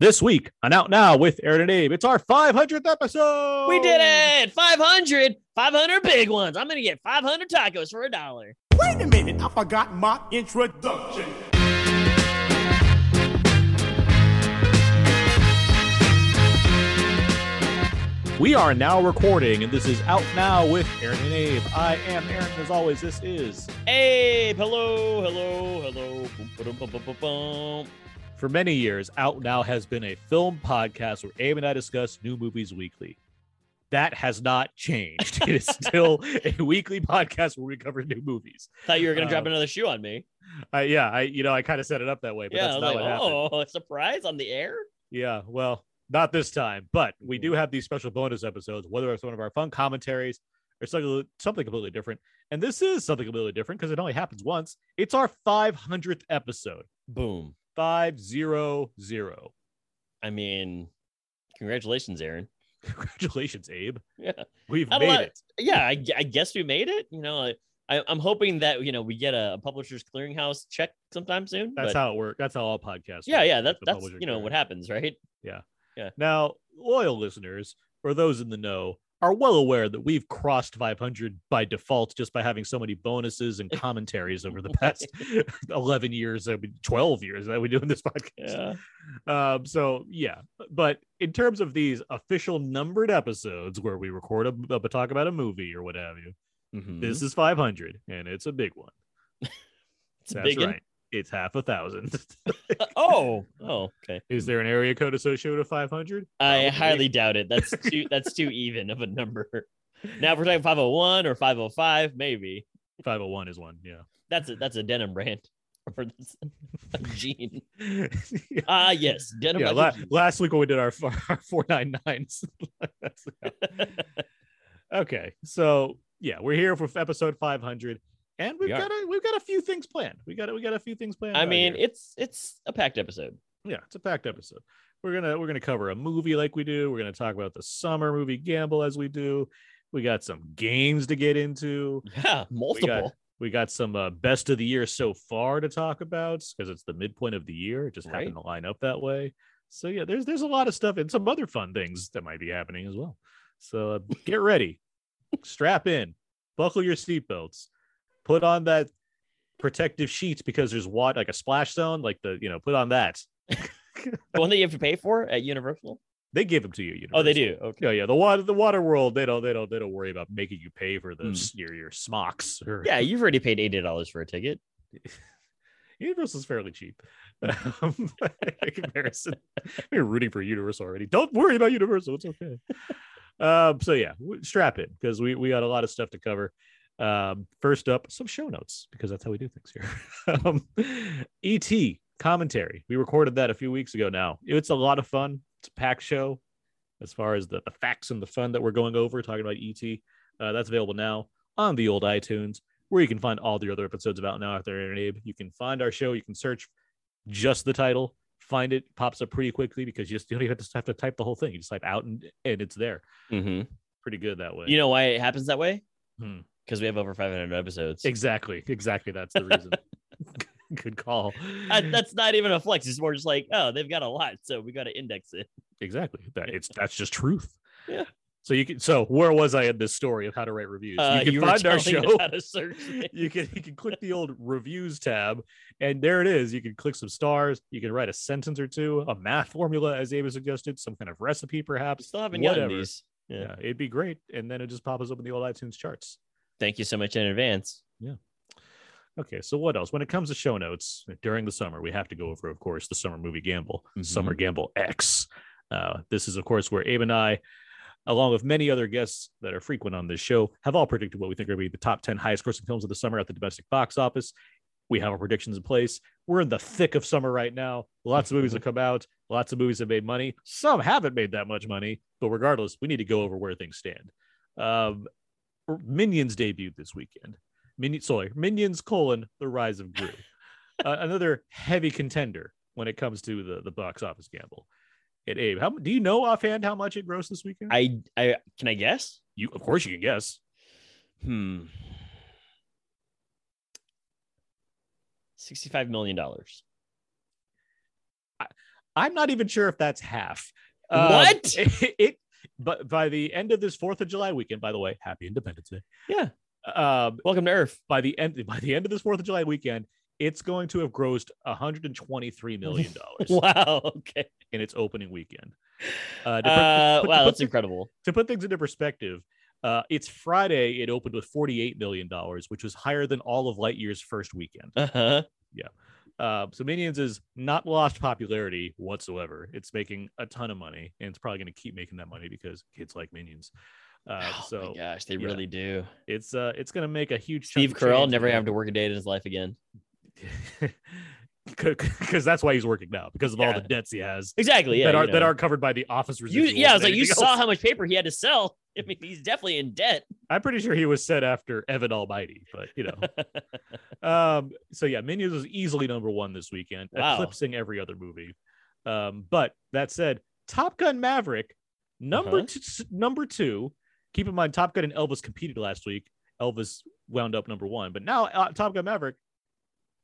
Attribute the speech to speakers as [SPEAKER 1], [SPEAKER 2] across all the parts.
[SPEAKER 1] This week on Out Now with Aaron and Abe, it's our 500th episode.
[SPEAKER 2] We did it! 500, 500 big ones. I'm going to get 500 tacos for a dollar.
[SPEAKER 3] Wait a minute, I forgot my introduction.
[SPEAKER 1] We are now recording, and this is Out Now with Aaron and Abe. I am Aaron, as always. This is,
[SPEAKER 2] Hey, hello, hello, hello. Boom, ba-dum, bum, bum, bum, bum.
[SPEAKER 1] for many years, Out Now has been a film podcast where Abe and I discuss new movies weekly. That has not changed. it is still a weekly podcast where we cover new movies.
[SPEAKER 2] Thought you were going to drop
[SPEAKER 1] Um,
[SPEAKER 2] another shoe on me.
[SPEAKER 1] I, yeah, I you know I kind of set it up that way, but
[SPEAKER 2] Yeah, I
[SPEAKER 1] that's
[SPEAKER 2] was
[SPEAKER 1] not
[SPEAKER 2] like,
[SPEAKER 1] what happened.
[SPEAKER 2] oh, a surprise on the air?
[SPEAKER 1] Yeah, well, not this time, but we
[SPEAKER 2] Mm-hmm.
[SPEAKER 1] do have these special bonus episodes, whether it's one of our fun commentaries or something, something completely different. And this is something completely different because it only happens once. It's our 500th episode,
[SPEAKER 2] Boom.
[SPEAKER 1] 500.
[SPEAKER 2] I mean, congratulations, Aaron.
[SPEAKER 1] Congratulations, Abe.
[SPEAKER 2] Yeah.
[SPEAKER 1] We've
[SPEAKER 2] Not a
[SPEAKER 1] made
[SPEAKER 2] lot-
[SPEAKER 1] it.
[SPEAKER 2] yeah, I, gu- I guess we made it. You know, I, I, I'm hoping that you know we get a, a publisher's clearinghouse check sometime soon.
[SPEAKER 1] That's
[SPEAKER 2] but
[SPEAKER 1] how it works. That's how all podcasts
[SPEAKER 2] Yeah,
[SPEAKER 1] work,
[SPEAKER 2] yeah,
[SPEAKER 1] with
[SPEAKER 2] that,
[SPEAKER 1] the
[SPEAKER 2] that's
[SPEAKER 1] publishing
[SPEAKER 2] you know what
[SPEAKER 1] clearing.
[SPEAKER 2] happens, right?
[SPEAKER 1] Now, loyal listeners or those in the know are well aware that we've crossed 500 by default just by having so many bonuses and commentaries over the past 11 years, I mean, 12 years that we're doing this podcast.
[SPEAKER 2] Yeah.
[SPEAKER 1] Um, so, yeah. But in terms of these official numbered episodes where we record a, a talk about a movie or what have you,
[SPEAKER 2] Mm-hmm.
[SPEAKER 1] this is 500 and it's a big one.
[SPEAKER 2] It's a
[SPEAKER 1] That's
[SPEAKER 2] big un-
[SPEAKER 1] right. It's half a thousand.
[SPEAKER 2] oh, oh, okay.
[SPEAKER 1] is there an area code associated with 500?
[SPEAKER 2] I
[SPEAKER 1] Probably.
[SPEAKER 2] highly doubt it. That's too that's too even of a number. Now if we're talking 501 or 505, maybe
[SPEAKER 1] 501 is oh one. Yeah.
[SPEAKER 2] that's a that's a denim brand or that's a jean.
[SPEAKER 1] yeah.
[SPEAKER 2] Ah, yes, denim.
[SPEAKER 1] yeah,
[SPEAKER 2] like a
[SPEAKER 1] la-
[SPEAKER 2] jean.
[SPEAKER 1] last week when we did our, f- our 499s. That's- okay. So, yeah, we're here for f- episode 500 and we've
[SPEAKER 2] We are.
[SPEAKER 1] got a, we've got a few things planned. We got a, we got a few things planned.
[SPEAKER 2] I
[SPEAKER 1] out
[SPEAKER 2] mean,
[SPEAKER 1] here.
[SPEAKER 2] it's it's a packed episode.
[SPEAKER 1] yeah, it's a packed episode. We're going to we're going to cover a movie like we do. We're going to talk about the summer movie gamble as we do. We got some games to get into.
[SPEAKER 2] Yeah, multiple.
[SPEAKER 1] We got some uh, best of the year so far to talk about because it's the midpoint of the year. It just happened to line up that way. So yeah, there's there's a lot of stuff and some other fun things that might be happening as well. So uh, get ready, strap in, buckle your seatbelts, put on that protective sheets because there's what like a splash zone, like the you know put on that.
[SPEAKER 2] The one that you have to pay for at Universal.
[SPEAKER 1] They give them to you.
[SPEAKER 2] Oh, they
[SPEAKER 1] Universal.
[SPEAKER 2] do. Okay.
[SPEAKER 1] Yeah, yeah. The water, the water world. They don't, they don't, they don't worry about making you pay for
[SPEAKER 2] Hmm.
[SPEAKER 1] those your your smocks or
[SPEAKER 2] Yeah, you've already paid eighty dollars for a ticket.
[SPEAKER 1] Universal's fairly cheap um, in comparison. We're rooting for Universal already. Don't worry about Universal; it's okay. Um, so yeah, w- strap in because we we got a lot of stuff to cover. Um, first up, some show notes because that's how we do things here. um, ET commentary. We recorded that a few weeks ago. Now it's a lot of fun. It's a packed show as far as the, the facts and the fun that we're going over talking about ET. Uh, that's available now on the old iTunes where you can find all the other episodes about Now After Aaron and Abe. You can find our show. You can search just the title, find it, pops up pretty quickly because you just you don't even have to, have to type the whole thing. You just type out and, and it's there.
[SPEAKER 2] Mm-hmm.
[SPEAKER 1] Pretty good that way.
[SPEAKER 2] You know why it happens that way?
[SPEAKER 1] Hmm.
[SPEAKER 2] Because we have over five hundred episodes.
[SPEAKER 1] exactly, exactly. That's the reason. good call.
[SPEAKER 2] I- that's not even a flex. It's more just like, oh, they've got a lot, so we got to index it.
[SPEAKER 1] exactly. That it's that's just truth.
[SPEAKER 2] Yeah.
[SPEAKER 1] So you can. So where was I in this story of how to write reviews?
[SPEAKER 2] Uh,
[SPEAKER 1] you can
[SPEAKER 2] you were
[SPEAKER 1] find our
[SPEAKER 2] telling
[SPEAKER 1] show.
[SPEAKER 2] How to search it.
[SPEAKER 1] you can you can click the old reviews tab and there it is you can click some stars you can write a sentence or two a math formula as Ava suggested some kind of recipe
[SPEAKER 2] We
[SPEAKER 1] perhaps
[SPEAKER 2] still haven't gotten
[SPEAKER 1] Whatever.
[SPEAKER 2] these. Yeah.
[SPEAKER 1] yeah. it'd be great and then it just pops up in the old iTunes charts
[SPEAKER 2] Thank you so much in advance.
[SPEAKER 1] okay so what else when it comes to show notes during the summer we have to go over of course the summer movie gamble
[SPEAKER 2] Mhm.
[SPEAKER 1] summer gamble X uh, this is of course where Abe and I along with many other guests that are frequent on this show have all predicted what we think are going to be the top 10 highest grossing films of the summer at the domestic box office we have our predictions in place. We're in the thick of summer right now. Lots of movies have come out. Lots of movies have made money. Some haven't made that much money, but regardless, we need to go over where things stand. Um, Minions debuted this weekend. Minions, sorry, Minions colon the Rise of Gru, uh, another heavy contender when it comes to the the box office gamble. And Abe, how do you know offhand how much it grossed this weekend?
[SPEAKER 2] I, I can I guess?
[SPEAKER 1] you, of course, you can guess.
[SPEAKER 2] Hmm. Sixty-five million dollars.
[SPEAKER 1] I'm not even sure if that's half. Uh,
[SPEAKER 2] What?
[SPEAKER 1] It, but by the end of this Fourth of July weekend, by the way, Happy Independence Day.
[SPEAKER 2] Yeah.
[SPEAKER 1] Um,
[SPEAKER 2] Welcome to Earth.
[SPEAKER 1] by the end by the end of this Fourth of July weekend, it's going to have grossed 123 million dollars
[SPEAKER 2] Wow. Okay.
[SPEAKER 1] in its opening weekend. Uh, to, put,
[SPEAKER 2] Uh,
[SPEAKER 1] put-
[SPEAKER 2] wow,
[SPEAKER 1] put
[SPEAKER 2] that's
[SPEAKER 1] the-
[SPEAKER 2] incredible.
[SPEAKER 1] to put things into perspective, uh, it's Friday. It opened with 48 million dollars, which was higher than all of Lightyear's first weekend.
[SPEAKER 2] Uh huh.
[SPEAKER 1] Uh, so Minions is not lost popularity whatsoever. It's making a ton of money, and it's probably going to keep making that money because kids like Minions. Uh,
[SPEAKER 2] oh
[SPEAKER 1] so
[SPEAKER 2] my gosh, they
[SPEAKER 1] yeah.
[SPEAKER 2] really do.
[SPEAKER 1] it's uh, it's going to make a huge.
[SPEAKER 2] Steve
[SPEAKER 1] chunk of
[SPEAKER 2] Carell
[SPEAKER 1] change
[SPEAKER 2] never
[SPEAKER 1] there.
[SPEAKER 2] having to work a day in his life again.
[SPEAKER 1] because that's why he's working now because of all
[SPEAKER 2] Yeah.
[SPEAKER 1] the debts he has
[SPEAKER 2] Exactly. Yeah.
[SPEAKER 1] that
[SPEAKER 2] you
[SPEAKER 1] are
[SPEAKER 2] know.
[SPEAKER 1] that are covered by the office
[SPEAKER 2] You,
[SPEAKER 1] residuals.
[SPEAKER 2] yeah, I was
[SPEAKER 1] and
[SPEAKER 2] like, you
[SPEAKER 1] anything
[SPEAKER 2] saw
[SPEAKER 1] else.
[SPEAKER 2] how much paper he had to sell. I mean, he's definitely in debt.
[SPEAKER 1] I'm pretty sure he was set after Evan Almighty, but you know. um, so yeah, Minions was easily number one this weekend,
[SPEAKER 2] Wow.
[SPEAKER 1] eclipsing every other movie. Um, but that said, Top Gun Maverick, number
[SPEAKER 2] Uh-huh.
[SPEAKER 1] two, s- number two. Keep in mind, Top Gun and Elvis competed last week. Elvis wound up number one, but now uh, Top Gun Maverick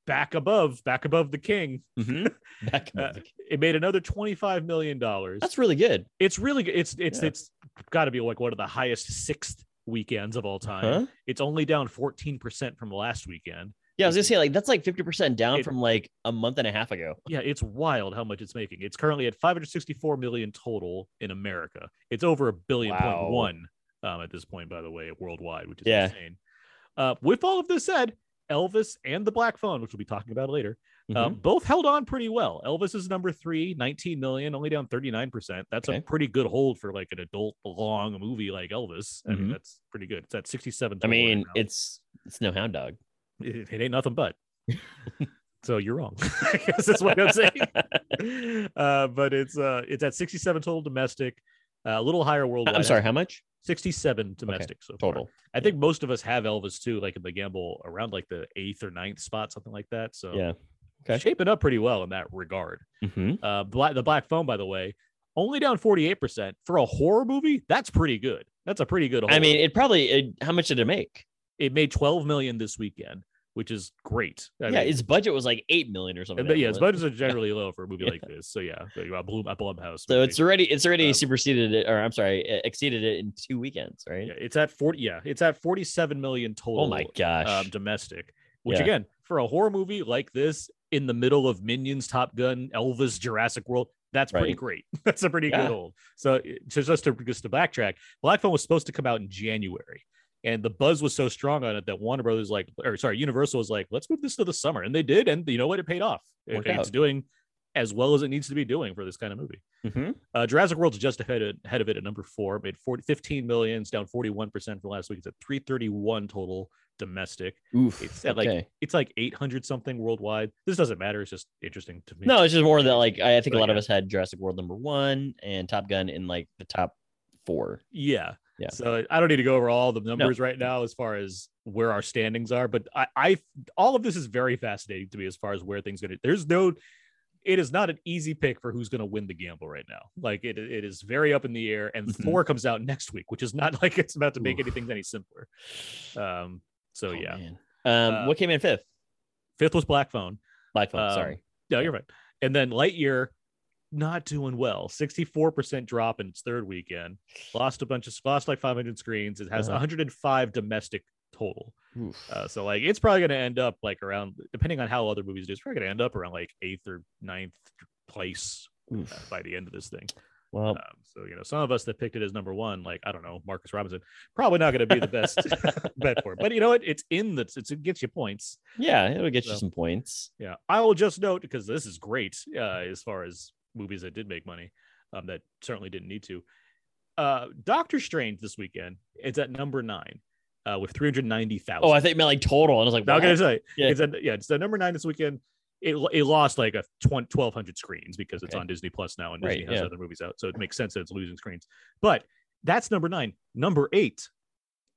[SPEAKER 1] back above, back above the king.
[SPEAKER 2] Back in
[SPEAKER 1] Uh,
[SPEAKER 2] the-
[SPEAKER 1] It made another twenty five million dollars.
[SPEAKER 2] That's really good.
[SPEAKER 1] It's really good. It's it's
[SPEAKER 2] Yeah.
[SPEAKER 1] it's got to be like one of the highest sixth weekends of all time.
[SPEAKER 2] Huh?
[SPEAKER 1] It's only down fourteen percent from last weekend.
[SPEAKER 2] Yeah, I was gonna say like that's like fifty percent down
[SPEAKER 1] It-
[SPEAKER 2] from like a month and a half ago.
[SPEAKER 1] Yeah, it's wild how much it's making. It's currently at five hundred sixty four million total in America. It's over a billion point one
[SPEAKER 2] Wow.
[SPEAKER 1] um, at this point, by the way, worldwide, which is
[SPEAKER 2] Yeah.
[SPEAKER 1] insane. Uh, with all of this said, Elvis and the Black Phone, which we'll be talking about later,
[SPEAKER 2] Mm-hmm.
[SPEAKER 1] um, both held on pretty well. Elvis is number three, 19 million, only down 39%. That's a
[SPEAKER 2] Okay.
[SPEAKER 1] pretty good hold for like an adult long movie like Elvis. I mean,
[SPEAKER 2] Mhm.
[SPEAKER 1] that's pretty good. It's at 67.
[SPEAKER 2] I
[SPEAKER 1] total right
[SPEAKER 2] mean,
[SPEAKER 1] now.
[SPEAKER 2] it's it's no hound dog.
[SPEAKER 1] it, it ain't nothing but. so you're wrong. I guess that's what I'm saying. uh, but it's uh, it's at 67 total domestic, uh, a little higher worldwide.
[SPEAKER 2] I'm sorry, how much
[SPEAKER 1] 67 domestic so far.
[SPEAKER 2] total?
[SPEAKER 1] I think most of us have Elvis too, like in the gamble around like the eighth or ninth spot, something like that. So
[SPEAKER 2] Yeah. Okay.
[SPEAKER 1] shaping up pretty well in that regard.
[SPEAKER 2] Mhm.
[SPEAKER 1] Uh, black, the Black Phone, by the way, only down 48% for a horror movie. That's pretty good. That's a pretty good.
[SPEAKER 2] I
[SPEAKER 1] haul.
[SPEAKER 2] mean, it probably. It, how much did it make?
[SPEAKER 1] it made 12 million this weekend, which is great. I
[SPEAKER 2] yeah,
[SPEAKER 1] mean,
[SPEAKER 2] its budget was like eight million or something.
[SPEAKER 1] but yeah, its
[SPEAKER 2] wasn't it?
[SPEAKER 1] budgets are generally low for a movie like this. So yeah, so you got Blum, a Blumhouse.
[SPEAKER 2] So
[SPEAKER 1] movie.
[SPEAKER 2] it's already it's already
[SPEAKER 1] Um,
[SPEAKER 2] superseded it, or I'm sorry, e- exceeded it in two weekends, right?
[SPEAKER 1] yeah, it's at 40. Yeah, it's at 47 million total.
[SPEAKER 2] oh my gosh!
[SPEAKER 1] um, domestic. Which
[SPEAKER 2] Yeah.
[SPEAKER 1] again, for a horror movie like this, in the middle of Minions, Top Gun, Elvis, Jurassic World, that's pretty
[SPEAKER 2] Right.
[SPEAKER 1] great. That's a pretty
[SPEAKER 2] Yeah.
[SPEAKER 1] good old. So it- so just to just to backtrack, Black Phone was supposed to come out in January. And the buzz was so strong on it that Warner Brothers like, or sorry, Universal was like, let's move this to the summer, and they did, and you know what? It paid off. It-
[SPEAKER 2] Worked
[SPEAKER 1] it's
[SPEAKER 2] out.
[SPEAKER 1] doing as well as it needs to be doing for this kind of movie.
[SPEAKER 2] Mhm.
[SPEAKER 1] Uh, Jurassic World's just ahead of, ahead of it at number four, made 40, 15 million, it's down 41% from last week. It's at 331 total domestic.
[SPEAKER 2] Oof.
[SPEAKER 1] it's at, like,
[SPEAKER 2] okay.
[SPEAKER 1] It's like 800 something worldwide. This doesn't matter. It's just interesting to me.
[SPEAKER 2] no, it's just more that like I I think a
[SPEAKER 1] But
[SPEAKER 2] lot of
[SPEAKER 1] yeah.
[SPEAKER 2] us had Jurassic World number one and Top Gun in like the top four.
[SPEAKER 1] Yeah.
[SPEAKER 2] Yeah.
[SPEAKER 1] So I don't need to go over all the numbers right now as far as where our standings are, but I, I all of this is very fascinating to me as far as where things gonna there's no it is not an easy pick for who's gonna win the gamble right now. Like it it is very up in the air and
[SPEAKER 2] Mhm.
[SPEAKER 1] Thor comes out next week, which is not like it's about to make
[SPEAKER 2] Oof. Oh,
[SPEAKER 1] anything any simpler. Um so yeah.
[SPEAKER 2] man. Um,
[SPEAKER 1] Uh,
[SPEAKER 2] what came in fifth?
[SPEAKER 1] Fifth was Black Phone.
[SPEAKER 2] Black phone.
[SPEAKER 1] um,
[SPEAKER 2] sorry.
[SPEAKER 1] No, you're right. And then Lightyear, not doing well. 64% drop in its third weekend. Lost a bunch of lost like 500 screens. It has
[SPEAKER 2] Uh-huh.
[SPEAKER 1] 105 domestic total.
[SPEAKER 2] Oof.
[SPEAKER 1] Uh, so like it's probably going to end up like around depending on how other movies do. It's probably going to end up around like eighth or ninth place
[SPEAKER 2] Oof.
[SPEAKER 1] uh, by the end of this thing.
[SPEAKER 2] Well,
[SPEAKER 1] Um, so you know, some of us that picked it as number one, like I don't know, Marcus Robinson, probably not going to be the best bet for it. But you know what? It's in the it's, it gets you points.
[SPEAKER 2] yeah, it'll get you
[SPEAKER 1] so-
[SPEAKER 2] some points.
[SPEAKER 1] Yeah, I will just note because this is great uh, as far as movies that did make money um, that certainly didn't need to. Uh, Doctor Strange this weekend it's at number nine uh, with three hundred ninety thousand.
[SPEAKER 2] Oh, I think you meant like total, and I was like,
[SPEAKER 1] Now, I'm gonna
[SPEAKER 2] what?
[SPEAKER 1] say
[SPEAKER 2] Yeah.
[SPEAKER 1] it's at, yeah, it's at number nine this weekend. It, it lost like a 20, 1200 screens because it's
[SPEAKER 2] Okay.
[SPEAKER 1] on Disney Plus now and
[SPEAKER 2] Right,
[SPEAKER 1] Disney has
[SPEAKER 2] yeah.
[SPEAKER 1] other movies out, so it makes sense that it's losing screens. But that's number nine. Number eight,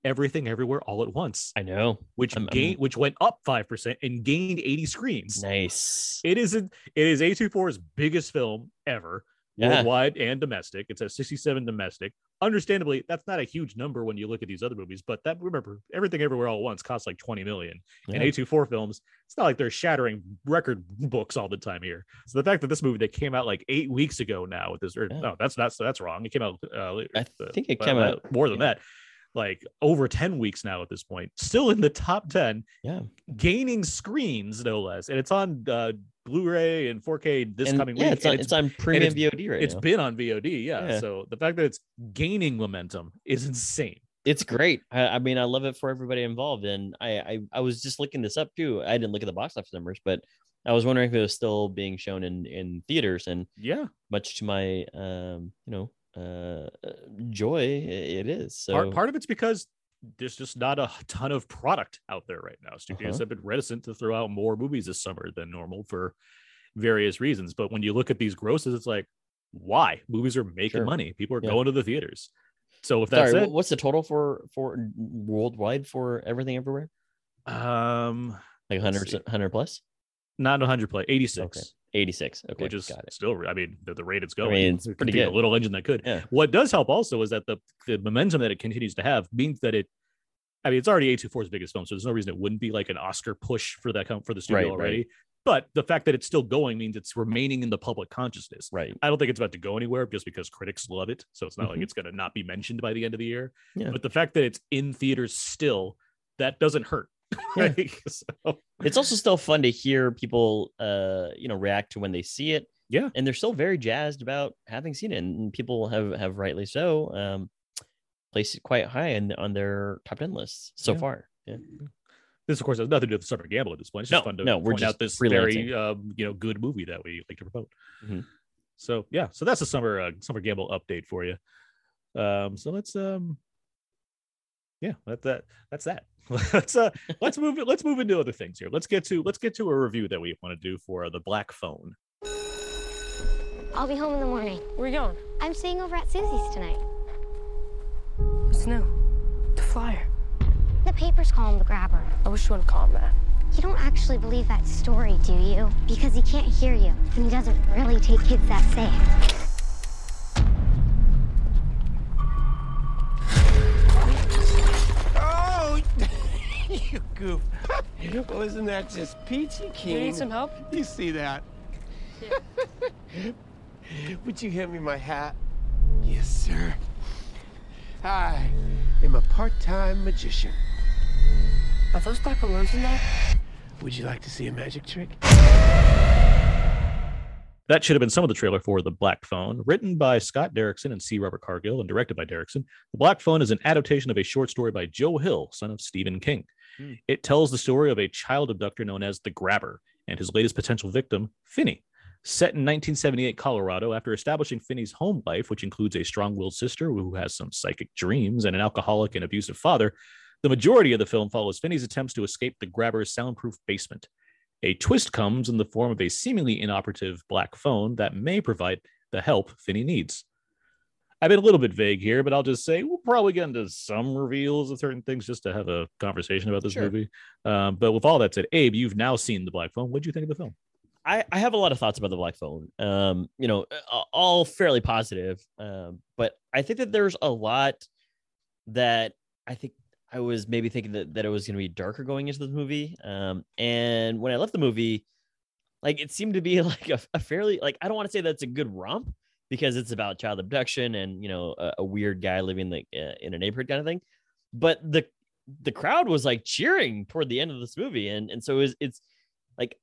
[SPEAKER 1] Everything Everywhere All at Once,
[SPEAKER 2] I know.
[SPEAKER 1] which
[SPEAKER 2] I'm- I'm-
[SPEAKER 1] gained which went up five percent and gained eighty screens.
[SPEAKER 2] Nice.
[SPEAKER 1] It is a, it is A24's biggest film ever.
[SPEAKER 2] Yeah.
[SPEAKER 1] worldwide and domestic. It's at 67 domestic. Understandably, that's not a huge number when you look at these other movies, but that remember, everything everywhere all at once costs like 20 million. And
[SPEAKER 2] Yeah.
[SPEAKER 1] A24 films, it's not like they're shattering record books all the time here. So the fact that this movie that came out like eight weeks ago now with this, or
[SPEAKER 2] Yeah.
[SPEAKER 1] no, that's that's that's wrong. It came out. Uh,
[SPEAKER 2] I
[SPEAKER 1] uh,
[SPEAKER 2] think it
[SPEAKER 1] uh,
[SPEAKER 2] came
[SPEAKER 1] uh,
[SPEAKER 2] out.
[SPEAKER 1] more than
[SPEAKER 2] yeah.
[SPEAKER 1] that, like over 10 weeks now at this point, still in the top 10
[SPEAKER 2] Yeah.
[SPEAKER 1] gaining screens no less and it's on uh, blu-ray and 4k this
[SPEAKER 2] And,
[SPEAKER 1] coming
[SPEAKER 2] yeah,
[SPEAKER 1] week
[SPEAKER 2] it's on,
[SPEAKER 1] and
[SPEAKER 2] it's, on premium
[SPEAKER 1] it's-
[SPEAKER 2] VOD right
[SPEAKER 1] it's
[SPEAKER 2] now.
[SPEAKER 1] been on vod yeah.
[SPEAKER 2] Yeah.
[SPEAKER 1] so the fact that it's gaining momentum is insane
[SPEAKER 2] it's great. I, I mean, I love it for everybody involved. And I, I, I was just looking this up too. I didn't look at the box office numbers, but I was wondering if it was still being shown in in theaters. And
[SPEAKER 1] yeah
[SPEAKER 2] much to my, um, you know, uh, uh, joy, i- it is. So
[SPEAKER 1] part, part of it's because there's just not a ton of product out there right now studios
[SPEAKER 2] Uh-huh.
[SPEAKER 1] have been reticent to throw out more movies this summer than normal for various reasons but when you look at these grosses it's like why movies are making
[SPEAKER 2] Sure.
[SPEAKER 1] money people are
[SPEAKER 2] Yeah.
[SPEAKER 1] going to the theaters so if that's
[SPEAKER 2] sorry,
[SPEAKER 1] it
[SPEAKER 2] wh- what's the total for for worldwide for everything everywhere?
[SPEAKER 1] um
[SPEAKER 2] Like
[SPEAKER 1] Let's
[SPEAKER 2] 100,
[SPEAKER 1] see.
[SPEAKER 2] 100 plus,
[SPEAKER 1] not 100 play 86
[SPEAKER 2] eighty six. Okay,
[SPEAKER 1] which is
[SPEAKER 2] got it.
[SPEAKER 1] still, I mean, the, the rate it's going,
[SPEAKER 2] mean, it's
[SPEAKER 1] it could
[SPEAKER 2] pretty
[SPEAKER 1] be The
[SPEAKER 2] good.
[SPEAKER 1] little engine that could.
[SPEAKER 2] Yeah.
[SPEAKER 1] What does help also is that the the momentum that it continues to have means that it. I mean, it's already A24's biggest film, so there's no reason it wouldn't be like an Oscar push for that com- for the studio
[SPEAKER 2] Right, right.
[SPEAKER 1] already. But the fact that it's still going means it's remaining in the public consciousness.
[SPEAKER 2] Right.
[SPEAKER 1] I don't think it's about to go anywhere just because critics love it. So it's not like
[SPEAKER 2] Mhm.
[SPEAKER 1] it's going to not be mentioned by the end of the year.
[SPEAKER 2] Yeah.
[SPEAKER 1] But the fact that it's in theaters still, that doesn't hurt.
[SPEAKER 2] Yeah.
[SPEAKER 1] Like, so-
[SPEAKER 2] it's also still fun to hear people uh you know react to when they see it
[SPEAKER 1] Yeah.
[SPEAKER 2] and they're still very jazzed about having seen it and people have have rightly so um placed it quite high in, on their top 10 lists so
[SPEAKER 1] Yeah.
[SPEAKER 2] far yeah
[SPEAKER 1] this of course has nothing to do with summer gamble at this point. It's just
[SPEAKER 2] No,
[SPEAKER 1] fun to
[SPEAKER 2] no, we're
[SPEAKER 1] point out
[SPEAKER 2] just
[SPEAKER 1] this
[SPEAKER 2] freelancing.
[SPEAKER 1] very um, you know good movie that we like to promote.
[SPEAKER 2] Mhm.
[SPEAKER 1] So yeah, so that's a summer uh, summer gamble update for you. Um, so let's um, yeah, that, that that's that. let's uh, let's move it. Let's move into other things here. Let's get to let's get to a review that we want to do for uh, the Black Phone.
[SPEAKER 4] I'll be home in the morning.
[SPEAKER 5] Where are you going?
[SPEAKER 4] I'm staying over at Susie's tonight.
[SPEAKER 5] What's new? The flyer.
[SPEAKER 4] The papers call him the grabber.
[SPEAKER 5] I wish you wouldn't call him that.
[SPEAKER 4] You don't actually believe that story, do you? Because he can't hear you, and he doesn't really take kids that safe.
[SPEAKER 6] Oh, you goof. Well, isn't that just peachy
[SPEAKER 5] Do you
[SPEAKER 6] keen?
[SPEAKER 5] need some help?
[SPEAKER 6] You see that? Would you hand me my hat? Yes, sir. I am a part-time magician.
[SPEAKER 5] Are those black balloons in there?
[SPEAKER 6] Would you like to see a magic trick?
[SPEAKER 1] That should have been some of the trailer for The Black Phone, written by Scott Derrickson and C. Robert Cargill and directed by Derrickson. The Black Phone is an adaptation of a short story by Joe Hill, son of Stephen King.
[SPEAKER 2] Hmm.
[SPEAKER 1] It tells the story of a child abductor known as the Grabber and his latest potential victim, Finney. Set in 1978 Colorado, after establishing Finney's home life, which includes a strong willed sister who has some psychic dreams and an alcoholic and abusive father, the majority of the film follows Finney's attempts to escape the Grabber's soundproof basement. A twist comes in the form of a seemingly inoperative black phone that may provide the help Finney needs. I've been a little bit vague here, but I'll just say we'll probably get into some reveals of certain things just to have a conversation about this
[SPEAKER 2] Sure.
[SPEAKER 1] movie. Um, but with all that said, Abe, you've now seen the black phone. What do you think of the film?
[SPEAKER 2] I, I have a lot of thoughts about the black phone. Um, you know, a- all fairly positive. Um, but I think that there's a lot that I think I was maybe thinking that, that it was going to be darker going into this movie. Um, and when I left the movie, like it seemed to be like a, a fairly like I don't want to say that's a good romp because it's about child abduction and you know a, a weird guy living like uh, in a neighborhood kind of thing. But the the crowd was like cheering toward the end of this movie, and and so it's, it's like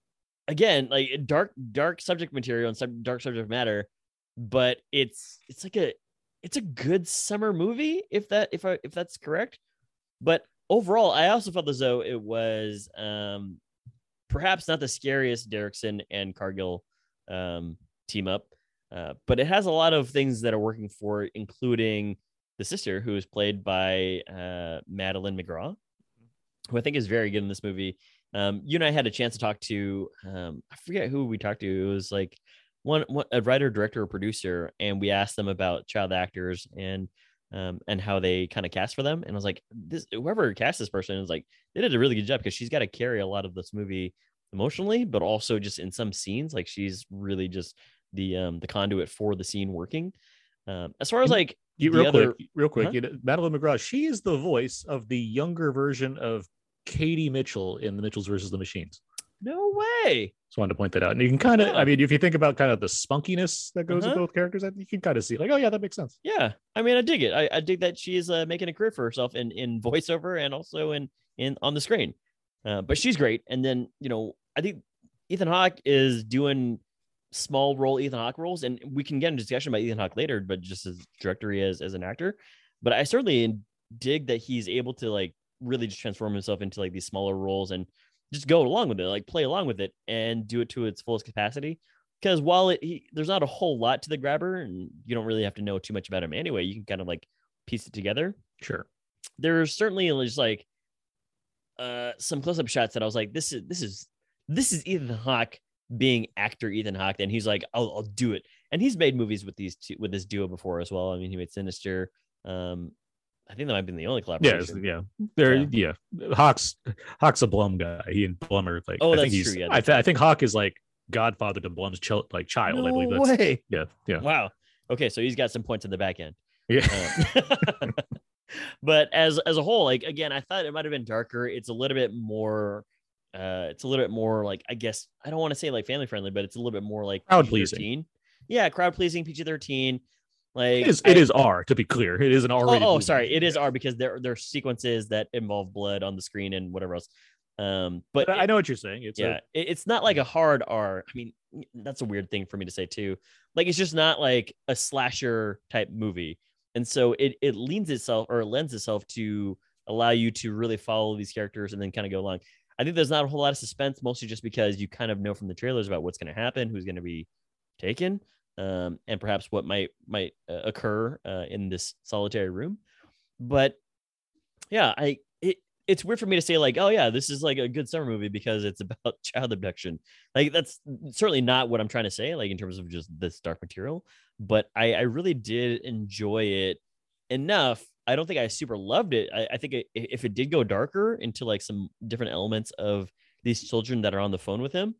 [SPEAKER 2] again like dark dark subject material and sub- dark subject matter but it's it's like a it's a good summer movie if that if I if that's correct but overall i also felt as though it was um perhaps not the scariest derrickson and cargill um team up uh, but it has a lot of things that are working for it, including the sister who is played by uh madeline mcgraw who i think is very good in this movie um, you and I had a chance to talk to um, I forget who we talked to. It was like one, one a writer, director, or producer, and we asked them about child actors and um, and how they kind of cast for them. And I was like, this whoever cast this person is like they did a really good job because she's got to carry a lot of this movie emotionally, but also just in some scenes, like she's really just the um the conduit for the scene working. Um, as far as like
[SPEAKER 1] You,
[SPEAKER 2] The
[SPEAKER 1] real
[SPEAKER 2] other- Uh-huh.
[SPEAKER 1] quick, real quick.
[SPEAKER 2] Huh?
[SPEAKER 1] You know, Madeline McGraw. She is the voice of the younger version of Katie Mitchell in The Mitchells versus the Machines.
[SPEAKER 2] no way,
[SPEAKER 1] Just wanted to point that out. And you can kind of, I
[SPEAKER 2] Yeah.
[SPEAKER 1] mean, if you think about kind of the spunkiness that goes
[SPEAKER 2] Oh. Uh-huh.
[SPEAKER 1] with both characters, I think you can kind of see, like, oh yeah, that makes sense.
[SPEAKER 2] yeah. I mean, I dig it. I, I dig that she is uh, making a career for herself in in voiceover and also in in on the screen. Uh, but she's great. And then you know, I think Ethan Hawke is doing small role Ethan Hawke roles, and we can get into discussion about Ethan Hawke later. But just as director he is as an actor, but I certainly en- dig that he's able to like really just transform himself into like these smaller roles and just go along with it, like play along with it and do it to its fullest capacity. Because while it he, there's not a whole lot to the grabber, and you don't really have to know too much about him anyway, you can kind of like piece it together
[SPEAKER 1] Sure.
[SPEAKER 2] there's certainly just like uh some close-up shots that I was like, this is this is this is Ethan Hawke being actor Ethan Hawke, and he's like, I'll, I'll do it. And he's made movies with these two with this duo before as well. I mean, he made Sinister. Um, I think that might have been the only
[SPEAKER 1] Yeah, it's-
[SPEAKER 2] collaboration.
[SPEAKER 1] yeah. There, yeah. Hawk's Hawk's a Blum guy. He and Blum are like.
[SPEAKER 2] Oh,
[SPEAKER 1] I
[SPEAKER 2] that's
[SPEAKER 1] think he's,
[SPEAKER 2] true, yeah,
[SPEAKER 1] I,
[SPEAKER 2] that's
[SPEAKER 1] th- I think Hawk is like godfather to Blum's child, like child. I believe
[SPEAKER 2] No
[SPEAKER 1] that's
[SPEAKER 2] way.
[SPEAKER 1] yeah, yeah,
[SPEAKER 2] Wow. Okay, so he's got some points in the back end.
[SPEAKER 1] yeah.
[SPEAKER 2] Um, but as as a whole like again i thought it might have been darker it's a little bit more uh it's a little bit more like i guess i don't want to say like family friendly but it's a little bit more like
[SPEAKER 1] Crowd
[SPEAKER 2] PG-13. yeah crowd pleasing pg-13 like
[SPEAKER 1] It is, it
[SPEAKER 2] I-
[SPEAKER 1] is R to be clear. It is an R.
[SPEAKER 2] oh, oh, sorry it is r because there there are sequences that involve blood on the screen and whatever else um but
[SPEAKER 1] But I know what you're saying. It's
[SPEAKER 2] yeah
[SPEAKER 1] yeah.
[SPEAKER 2] it- it's not like a hard r i mean that's a weird thing for me to say too like it's just not like a slasher type movie and so it it leans itself or lends itself to allow you to really follow these characters and then kind of go along i think there's not a whole lot of suspense mostly just because you kind of know from the trailers about what's going to happen who's going to be taken um, and perhaps what might might uh, occur uh, in this solitary room but yeah i it, it's weird for me to say like oh yeah this is like a good summer movie because it's about child abduction like that's certainly not what i'm trying to say like in terms of just this dark material but i i really did enjoy it enough i don't think i super loved it i, I think it, if it did go darker into like some different elements of these children that are on the phone with him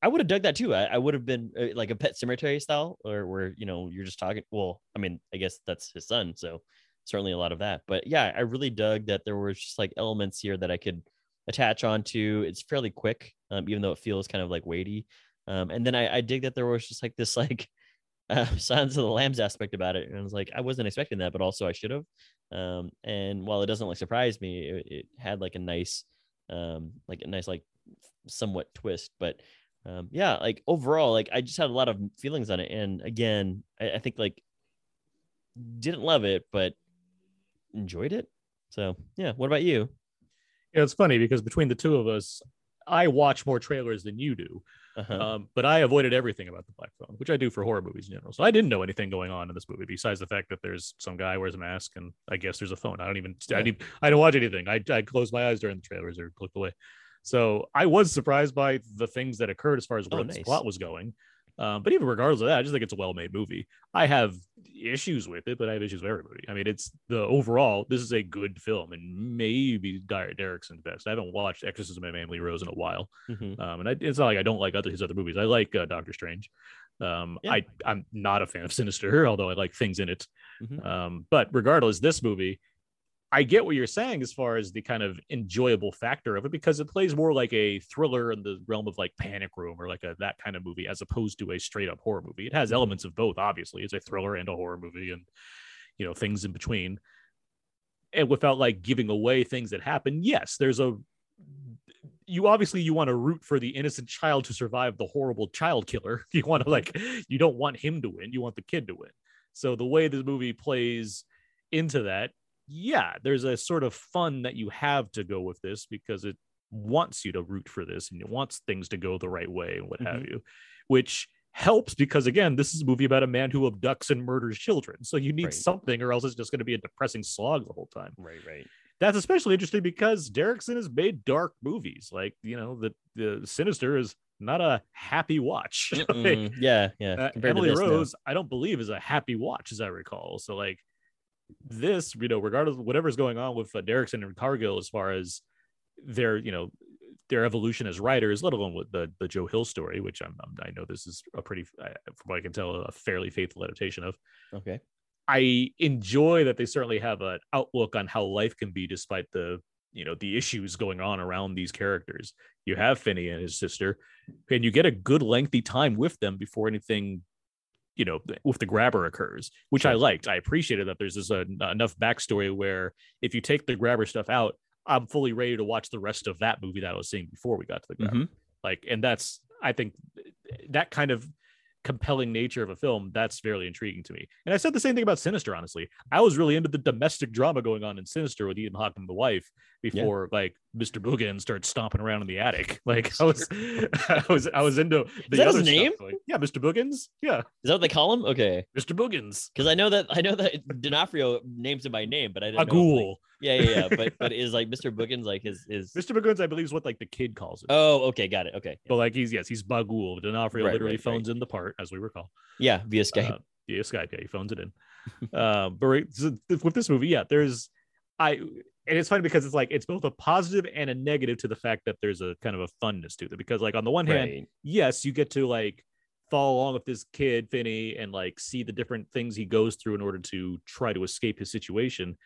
[SPEAKER 2] i would have dug that too i, I would have been uh, like a pet cemetery style or where you know you're just talking well i mean i guess that's his son so certainly a lot of that. But yeah, I really dug that there was just like elements here that I could attach onto. It's fairly quick, um, even though it feels kind of like weighty. Um, and then I, I dig that there was just like this like uh, Silence of the Lambs aspect about it, and I was like, I wasn't expecting that, but also I should have. Um, and while it doesn't like surprise me, it, it had like a nice, um, like a nice like somewhat twist, but. Um, yeah, like overall, like I just had a lot of feelings on it, and again, I, I think like didn't love it, but enjoyed it. So yeah, what about you?
[SPEAKER 1] it's funny because between the two of us, I watch more trailers than you do.
[SPEAKER 2] Uh-huh.
[SPEAKER 1] Um, but I avoided everything about the black phone, which I do for horror movies in general. So I didn't know anything going on in this movie besides the fact that there's some guy wears a mask and I guess there's a phone. I don't even I
[SPEAKER 2] Yeah.
[SPEAKER 1] didn't I didn't watch anything. I I closed my eyes during the trailers or clicked away. So I was surprised by the things that occurred as far as
[SPEAKER 2] Oh,
[SPEAKER 1] where the
[SPEAKER 2] nice.
[SPEAKER 1] plot was going. Um, but even regardless of that, I just think it's a well-made movie. I have issues with it, but I have issues with everybody. I mean, it's the overall. This is a good film, and maybe Dyer Derrickson's best. I haven't watched Exorcism of Emily Rose in a while,
[SPEAKER 2] Mhm.
[SPEAKER 1] um, and I, it's not like I don't like other his other movies. I like uh, Doctor Strange. Um,
[SPEAKER 2] Yeah.
[SPEAKER 1] I I'm not a fan of Sinister, although I like things in it.
[SPEAKER 2] Mhm.
[SPEAKER 1] Um, but regardless, this movie, I get what you're saying as far as the kind of enjoyable factor of it because it plays more like a thriller in the realm of like Panic Room or like a that kind of movie as opposed to a straight up horror movie. It has elements of both, obviously. It's a thriller and a horror movie, and you know things in between. And without like giving away things that happen, yes, there's a you obviously you want to root for the innocent child to survive the horrible child killer. You want to like you don't want him to win, you want the kid to win. So the way this movie plays into that, yeah, there's a sort of fun that you have to go with this because it wants you to root for this and it wants things to go the right way and what have you, which helps because again, this is a movie about a man who abducts and murders children. So you need
[SPEAKER 2] Right.
[SPEAKER 1] something or else it's just going to be a depressing slog the whole time
[SPEAKER 2] Right, right.
[SPEAKER 1] that's especially interesting because Derrickson has made dark movies. Like, you know, the, the Sinister is not a happy watch. Like,
[SPEAKER 2] Mm, yeah, yeah.
[SPEAKER 1] uh,
[SPEAKER 2] compared to
[SPEAKER 1] Emily
[SPEAKER 2] this, no.
[SPEAKER 1] Rose, I don't believe, is a happy watch, as I recall. So, like, this, you know, regardless of whatever's going on with uh, Derrickson and Cargill, as far as their, you know, their evolution as writers, let alone with the the Joe Hill story, which I'm, I'm I know this is a pretty, I- from what I can tell, a fairly faithful adaptation of.
[SPEAKER 2] Okay.
[SPEAKER 1] I enjoy that they certainly have an outlook on how life can be, despite the you know the issues going on around these characters. You have Finney and his sister, and you get a good lengthy time with them before anything, you know, th- with the grabber occurs, which I
[SPEAKER 2] Sure.
[SPEAKER 1] liked. I appreciated that there's this uh, n- enough backstory where if you take the grabber stuff out, I'm fully ready to watch the rest of that movie that I was seeing before we got to the grabber
[SPEAKER 2] Mhm.
[SPEAKER 1] like and that's i think that kind of compelling nature of a film that's very intriguing to me and i said the same thing about sinister honestly i was really into the domestic drama going on in sinister with ethan hawke and the wife before like mr boogan starts stomping around in the attic like i was i was i was into the
[SPEAKER 2] that his
[SPEAKER 1] other stuff,
[SPEAKER 2] name?
[SPEAKER 1] like, yeah mr boogans yeah
[SPEAKER 2] Is that what they call him? Okay.
[SPEAKER 1] mr boogans
[SPEAKER 2] Because I know that I know that D'Onofrio names him by name, but I didn't
[SPEAKER 1] a
[SPEAKER 2] know. if, like-
[SPEAKER 1] ghoul
[SPEAKER 2] yeah, yeah, yeah. But but is like Mr. Boogans like his his.
[SPEAKER 1] mr boogans i believe is what like the kid calls it
[SPEAKER 2] Oh, okay, got it. Okay.
[SPEAKER 1] but like he's yes he's bagul D'Onofrio
[SPEAKER 2] Right,
[SPEAKER 1] literally
[SPEAKER 2] right, right.
[SPEAKER 1] phones in the part as we recall
[SPEAKER 2] Yeah, via Skype.
[SPEAKER 1] Uh, yeah, Skype. Yeah, he phones it in. uh, but right, so th- with this movie, yeah, there's I, and it's funny because it's like it's both a positive and a negative to the fact that there's a kind of a funness to it. Because like on the one hand,
[SPEAKER 2] right.
[SPEAKER 1] yes, you get to like follow along with this kid Finney and like see the different things he goes through in order to try to escape his situation.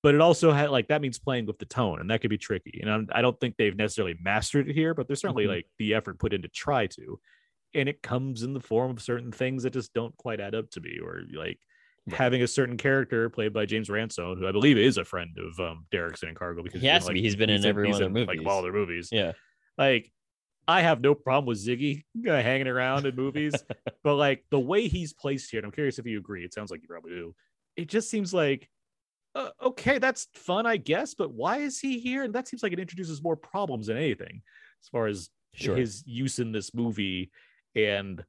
[SPEAKER 1] But it also had like that means playing with the tone, and that could be tricky. And I'm, I don't think they've necessarily mastered it here, but there's certainly
[SPEAKER 2] Mhm.
[SPEAKER 1] like the effort put in to try to. And it comes in the form of certain things that just don't quite add up to me, or like having a certain character played by James Ransone, who I believe is a friend of um, Derrickson and Cargo because
[SPEAKER 2] He
[SPEAKER 1] in,
[SPEAKER 2] has to be. He's been in every one of their
[SPEAKER 1] like
[SPEAKER 2] movies.
[SPEAKER 1] all their movies.
[SPEAKER 2] Yeah.
[SPEAKER 1] Like, I have no problem with Ziggy uh, hanging around in movies, but like the way he's placed here, and I'm curious if you agree. It sounds like you probably do. It just seems like, uh, okay, that's fun, I guess, but why is he here? And that seems like it introduces more problems than anything, as far as
[SPEAKER 2] Sure.
[SPEAKER 1] his use in this movie and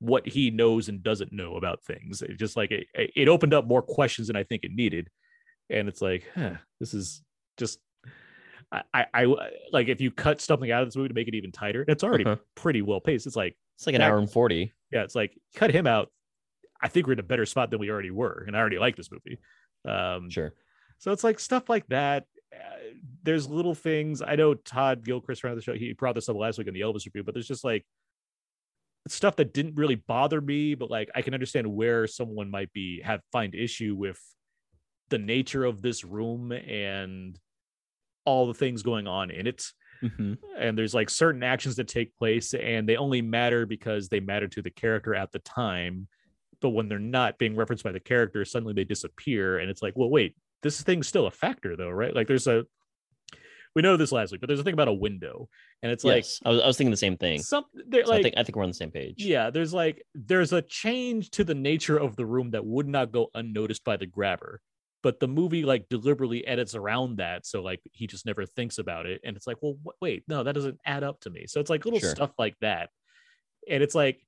[SPEAKER 1] what he knows and doesn't know about things. It just like it, it opened up more questions than I think it needed, and it's like, huh, this is just. I, I, I- like if you cut something out of this movie to make it even tighter, it's already
[SPEAKER 2] Uh-huh.
[SPEAKER 1] pretty well paced. It's like,
[SPEAKER 2] It's like an
[SPEAKER 1] that-
[SPEAKER 2] hour and forty.
[SPEAKER 1] yeah, it's like cut him out. I think we're in a better spot than we already were, and I already like this movie. Um,
[SPEAKER 2] Sure.
[SPEAKER 1] so it's like stuff like that. Uh, there's little things. I know Todd Gilchrist ran the show. He brought this up last week in the Elvis review, but there's just like stuff that didn't really bother me, but like I can understand where someone might be have find issue with the nature of this room and all the things going on in it
[SPEAKER 2] Mhm.
[SPEAKER 1] and there's like certain actions that take place and they only matter because they matter to the character at the time but when they're not being referenced by the character suddenly they disappear and it's like well wait this thing's still a factor though right like there's a we know this last week but there's a thing about a window and it's like
[SPEAKER 2] yes. I was I was thinking the same thing. So
[SPEAKER 1] something they're like
[SPEAKER 2] I think I think we're on the same page.
[SPEAKER 1] yeah, there's like there's a change to the nature of the room that would not go unnoticed by the grabber. But the movie like deliberately edits around that, so like he just never thinks about it, and it's like, well, wh- wait, no, that doesn't add up to me. So it's like little
[SPEAKER 2] Sure.
[SPEAKER 1] stuff like that, and it's like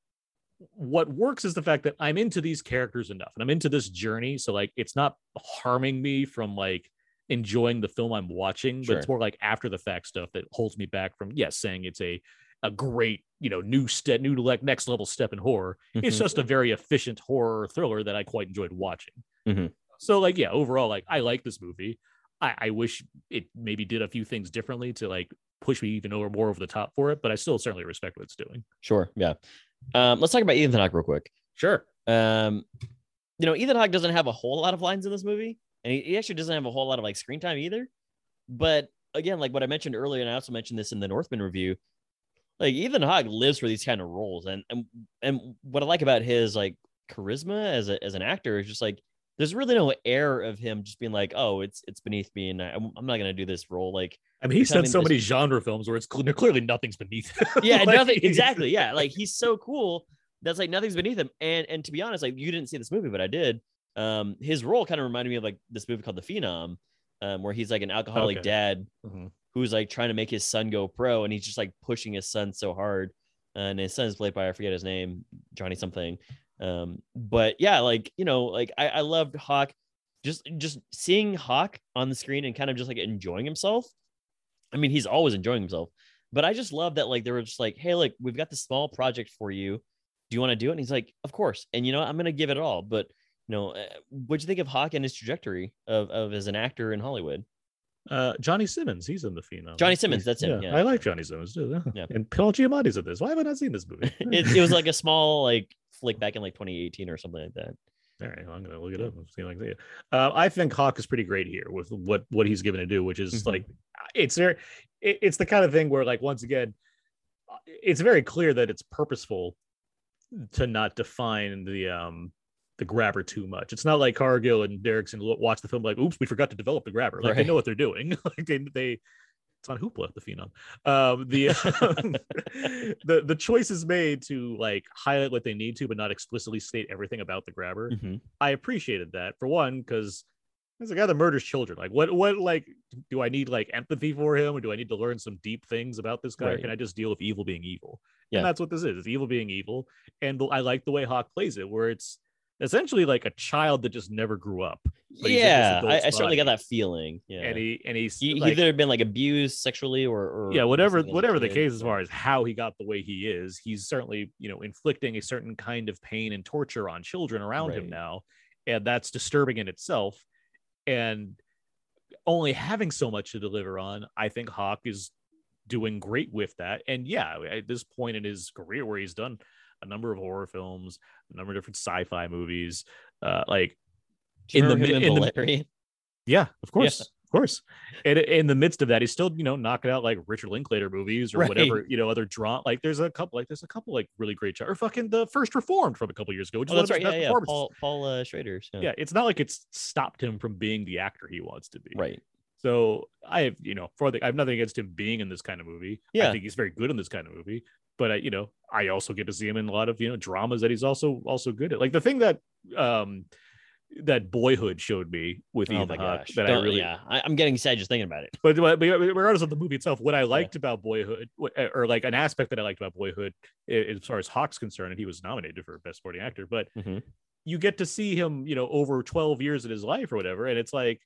[SPEAKER 1] what works is the fact that I'm into these characters enough, and I'm into this journey, so like it's not harming me from like enjoying the film I'm watching, but it's
[SPEAKER 2] Sure.
[SPEAKER 1] more like after the fact stuff that holds me back from yes, saying it's a a great you know new step new like next level step in horror it's
[SPEAKER 2] Mhm.
[SPEAKER 1] just a very efficient horror thriller that i quite enjoyed watching
[SPEAKER 2] Mhm.
[SPEAKER 1] so like yeah overall like i like this movie I, I wish it maybe did a few things differently to like push me even over more over the top for it but i still certainly respect what it's doing
[SPEAKER 2] Sure. Yeah. Um, let's talk about Ethan Hawke real quick.
[SPEAKER 1] sure
[SPEAKER 2] Um, you know, Ethan Hawke doesn't have a whole lot of lines in this movie, and he, he actually doesn't have a whole lot of like screen time either. But again, like what I mentioned earlier, and I also mentioned this in the Northman review, like Ethan Hawke lives for these kind of roles, and and and what I like about his like charisma as a, as an actor is just like there's really no air of him just being like, oh, it's it's beneath me, and I, I'm I'm not gonna do this role. Like,
[SPEAKER 1] i mean he's
[SPEAKER 2] You're
[SPEAKER 1] done
[SPEAKER 2] telling
[SPEAKER 1] so
[SPEAKER 2] me
[SPEAKER 1] many genre films where it's clear, clearly nothing's beneath him.
[SPEAKER 2] yeah,
[SPEAKER 1] Like,
[SPEAKER 2] nothing exactly. Yeah, like he's so cool. That's like nothing's beneath him. And and to be honest, like you didn't see this movie, but I did. Um, his role kind of reminded me of like this movie called The Phenom, um, where he's like an alcoholic
[SPEAKER 1] Okay.
[SPEAKER 2] dad
[SPEAKER 1] Mhm.
[SPEAKER 2] who's like trying to make his son go pro, and he's just like pushing his son so hard. And his son is played by I forget his name, Johnny something. Um, but yeah, like you know, like I, I loved Hawk. Just just seeing Hawk on the screen and kind of just like enjoying himself. I mean, he's always enjoying himself, but I just love that like they were just like, hey, look, we've got this small project for you. Do you want to do it? And he's like, of course. And you know, I'm gonna give it all. eh, But you know, uh, what'd you think of Hawk and his trajectory of of as an actor in Hollywood?
[SPEAKER 1] Uh, Johnny Simmons, he's in the Phenom.
[SPEAKER 2] Johnny Simmons, that's
[SPEAKER 1] yeah,
[SPEAKER 2] him. Yeah.
[SPEAKER 1] I like Johnny Simmons too. Yeah.
[SPEAKER 2] Yeah.
[SPEAKER 1] And Paul Giamatti's in this. Why have I not seen this movie?
[SPEAKER 2] it, it was like a small like flick back in like 2018 or something like that.
[SPEAKER 1] All right, well, I'm gonna look it up. and See if I, can see it. Uh, I think Hawk is pretty great here with what what he's given to do, which is
[SPEAKER 2] Mhm.
[SPEAKER 1] like it's very it- it's the kind of thing where like once again, uh, it's very clear that it's purposeful to not define the um the grabber too much. It's not like Cargill and Derrickson lo- watch the film like, oops, we forgot to develop the grabber. Like they
[SPEAKER 2] Right.
[SPEAKER 1] know what they're doing. like they they it's on Hoopla, the phenom. Um, the the the choices made to like highlight what they need to, but not explicitly state everything about the grabber. I appreciated that for one because there's a guy that "Oh, murders children. Like, what, what, like, do I need like empathy for him, or do I need to learn some deep things about this guy, or
[SPEAKER 2] Right.
[SPEAKER 1] can I just deal with evil being evil?
[SPEAKER 2] Yeah.
[SPEAKER 1] And that's what this is. It's evil being evil, and I like the way Hawk plays it, where it's essentially like a child that just never grew up, But he's in this
[SPEAKER 2] Yeah, I,
[SPEAKER 1] adult's
[SPEAKER 2] I certainly got
[SPEAKER 1] body.
[SPEAKER 2] that feeling. Yeah,
[SPEAKER 1] and he and he's
[SPEAKER 2] he, he
[SPEAKER 1] like-
[SPEAKER 2] either been like abused sexually or, or
[SPEAKER 1] yeah whatever
[SPEAKER 2] something as a
[SPEAKER 1] whatever the
[SPEAKER 2] kid.
[SPEAKER 1] case as far as how he got the way he is he's certainly you know inflicting a certain kind of pain and torture on children around him
[SPEAKER 2] Right.
[SPEAKER 1] now and that's disturbing in itself and only having so much to deliver on i think hawk is doing great with that and yeah at this point in his career where he's done a number of horror films a number of different sci-fi movies uh like
[SPEAKER 2] Do you
[SPEAKER 1] in the
[SPEAKER 2] remember him
[SPEAKER 1] mi- in the-
[SPEAKER 2] Valerian?
[SPEAKER 1] yeah, of course, of course. And i- in the midst of that, he's still you know knocking out like Richard Linklater movies or
[SPEAKER 2] Right.
[SPEAKER 1] whatever you know other draw. Like there's a couple like there's a couple like really great jo- or fucking the first Reformed from a couple years ago. Which
[SPEAKER 2] Oh,
[SPEAKER 1] is one of
[SPEAKER 2] that's
[SPEAKER 1] his
[SPEAKER 2] right. Yeah,
[SPEAKER 1] best
[SPEAKER 2] yeah.
[SPEAKER 1] performances.
[SPEAKER 2] Paul Paul uh, Schrader's. Yeah.
[SPEAKER 1] yeah, it's not like it's stopped him from being the actor he wants to be.
[SPEAKER 2] Right.
[SPEAKER 1] So I have you know for the I have nothing against him being in this kind of movie. I
[SPEAKER 2] Yeah.
[SPEAKER 1] think he's very good in this kind of movie. But I, you know, I also get to see him in a lot of you know dramas that he's also also good at. Like the thing that um that Boyhood showed me with
[SPEAKER 2] Oh
[SPEAKER 1] Ethan
[SPEAKER 2] my
[SPEAKER 1] Hawke
[SPEAKER 2] gosh.
[SPEAKER 1] that I
[SPEAKER 2] Don't-
[SPEAKER 1] really
[SPEAKER 2] yeah. I, I'm getting sad just thinking about it.
[SPEAKER 1] but, but but regardless of the movie itself, what I liked about Boyhood, what- eh, or like an aspect that I liked about Boyhood, i- as far as Hawk's concerned, and he was nominated for Best Supporting Actor, but
[SPEAKER 2] Mhm.
[SPEAKER 1] you get to see him, you know, over 12 years in his life or whatever. And it's like,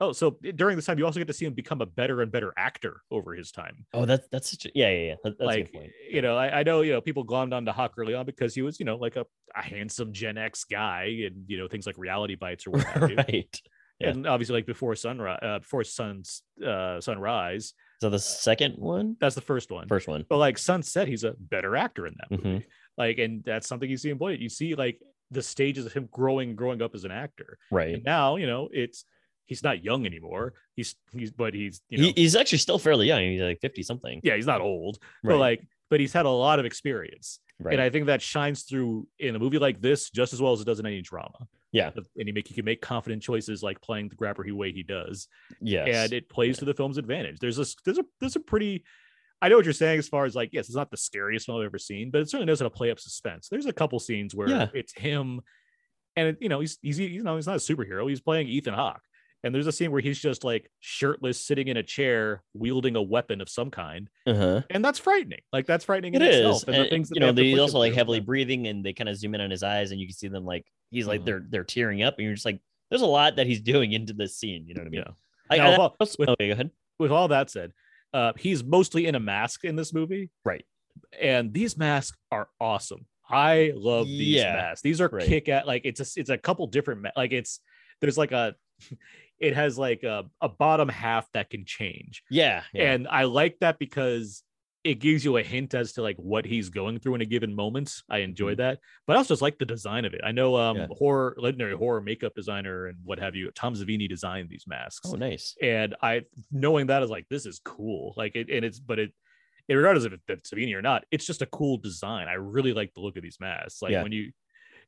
[SPEAKER 1] oh, so during this time, you also get to see him become a better and better actor over his time.
[SPEAKER 2] Oh, that that's such a, yeah yeah yeah. That- that's a
[SPEAKER 1] like,
[SPEAKER 2] good point.
[SPEAKER 1] you know, I, I know, you know, people glommed onto Hawk early on because he was, you know, like a, a handsome Gen X guy and, you know, things like reality bites or what have you.
[SPEAKER 2] right. yeah.
[SPEAKER 1] And obviously, like before sunrise, uh, before sun's uh, sunrise,
[SPEAKER 2] So the second one,
[SPEAKER 1] that's the first one.
[SPEAKER 2] first one.
[SPEAKER 1] But like Sunset, he's a better actor in that movie.
[SPEAKER 2] Mhm.
[SPEAKER 1] Like, and that's something you see in Boyd. You see like the stages of him growing, growing up as an actor.
[SPEAKER 2] Mm-hmm. Right.
[SPEAKER 1] And now, you know, it's he's not young anymore. He's he's but he's you know
[SPEAKER 2] He, he's actually still fairly young. He's like fifty something.
[SPEAKER 1] yeah, he's not old,
[SPEAKER 2] Right.
[SPEAKER 1] but like but he's had a lot of experience.
[SPEAKER 2] Right.
[SPEAKER 1] And I think that shines through in a movie like this just as well as it does in any drama.
[SPEAKER 2] Yeah.
[SPEAKER 1] And he make he can make confident choices like playing the grabber he way he does
[SPEAKER 2] yes.
[SPEAKER 1] and it plays to the film's advantage. There's this there's a there's a pretty I know what you're saying as far as like yes, it's not the scariest film I've ever seen, but it certainly knows how to play up suspense. There's a couple scenes where
[SPEAKER 2] Yeah.
[SPEAKER 1] it's him and it, you know he's he's you know he's not a superhero, he's playing Ethan Hawke. And there's a scene where he's just like shirtless sitting in a chair wielding a weapon of some kind.
[SPEAKER 2] uh-huh.
[SPEAKER 1] And that's frightening. Like that's frightening
[SPEAKER 2] It
[SPEAKER 1] in
[SPEAKER 2] is.
[SPEAKER 1] itself. And,
[SPEAKER 2] and,
[SPEAKER 1] the things that
[SPEAKER 2] you
[SPEAKER 1] they
[SPEAKER 2] know,
[SPEAKER 1] have to
[SPEAKER 2] they
[SPEAKER 1] push
[SPEAKER 2] also
[SPEAKER 1] him
[SPEAKER 2] like
[SPEAKER 1] through.
[SPEAKER 2] heavily breathing, and they kind of zoom in on his eyes, and you can see them like he's like
[SPEAKER 1] Mhm.
[SPEAKER 2] they're they're tearing up, and you're just like, there's a lot that he's doing into this scene. You know what I mean?
[SPEAKER 1] Yeah.
[SPEAKER 2] I,
[SPEAKER 1] Now,
[SPEAKER 2] I-
[SPEAKER 1] well,
[SPEAKER 2] also-
[SPEAKER 1] with-
[SPEAKER 2] okay, go ahead.
[SPEAKER 1] with all that said, uh, he's mostly in a mask in this movie.
[SPEAKER 2] Right.
[SPEAKER 1] And these masks are awesome. I love these
[SPEAKER 2] Yeah,
[SPEAKER 1] masks. These are
[SPEAKER 2] right.
[SPEAKER 1] kick at like it's a, it's a couple different ma- like it's there's like a it has like a, a bottom half that can change.
[SPEAKER 2] Yeah, yeah.
[SPEAKER 1] And I like that because it gives you a hint as to like what he's going through in a given moment. I enjoy that. But I also just like the design of it. I know um
[SPEAKER 2] Mm-hmm. Yeah.
[SPEAKER 1] horror legendary horror makeup designer and what have you, Tom Savini designed these masks
[SPEAKER 2] oh, nice.
[SPEAKER 1] and I knowing that is like this is cool. Like it, and it's but it, it regardless of if it's Savini or not, it's just a cool design. I really like the look of these masks. Like
[SPEAKER 2] Yeah.
[SPEAKER 1] when you,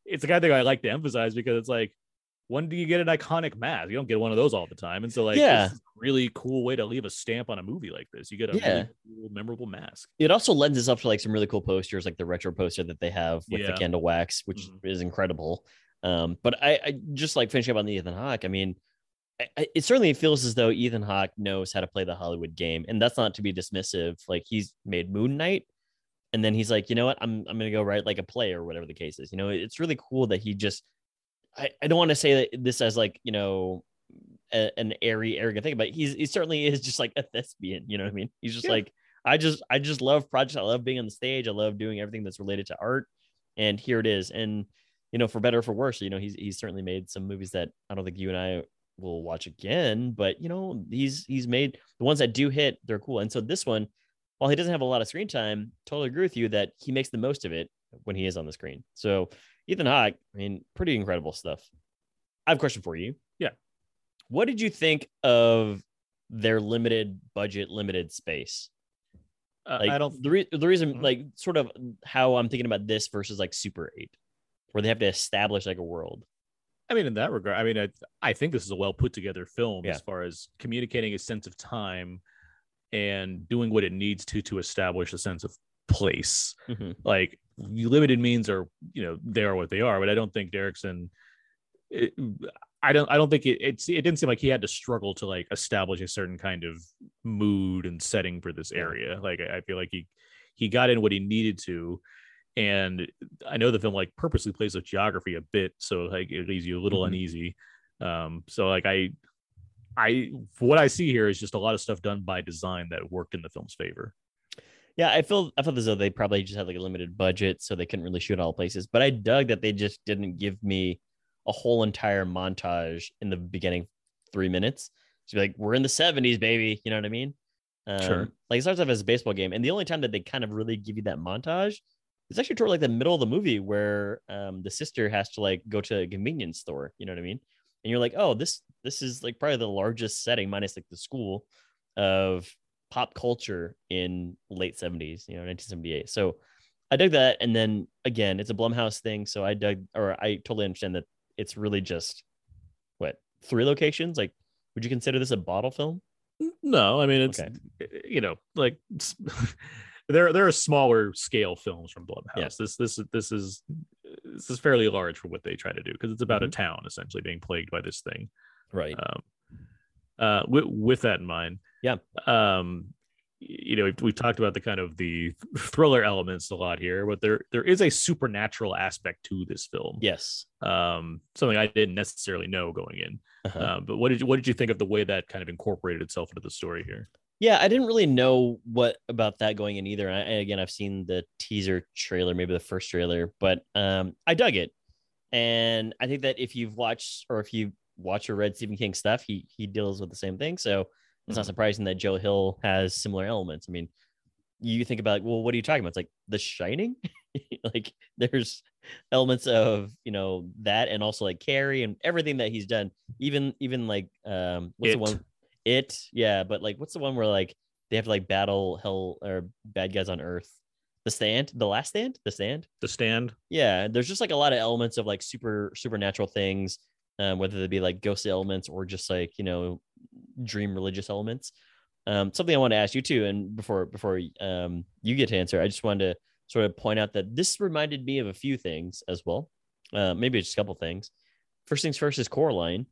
[SPEAKER 1] it's the kind of thing I like to emphasize because it's like, when do you get an iconic mask? You don't get one of those all the time, and so like,
[SPEAKER 2] Yeah.
[SPEAKER 1] this is a really cool way to leave a stamp on a movie like this. You get a
[SPEAKER 2] Yeah.
[SPEAKER 1] really cool, memorable mask.
[SPEAKER 2] It also lends itself to like some really cool posters, like the retro poster that they have with
[SPEAKER 1] Yeah.
[SPEAKER 2] the candle wax, which
[SPEAKER 1] Mhm.
[SPEAKER 2] is incredible. Um, but I, I just like finishing up on the Ethan Hawke. I mean, I- I, it certainly feels as though Ethan Hawke knows how to play the Hollywood game, and that's not to be dismissive. Like he's made Moon Knight, and then he's like, you know what, I'm I'm gonna go write like a play or whatever the case is. You know, it's really cool that he just. I, I don't want to say that this as like you know a, an airy arrogant thing, but he's he certainly is just like a thespian. You know what I mean? He's just
[SPEAKER 1] Yeah.
[SPEAKER 2] like I just I just love projects. I love being on the stage. I love doing everything that's related to art, and here it is. And you know, for better or for worse, you know, he's he's certainly made some movies that I don't think you and I we'll watch again. But you know, he's he's made the ones that do hit, they're cool. And so this one, while he doesn't have a lot of screen time, totally agree with you that he makes the most of it when he is on the screen. So Ethan Hawke, I mean, pretty incredible stuff. I have a question for you.
[SPEAKER 1] Yeah.
[SPEAKER 2] What did you think of their limited budget, limited space?
[SPEAKER 1] Uh,
[SPEAKER 2] Like,
[SPEAKER 1] I don't.
[SPEAKER 2] the, re- the reason
[SPEAKER 1] Mhm.
[SPEAKER 2] like sort of how I'm thinking about this versus like Super 8 where they have to establish like a world.
[SPEAKER 1] I mean, in that regard, I mean, I, I think this is a well put together film
[SPEAKER 2] Yeah.
[SPEAKER 1] as far as communicating a sense of time and doing what it needs to to establish a sense of place. like limited means are you know they are what they are but i don't think derrickson it, i don't i don't think it, it's it didn't seem like he had to struggle to like establish a certain kind of mood and setting for this area like i, I feel like he he got in what he needed to and i know the film like purposely plays with geography a bit so like it leaves you a little
[SPEAKER 2] Mhm.
[SPEAKER 1] uneasy um so like i i what i see here is just a lot of stuff done by design that worked in the film's favor
[SPEAKER 2] Yeah, I feel I felt as though they probably just had like a limited budget, so they couldn't really shoot all places. But I dug that they just didn't give me a whole entire montage in the beginning three minutes. To be like, we're in the seventies, baby. You know what I mean? Um,
[SPEAKER 1] Sure.
[SPEAKER 2] Like it starts off as a baseball game, and the only time that they kind of really give you that montage is actually toward like the middle of the movie where um, the sister has to like go to a convenience store. You know what I mean? And you're like, oh, this this is like probably the largest setting minus like the school of pop culture in late 70s, you know, 1978. So I dug that. And then again, it's a Blumhouse thing. So I dug, or I totally understand that it's really just what three locations? Like, would you consider this a bottle film?
[SPEAKER 1] No, I mean it's eh,
[SPEAKER 2] Okay.
[SPEAKER 1] you know like s- there there are smaller scale films from Blumhouse.
[SPEAKER 2] Yeah.
[SPEAKER 1] This this this is this is fairly large for what they try to do because it's about
[SPEAKER 2] Mm-hmm.
[SPEAKER 1] a town essentially being plagued by this thing.
[SPEAKER 2] Right.
[SPEAKER 1] Um, uh, with with that in mind,
[SPEAKER 2] Yeah.
[SPEAKER 1] Um, y- you know we've, we've talked about the kind of the thriller elements a lot here, but there there is a supernatural aspect to this film.
[SPEAKER 2] yes.
[SPEAKER 1] Um, something I didn't necessarily know going in.
[SPEAKER 2] Uh-huh.
[SPEAKER 1] Uh, but what did you, what did you think of the way that kind of incorporated itself into the story here?
[SPEAKER 2] Yeah, I didn't really know what about that going in either. And, I, and again, I've seen the teaser trailer, maybe the first trailer, but um, I dug it, and I think that if you've watched or if you watch or read Stephen King stuff, he he deals with the same thing. So it's not
[SPEAKER 1] Mhm.
[SPEAKER 2] surprising that Joe Hill has similar elements. I mean, you think about well, what are you talking about? It's like The Shining. like there's elements of you know that, and also like Carrie and everything that he's done. Even even like um, what's
[SPEAKER 1] It.
[SPEAKER 2] the one? It, yeah, but like, what's the one where like they have to like battle hell or bad guys on Earth? The Stand, the Last Stand, the Stand.
[SPEAKER 1] the stand
[SPEAKER 2] Yeah, there's just like a lot of elements of like super supernatural things, um, whether they be like ghost elements or just like you know dream religious elements. Um, something I want to ask you too, and before before um, you get to answer, I just wanted to sort of point out that this reminded me of a few things as well. Uh, maybe just a couple things. First things first is Coraline.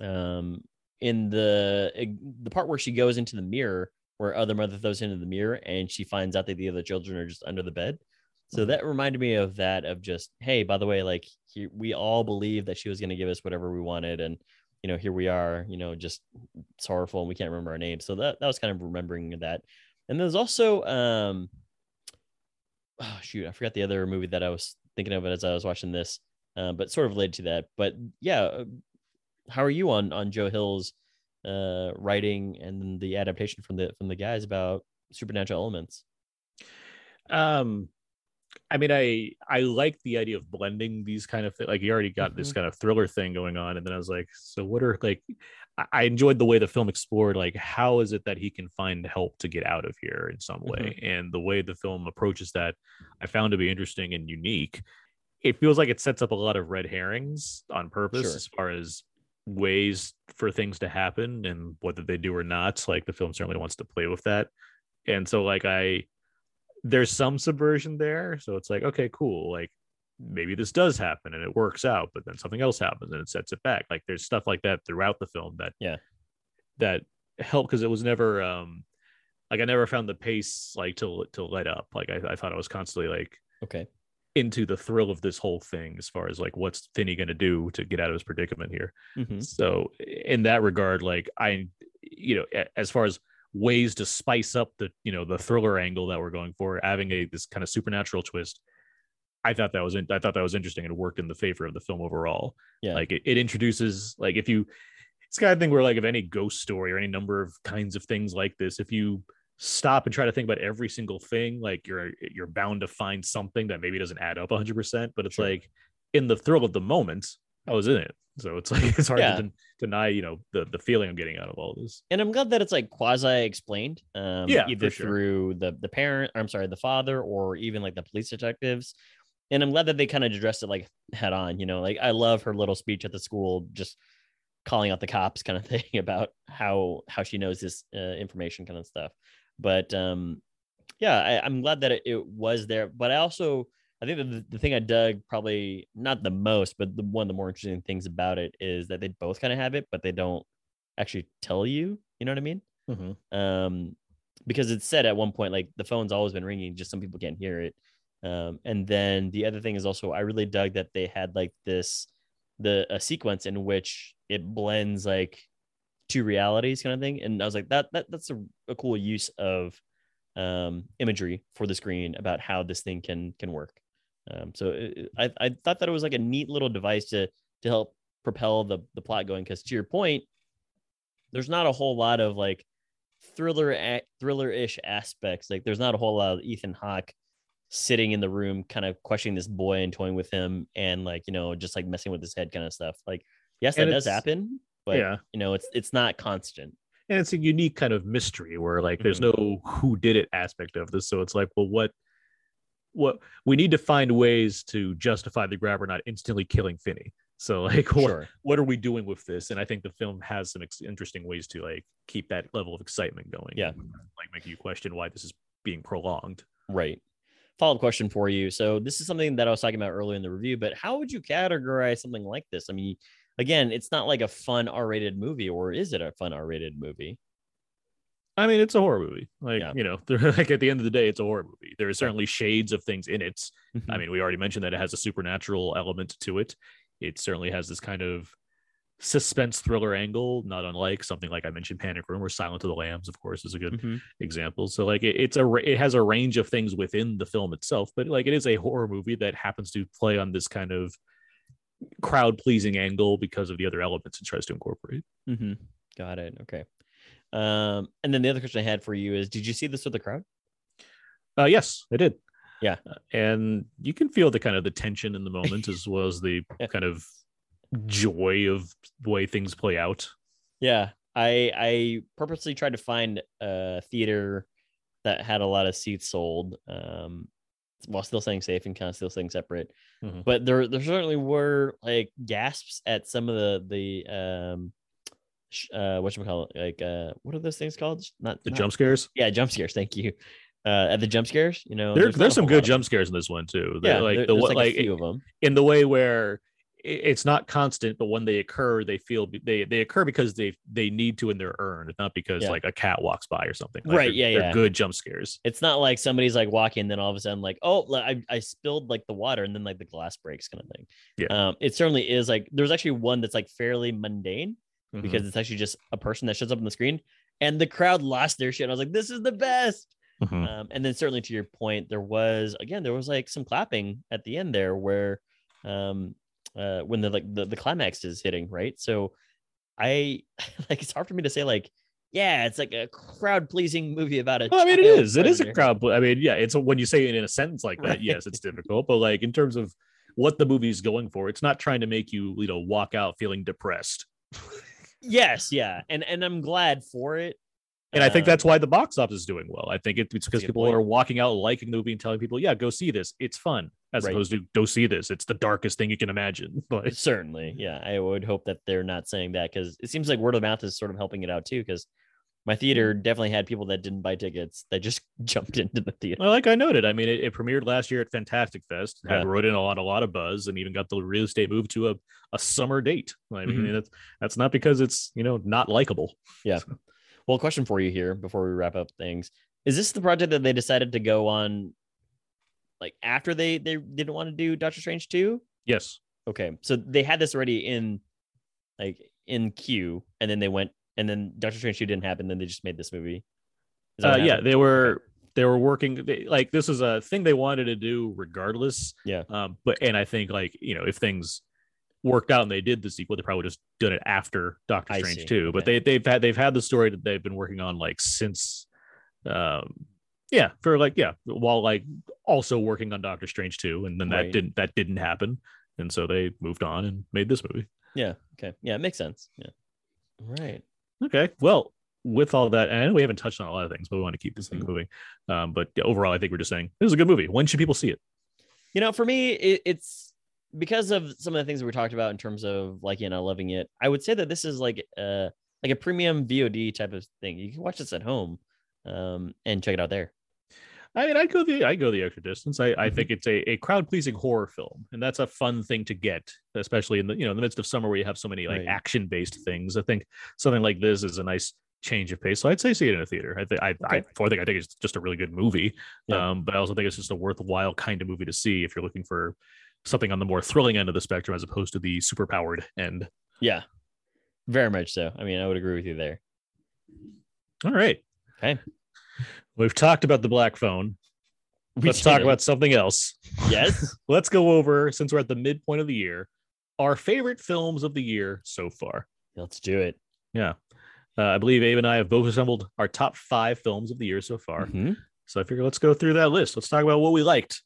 [SPEAKER 2] Um, in the eh, the part where she goes into the mirror, where other mother throws into the mirror, and she finds out that the other children are just under the bed. So that reminded me of that of just hey, by the way, like here, we all believed that she was going to give us whatever we wanted, and you know here we are, you know just sorrowful and we can't remember our name. So that that was kind of remembering that. And there's also um, oh shoot, I forgot the other movie that I was thinking of as I was watching this, uh, but sort of related to that. But yeah, uh, how are you on on Joe Hill's uh, writing and then the adaptation from the from the guys about supernatural elements?
[SPEAKER 1] um i mean i i like the idea of blending these kind of thi- like you already got this kind of thriller thing going on and then i was like so what are like I- i enjoyed the way the film explored like how is it that he can find help to get out of here in some way and the way the film approaches that i found to be interesting and unique it feels like it sets up a lot of red herrings on purpose
[SPEAKER 2] Sure.
[SPEAKER 1] as far as ways for things to happen and whether they do or not like the film certainly wants to play with that and so like i there's some subversion there so it's like okay cool like maybe this does happen and it works out but then something else happens and it sets it back like there's stuff like that throughout the film that
[SPEAKER 2] Yeah.
[SPEAKER 1] that helped because it was never um like i never found the pace like to to let up like i, I thought i was constantly like
[SPEAKER 2] Okay.
[SPEAKER 1] into the thrill of this whole thing as far as like what's finney going to do to get out of his predicament here
[SPEAKER 2] Mhm.
[SPEAKER 1] so in that regard, like I, you know, a- as far as ways to spice up the you know the thriller angle that we're going for, having a this kind of supernatural twist, I thought that was in, I thought that was interesting and it worked in the favor of the film overall.
[SPEAKER 2] Yeah.
[SPEAKER 1] like it, it introduces like if you it's the kind of thing where like of any ghost story or any number of kinds of things like this, if you stop and try to think about every single thing, like you're you're bound to find something that maybe doesn't add up 100. percent But it's
[SPEAKER 2] Sure.
[SPEAKER 1] like in the thrill of the moment, I was in it, so it's like it's hard
[SPEAKER 2] Yeah.
[SPEAKER 1] to den- deny you know the the feeling I'm getting out of all this.
[SPEAKER 2] and I'm glad that it's like quasi explained. Um,
[SPEAKER 1] Yeah, for
[SPEAKER 2] either
[SPEAKER 1] sure.
[SPEAKER 2] through the the parent, I'm sorry, the father, or even like the police detectives. And I'm glad that they kind of addressed it like head on. You know, like I love her little speech at the school, just calling out the cops, kind of thing about how how she knows this uh, information, kind of stuff. But um, yeah, I, I'm glad that it, it was there. But I also I think that the, the thing I dug probably not the most, but the, one of the more interesting things about it is that they both kind of have it, but they don't actually tell you. You know what I mean? Um, because it's said at one point, like the phone's always been ringing, just some people can't hear it. Um, and then the other thing is also, I really dug that they had like this the a sequence in which it blends like two realities kind of thing. And I was like, that that that's a, a cool use of um imagery for the screen about how this thing can can work. Um, so it, it- I I thought that it was like a neat little device to to help propel the the plot going. Because to your point, there's not a whole lot of like thriller a- thriller-ish aspects like there's not a whole lot of ethan hawke sitting in the room kind of questioning this boy and toying with him and like you know just like messing with his head kind of stuff like yes that
[SPEAKER 1] And
[SPEAKER 2] does
[SPEAKER 1] it's-
[SPEAKER 2] happen but
[SPEAKER 1] yeah.
[SPEAKER 2] you know it's it's not constant
[SPEAKER 1] and it's a unique kind of mystery where like there's no
[SPEAKER 2] Mm-hmm.
[SPEAKER 1] who did it aspect of this so it's like well what what we need to find ways to justify the grabber not instantly killing finney so like what,
[SPEAKER 2] sure
[SPEAKER 1] what are we doing with this and i think the film has some ex- interesting ways to like keep that level of excitement going
[SPEAKER 2] Yeah.
[SPEAKER 1] and, like making you question why this is being prolonged
[SPEAKER 2] right follow-up question for you so this is something that i was talking about earlier in the review but how would you categorize something like this i mean again it's not like a fun r-rated movie or is it a fun r-rated movie
[SPEAKER 1] i mean it's a horror movie like
[SPEAKER 2] Yeah.
[SPEAKER 1] you know like at the end of the day it's a horror movie there are certainly shades of things in it
[SPEAKER 2] Mm-hmm.
[SPEAKER 1] I mean, we already mentioned that it has a supernatural element to it. It certainly has this kind of suspense thriller angle, not unlike something like I mentioned, Panic Room or Silent of the Lambs, of course, is a good
[SPEAKER 2] Mhm.
[SPEAKER 1] example. So, like, it, it's a ra- it has a range of things within the film itself, but like, it is a horror movie that happens to play on this kind of crowd pleasing angle because of the other elements it tries to incorporate.
[SPEAKER 2] Mm-hmm. Got it. Okay. Um, and then the other question I had for you is, did you see this with the crowd?
[SPEAKER 1] Uh, yes, I did.
[SPEAKER 2] Yeah.
[SPEAKER 1] Uh, and you can feel the kind of the tension in the moment as well as the kind of joy of the way things play out.
[SPEAKER 2] Yeah, I I purposely tried to find a theater that had a lot of seats sold, um, while still staying safe and kind of still staying separate.
[SPEAKER 1] Mhm.
[SPEAKER 2] But there there certainly were like gasps at some of the the um, sh- uh, what call it? Like uh, what are those things called? Not
[SPEAKER 1] The
[SPEAKER 2] not-
[SPEAKER 1] jump scares.
[SPEAKER 2] Yeah, jump scares. Thank you. Uh, at the jump scares, you know,
[SPEAKER 1] There, there's,
[SPEAKER 2] not a
[SPEAKER 1] some
[SPEAKER 2] whole
[SPEAKER 1] good
[SPEAKER 2] lot of-
[SPEAKER 1] jump scares in this one too. The-
[SPEAKER 2] Yeah,
[SPEAKER 1] like
[SPEAKER 2] there-
[SPEAKER 1] the
[SPEAKER 2] there's,
[SPEAKER 1] one,
[SPEAKER 2] like
[SPEAKER 1] like
[SPEAKER 2] a few of them.
[SPEAKER 1] in the way where i- it's not constant, but when they occur, they feel they they occur because they they need to and they're earned, not because
[SPEAKER 2] Yeah.
[SPEAKER 1] like a cat walks by or something.
[SPEAKER 2] Right,
[SPEAKER 1] They're,
[SPEAKER 2] yeah,
[SPEAKER 1] They're
[SPEAKER 2] yeah.
[SPEAKER 1] good jump scares.
[SPEAKER 2] It's not like somebody's like walking, and then all of a sudden, like, oh, li- I, I spilled like the water, and then like the glass breaks, kind of thing.
[SPEAKER 1] Yeah.
[SPEAKER 2] Um, it certainly is like there's actually one that's like fairly mundane
[SPEAKER 1] Mhm.
[SPEAKER 2] because it's actually just a person that shows up on the screen, and the crowd lost their shit. I was like, this is the best.
[SPEAKER 1] Mhm.
[SPEAKER 2] Um, and then certainly to your point, there was again there was like some clapping at the end there where um uh when the like the, the climax is hitting, right? So I like it's hard for me to say like yeah, it's like a crowd pleasing movie about a
[SPEAKER 1] Well, I mean, it
[SPEAKER 2] child
[SPEAKER 1] is. It is a
[SPEAKER 2] predator.
[SPEAKER 1] crowd. pl- I mean, yeah, it's a, when you say it in a sentence like that,
[SPEAKER 2] Right.
[SPEAKER 1] yes, it's difficult. But like in terms of what the movie's going for, it's not trying to make you, you know, walk out feeling depressed.
[SPEAKER 2] Yes, yeah. And and I'm glad for it.
[SPEAKER 1] And I think
[SPEAKER 2] Um,
[SPEAKER 1] that's why the box office is doing well. I think it- it's because
[SPEAKER 2] a good
[SPEAKER 1] people
[SPEAKER 2] point.
[SPEAKER 1] are walking out liking the movie and telling people, "Yeah, go see this. It's fun." As
[SPEAKER 2] Right.
[SPEAKER 1] opposed to "Go see this. It's the darkest thing you can imagine." But
[SPEAKER 2] uh, certainly yeah i would hope that they're not saying that because it seems like word of mouth is sort of helping it out too because my theater
[SPEAKER 1] Mm.
[SPEAKER 2] definitely had people that didn't buy tickets that just jumped into the theater
[SPEAKER 1] well, like I noted, I mean, it, it premiered last year at Fantastic Fest, had
[SPEAKER 2] Yeah.
[SPEAKER 1] wrote in a lot, a lot of buzz, and even got the real estate moved to a, a summer date. I mean,
[SPEAKER 2] Mhm.
[SPEAKER 1] that's that's not because it's you know not likable.
[SPEAKER 2] well question for you here before we wrap up things is this the project that they decided to go on like after they they didn't want to do doctor strange 2
[SPEAKER 1] Yes,
[SPEAKER 2] okay so they had this already in like in queue and then they went and then doctor strange 2 didn't happen then they just made this movie Is that
[SPEAKER 1] uh,
[SPEAKER 2] what
[SPEAKER 1] yeah,
[SPEAKER 2] happened?
[SPEAKER 1] they were they were working they, like this is a thing they wanted to do regardless.
[SPEAKER 2] Yeah.
[SPEAKER 1] um, but and I think like you know if things worked out and they did the sequel, they probably just done it after Doctor
[SPEAKER 2] I
[SPEAKER 1] Strange
[SPEAKER 2] see.
[SPEAKER 1] too. But
[SPEAKER 2] Okay.
[SPEAKER 1] they they've had they've had the story that they've been working on like since, um, yeah, for like yeah, while like also working on Doctor Strange too, and then that
[SPEAKER 2] Right.
[SPEAKER 1] didn't that didn't happen, and so they moved on and made this movie.
[SPEAKER 2] Yeah. Okay. Yeah, it makes sense. Yeah. Right.
[SPEAKER 1] Okay. Well, with all that, and I know we haven't touched on a lot of things, but we want to keep this thing moving. Um, but overall, I think we're just saying this is a good movie. When should people see it?
[SPEAKER 2] You know, for me, it, it's because of some of the things that we talked about in terms of liking it, not loving it. I would say that this is like uh like a premium VOD type of thing. You can watch this at home, um, and check it out there.
[SPEAKER 1] I mean, I go the I go the extra distance. I, I think it's a, a crowd pleasing horror film, and that's a fun thing to get, especially in the you know in the midst of summer where you have so many like
[SPEAKER 2] Right.
[SPEAKER 1] action based things. I think something like this is a nice change of pace. So I'd say see it in a theater. I think I, I
[SPEAKER 2] Okay.
[SPEAKER 1] for I think I think it's just a really good movie,
[SPEAKER 2] Yeah.
[SPEAKER 1] um, but I also think it's just a worthwhile kind of movie to see if you're looking for something on the more thrilling end of the spectrum as opposed to the super powered end.
[SPEAKER 2] Yeah. Very much so. I mean, I would agree with you there.
[SPEAKER 1] All right.
[SPEAKER 2] Okay.
[SPEAKER 1] We've talked about the black phone.
[SPEAKER 2] We
[SPEAKER 1] Let's talk
[SPEAKER 2] did it.
[SPEAKER 1] about something else.
[SPEAKER 2] yes.
[SPEAKER 1] Let's go over, since we're at the midpoint of the year, our favorite films of the year so far.
[SPEAKER 2] Let's do it.
[SPEAKER 1] Uh, I believe Abe and I have both assembled our top five films of the year so far.
[SPEAKER 2] Mhm.
[SPEAKER 1] So I figure let's go through that list. Let's talk about what we liked.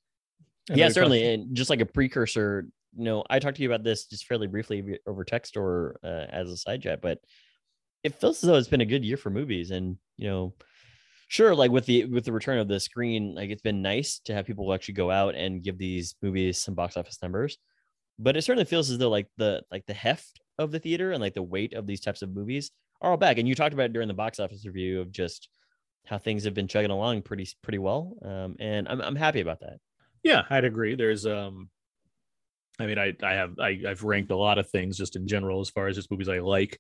[SPEAKER 1] I know
[SPEAKER 2] Yeah,
[SPEAKER 1] we've
[SPEAKER 2] certainly. And just like a precursor, you know, I talked to you about this just fairly briefly v- over text or uh, as a side chat, but it feels as though it's been a good year for movies. And you know, sure, like with the with the return of the screen, like it's been nice to have people actually go out and give these movies some box office numbers. But it certainly feels as though like the like the heft of the theater and like the weight of these types of movies are all back. And you talked about it during the box office review of just how things have been chugging along pretty pretty well. Um, and I'm I'm happy about that.
[SPEAKER 1] yeah i'd agree there's um i mean i i have I, i've ranked a lot of things just in general as far as just movies i like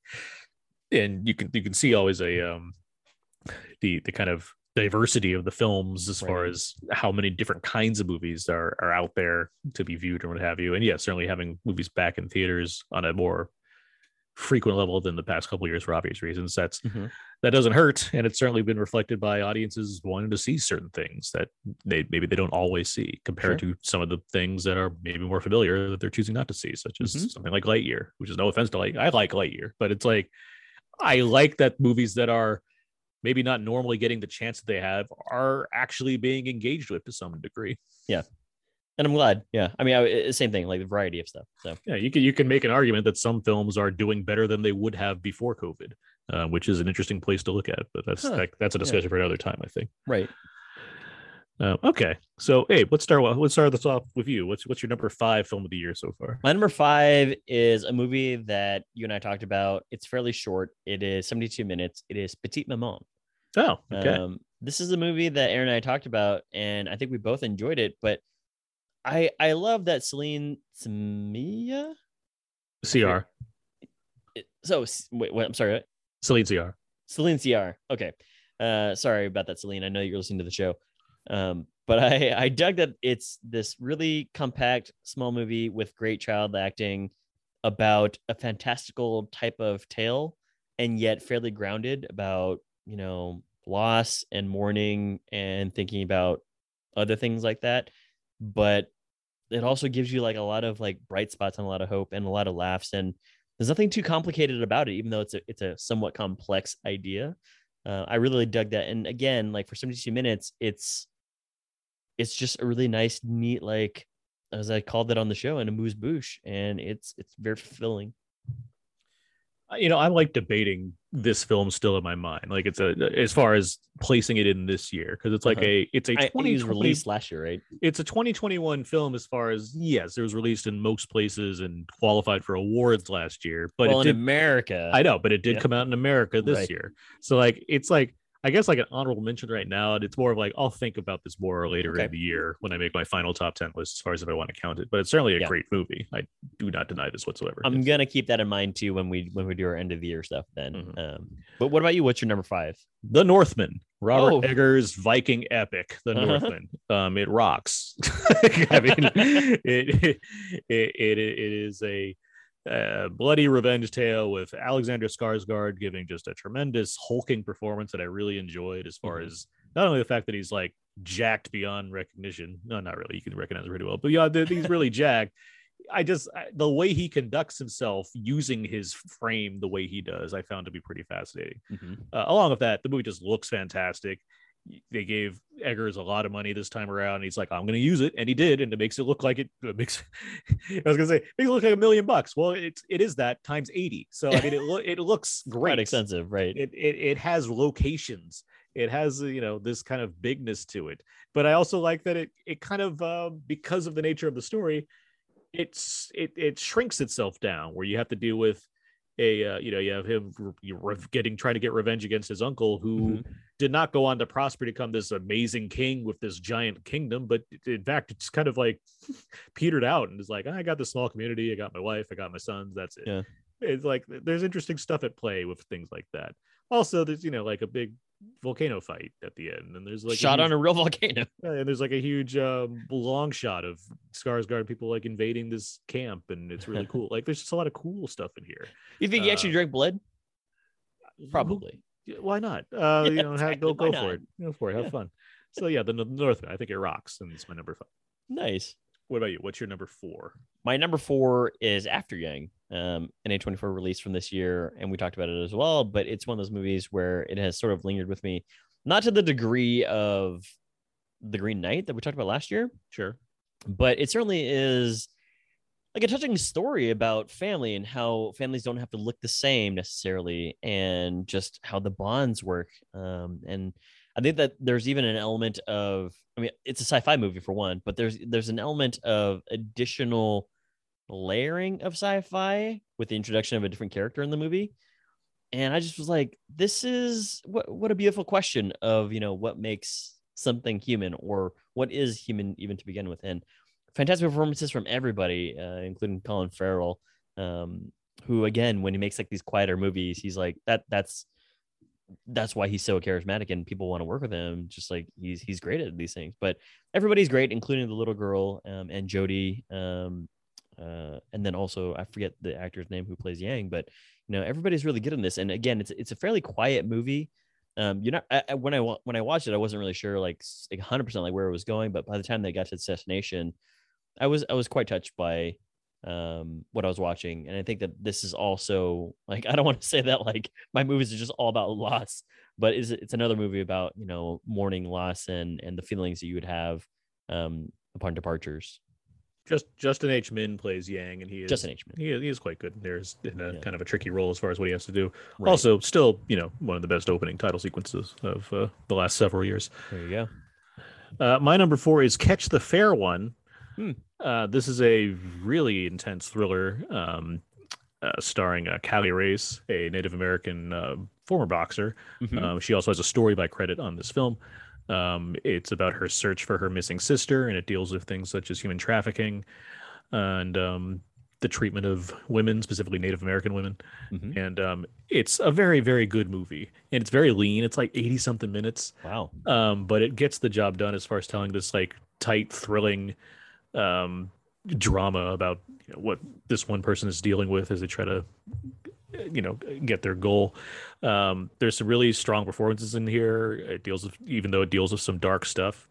[SPEAKER 1] and you can you can see always a um the the kind of diversity of the films as far
[SPEAKER 2] Right.
[SPEAKER 1] as how many different kinds of movies are are out there to be viewed or what have you and yeah certainly having movies back in theaters on a more frequent level than the past couple of years for obvious reasons that's
[SPEAKER 2] Mhm.
[SPEAKER 1] that doesn't hurt and it's certainly been reflected by audiences wanting to see certain things that they maybe they don't always see compared to some of the things that are maybe more familiar that they're choosing not to see, such as
[SPEAKER 2] Mhm.
[SPEAKER 1] something like Lightyear, which is no offense to Light. I like Lightyear, but it's like I like that movies that are maybe not normally getting the chance that they have are actually being engaged with to some degree.
[SPEAKER 2] and I'm glad. Yeah, I mean, I, it- same thing, like the variety of stuff. So
[SPEAKER 1] Yeah, you can you can make an argument that some films are doing better than they would have before COVID, uh, which is an interesting place to look at. But that's
[SPEAKER 2] Huh.
[SPEAKER 1] that, that's a
[SPEAKER 2] Yeah.
[SPEAKER 1] discussion for another time, I think.
[SPEAKER 2] right,
[SPEAKER 1] Um, okay, so Abe, let's start. Let's start this off with you. What's what's your number five film of the year so far?
[SPEAKER 2] my number five is a movie that you and I talked about. It's fairly short. It is 72 minutes. It is Petite Maman.
[SPEAKER 1] Oh, okay.
[SPEAKER 2] Um, this is a movie that Aaron and I talked about, and I think we both enjoyed it. But I I love that Celine Samia.
[SPEAKER 1] CR.
[SPEAKER 2] Eh, So s- wait, wait, I'm sorry. what?
[SPEAKER 1] Celine CR.
[SPEAKER 2] Celine CR. Okay. Uh, sorry about that, Celine. I know you're listening to the show. Um, but I, I dug that it's this really compact, small movie with great child acting about a fantastical type of tale and yet fairly grounded about, you know, loss and mourning and thinking about other things like that. But it also gives you like a lot of like bright spots and a lot of hope and a lot of laughs and there's nothing too complicated about it, even though it's a it's a somewhat complex idea. Uh, I really dug that, and again, like for 72 minutes, it's it's just a really nice, neat like as I called it on the show, and a moose bouche, and it's it's very fulfilling.
[SPEAKER 1] You know, I'm like debating this film still in my mind. Like it's a as far as placing it in this year because it's like
[SPEAKER 2] Uh-huh.
[SPEAKER 1] a it's a
[SPEAKER 2] I, it
[SPEAKER 1] 2020
[SPEAKER 2] was released last year, right?
[SPEAKER 1] It's a 2021 film as far as yes, it was released in most places and qualified for awards last year, but
[SPEAKER 2] well,
[SPEAKER 1] it
[SPEAKER 2] in
[SPEAKER 1] did
[SPEAKER 2] America,
[SPEAKER 1] I know, but it did
[SPEAKER 2] Yeah.
[SPEAKER 1] come out in America this
[SPEAKER 2] Right.
[SPEAKER 1] year. So like it's like I guess like an honorable mention right now, and it's more of like I'll think about this more later
[SPEAKER 2] Okay.
[SPEAKER 1] in the year when I make my final top ten list as far as if I want to count it. But it's certainly a
[SPEAKER 2] Yeah.
[SPEAKER 1] great movie. I do not deny this whatsoever.
[SPEAKER 2] I'm
[SPEAKER 1] It's-
[SPEAKER 2] gonna keep that in mind too when we when we do our end of the year stuff. Then,
[SPEAKER 1] Mhm.
[SPEAKER 2] um, but what about you? What's your number five?
[SPEAKER 1] The Northman, Robert
[SPEAKER 2] Oh.
[SPEAKER 1] Eggers' Viking epic, The
[SPEAKER 2] Uh-huh.
[SPEAKER 1] Northman. Um, it rocks. I mean, it, it it it is a uh, bloody revenge tale with Alexander Skarsgård giving just a tremendous hulking performance that I really enjoyed. As far
[SPEAKER 2] Mhm.
[SPEAKER 1] as not only the fact that he's like jacked beyond recognition, no, not really, you can recognize him pretty well, but yeah, that he's really jacked. I just I, the way he conducts himself using his frame the way he does, I found to be pretty fascinating.
[SPEAKER 2] Mhm.
[SPEAKER 1] Uh, along with that, the movie just looks fantastic. They gave Eggers a lot of money this time around. and He's like, I'm going to use it, and he did, and it makes it look like it, it makes. I was going to say makes it look like a million bucks. Well, it's it is that times eighty. So I mean, it lo- it looks great.
[SPEAKER 2] Quite expensive, right?
[SPEAKER 1] It, it it has locations. It has uh, you know this kind of bigness to it. But I also like that it it kind of uh, because of the nature of the story, it's it it shrinks itself down where you have to deal with a uh, you know you have him re- you re- getting trying to get revenge against his uncle who did not go on to prosper to become this amazing king with this giant kingdom but in fact it's kind of like petered out and is like i got this small community i got my wife i got my sons that's it
[SPEAKER 2] Yeah.
[SPEAKER 1] it's like there's interesting stuff at play with things like that also there's you know like a big volcano fight at the end and there's like a
[SPEAKER 2] Shot
[SPEAKER 1] huge-
[SPEAKER 2] on a real volcano.
[SPEAKER 1] uh, and there's like a huge um, long shot of Skarsgård people like invading this camp, and it's really cool. Like, there's just a lot of cool stuff in here.
[SPEAKER 2] You think he actually
[SPEAKER 1] Uh,
[SPEAKER 2] drank blood? Probably.
[SPEAKER 1] Yeah, Why not? Uh,
[SPEAKER 2] Yeah,
[SPEAKER 1] you know, ha-
[SPEAKER 2] exactly,
[SPEAKER 1] go
[SPEAKER 2] why
[SPEAKER 1] go for
[SPEAKER 2] not?
[SPEAKER 1] it. Go for it. Have
[SPEAKER 2] Yeah.
[SPEAKER 1] fun. So yeah, the N- Northman. I think it rocks, and it's my number five.
[SPEAKER 2] Nice.
[SPEAKER 1] What about you? What's your number four?
[SPEAKER 2] My number four is After Yang, um, an A24 release from this year, and we talked about it as well. But it's one of those movies where it has sort of lingered with me, not to the degree of the Green Knight that we talked about last year,
[SPEAKER 1] Sure.
[SPEAKER 2] but it certainly is like a touching story about family and how families don't have to look the same necessarily and just how the bonds work um, and i think that there's even an element of i mean it's a sci-fi movie for one but there's there's an element of additional layering of sci-fi with the introduction of a different character in the movie and i just was like this is what what a beautiful question of you know what makes something human or what is human even to begin with and fantastic performances from everybody uh, including colin farrell um, who again when he makes like these quieter movies he's like that that's that's why he's so charismatic and people want to work with him just like he's he's great at these things but everybody's great including the little girl um, and jody um, uh, and then also i forget the actor's name who plays yang but you know everybody's really good in this and again it's it's a fairly quiet movie um you know I, I- when i wa- when i watched it i wasn't really sure like s- like 100% like where it was going but by the time they got to its destination i was i was quite touched by um what i was watching and i think that this is also like i don't want to say that like my movies are just all about loss but it's it's another movie about you know mourning loss and and the feelings that you would have um upon departures
[SPEAKER 1] Just Justin H. Min plays Yang, and he is
[SPEAKER 2] justin h Min.
[SPEAKER 1] He, he is quite good. There's in a
[SPEAKER 2] Yeah.
[SPEAKER 1] kind of a tricky role as far as what he has to do.
[SPEAKER 2] Right.
[SPEAKER 1] Also, still you know one of the best opening title sequences of uh, the last several years.
[SPEAKER 2] there you go
[SPEAKER 1] Uh, my number four is Catch the Fair One.
[SPEAKER 2] Hmm.
[SPEAKER 1] Uh, this is a really intense thriller um, uh, starring uh, Callie Race, a Native American uh, former boxer.
[SPEAKER 2] Mhm.
[SPEAKER 1] Um, she also has a story by credit on this film. Um, it's about her search for her missing sister, and it deals with things such as human trafficking and um, the treatment of women, specifically Native American women.
[SPEAKER 2] Mhm.
[SPEAKER 1] And um, it's a very, very good movie. And it's very lean. It's like 80 something minutes
[SPEAKER 2] wow
[SPEAKER 1] um, but it gets the job done as far as telling this like tight, thrilling um, drama about you know, what this one person is dealing with as they try to, you know, get their goal. Um, there's some really strong performances in here. It deals with, even though it deals with some dark stuff.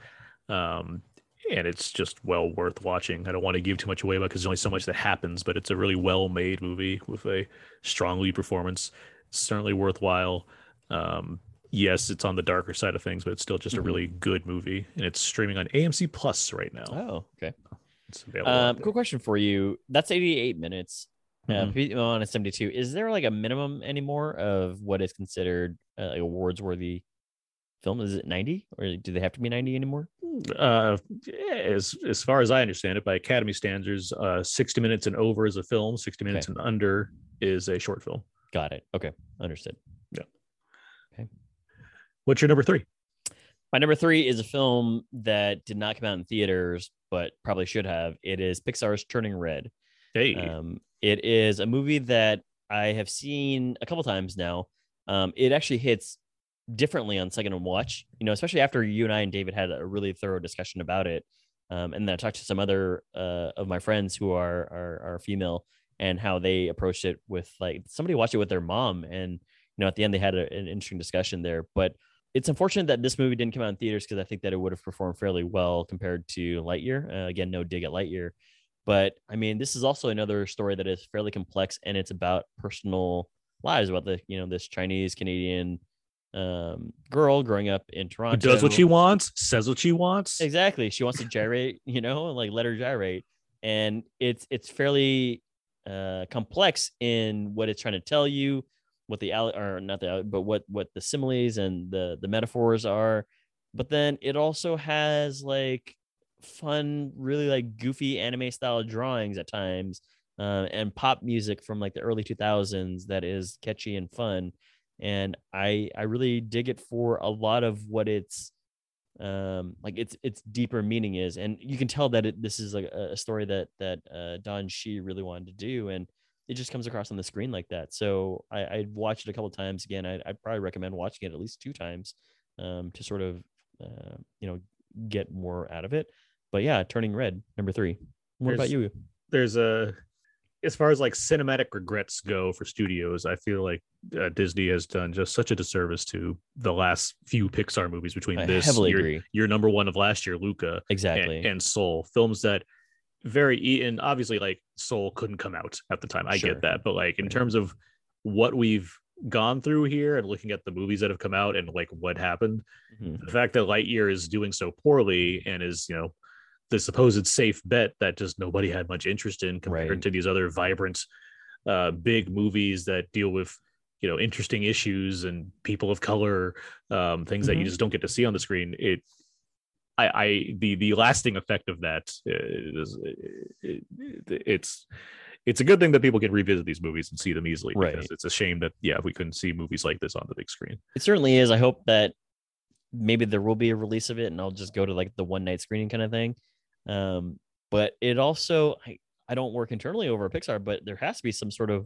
[SPEAKER 1] Um, and it's just well worth watching. I don't want to give too much away about because there's only so much that happens, but it's a really well made movie with a strong lead performance. Certainly worthwhile. Um, yes, it's on the darker side of things, but it's still just
[SPEAKER 2] Mhm.
[SPEAKER 1] a really good movie, and it's streaming on AMC Plus right now.
[SPEAKER 2] oh okay
[SPEAKER 1] It's available. out
[SPEAKER 2] Um,
[SPEAKER 1] there.
[SPEAKER 2] quick question for you. That's 88 minutes. Uh,
[SPEAKER 1] Mhm.
[SPEAKER 2] PPO on a 72. Is there like a minimum anymore of what is considered uh, like, awards worthy film? Is it 90 or do they have to be 90 anymore?
[SPEAKER 1] uh, as as far as I understand it, by Academy standards, uh, sixty minutes and over is a film. Sixty minutes and under is a short film.
[SPEAKER 2] Got it. Okay. Understood.
[SPEAKER 1] What's your number three?
[SPEAKER 2] My number three is a film that did not come out in theaters, but probably should have. It is Pixar's Turning Red.
[SPEAKER 1] Hey,
[SPEAKER 2] Um, it is a movie that I have seen a couple times now. Um, it actually hits differently on second watch, you know, especially after you and I and David had a really thorough discussion about it. Um, and then I talked to some other uh, of my friends who are, are are female and how they approached it with like somebody watched it with their mom, and you know at the end they had a- an interesting discussion there. But it's unfortunate that this movie didn't come out in theaters because I think that it would have performed fairly well compared to Lightyear. Uh, again, no dig at Lightyear, But I mean, this is also another story that is fairly complex and it's about personal lives about the, you know, this Chinese Canadian um, girl growing up in Toronto.
[SPEAKER 1] Who does what she wants, says what she wants.
[SPEAKER 2] Exactly. She wants to gyrate, you know, like let her gyrate. And it's it's fairly uh, complex in what it's trying to tell you, what the alle- or not the alle- but what what the similes and the the metaphors are. But then it also has like fun, really like goofy anime style drawings at times, uh, and pop music from like the early two thousands that is catchy and fun. And I I really dig it for a lot of what it's um like its its deeper meaning is and you can tell that it, this is like a, a story that that uh don shi really wanted to do and it just comes across on the screen like that so i i watched it a couple times again I'd, I'd probably recommend watching it at least two times um to sort of uh, you know get more out of it but yeah turning red number three what about you
[SPEAKER 1] There's a as far as like cinematic regrets go for studios, I feel like uh, Disney has done just such a disservice to the last few Pixar movies between
[SPEAKER 2] i
[SPEAKER 1] this
[SPEAKER 2] heavily
[SPEAKER 1] your,
[SPEAKER 2] agree
[SPEAKER 1] your number one of last year, Luca, and-
[SPEAKER 2] exactly
[SPEAKER 1] and, Soul, films that very e- and obviously like Soul couldn't come out at the time. I
[SPEAKER 2] Sure.
[SPEAKER 1] get that, but like in
[SPEAKER 2] Right.
[SPEAKER 1] terms of what we've gone through here and looking at the movies that have come out and like what happened,
[SPEAKER 2] Mhm.
[SPEAKER 1] the fact that Lightyear is doing so poorly and is you know the supposed safe bet that just nobody had much interest in compared
[SPEAKER 2] Right.
[SPEAKER 1] to these other vibrant, uh, big movies that deal with you know interesting issues and people of color, um, things that you
[SPEAKER 2] Mhm.
[SPEAKER 1] just don't get to see on the screen. It, I, I the the lasting effect of that uh, is it, it- it's. It's a good thing that people can revisit these movies and see them easily.
[SPEAKER 2] Right.
[SPEAKER 1] Because it's a shame that yeah, we couldn't see movies like this on the big screen.
[SPEAKER 2] it certainly is i hope that maybe there will be a release of it and i'll just go to like the one night screening kind of thing um but it also I, I don't work internally over at pixar but there has to be some sort of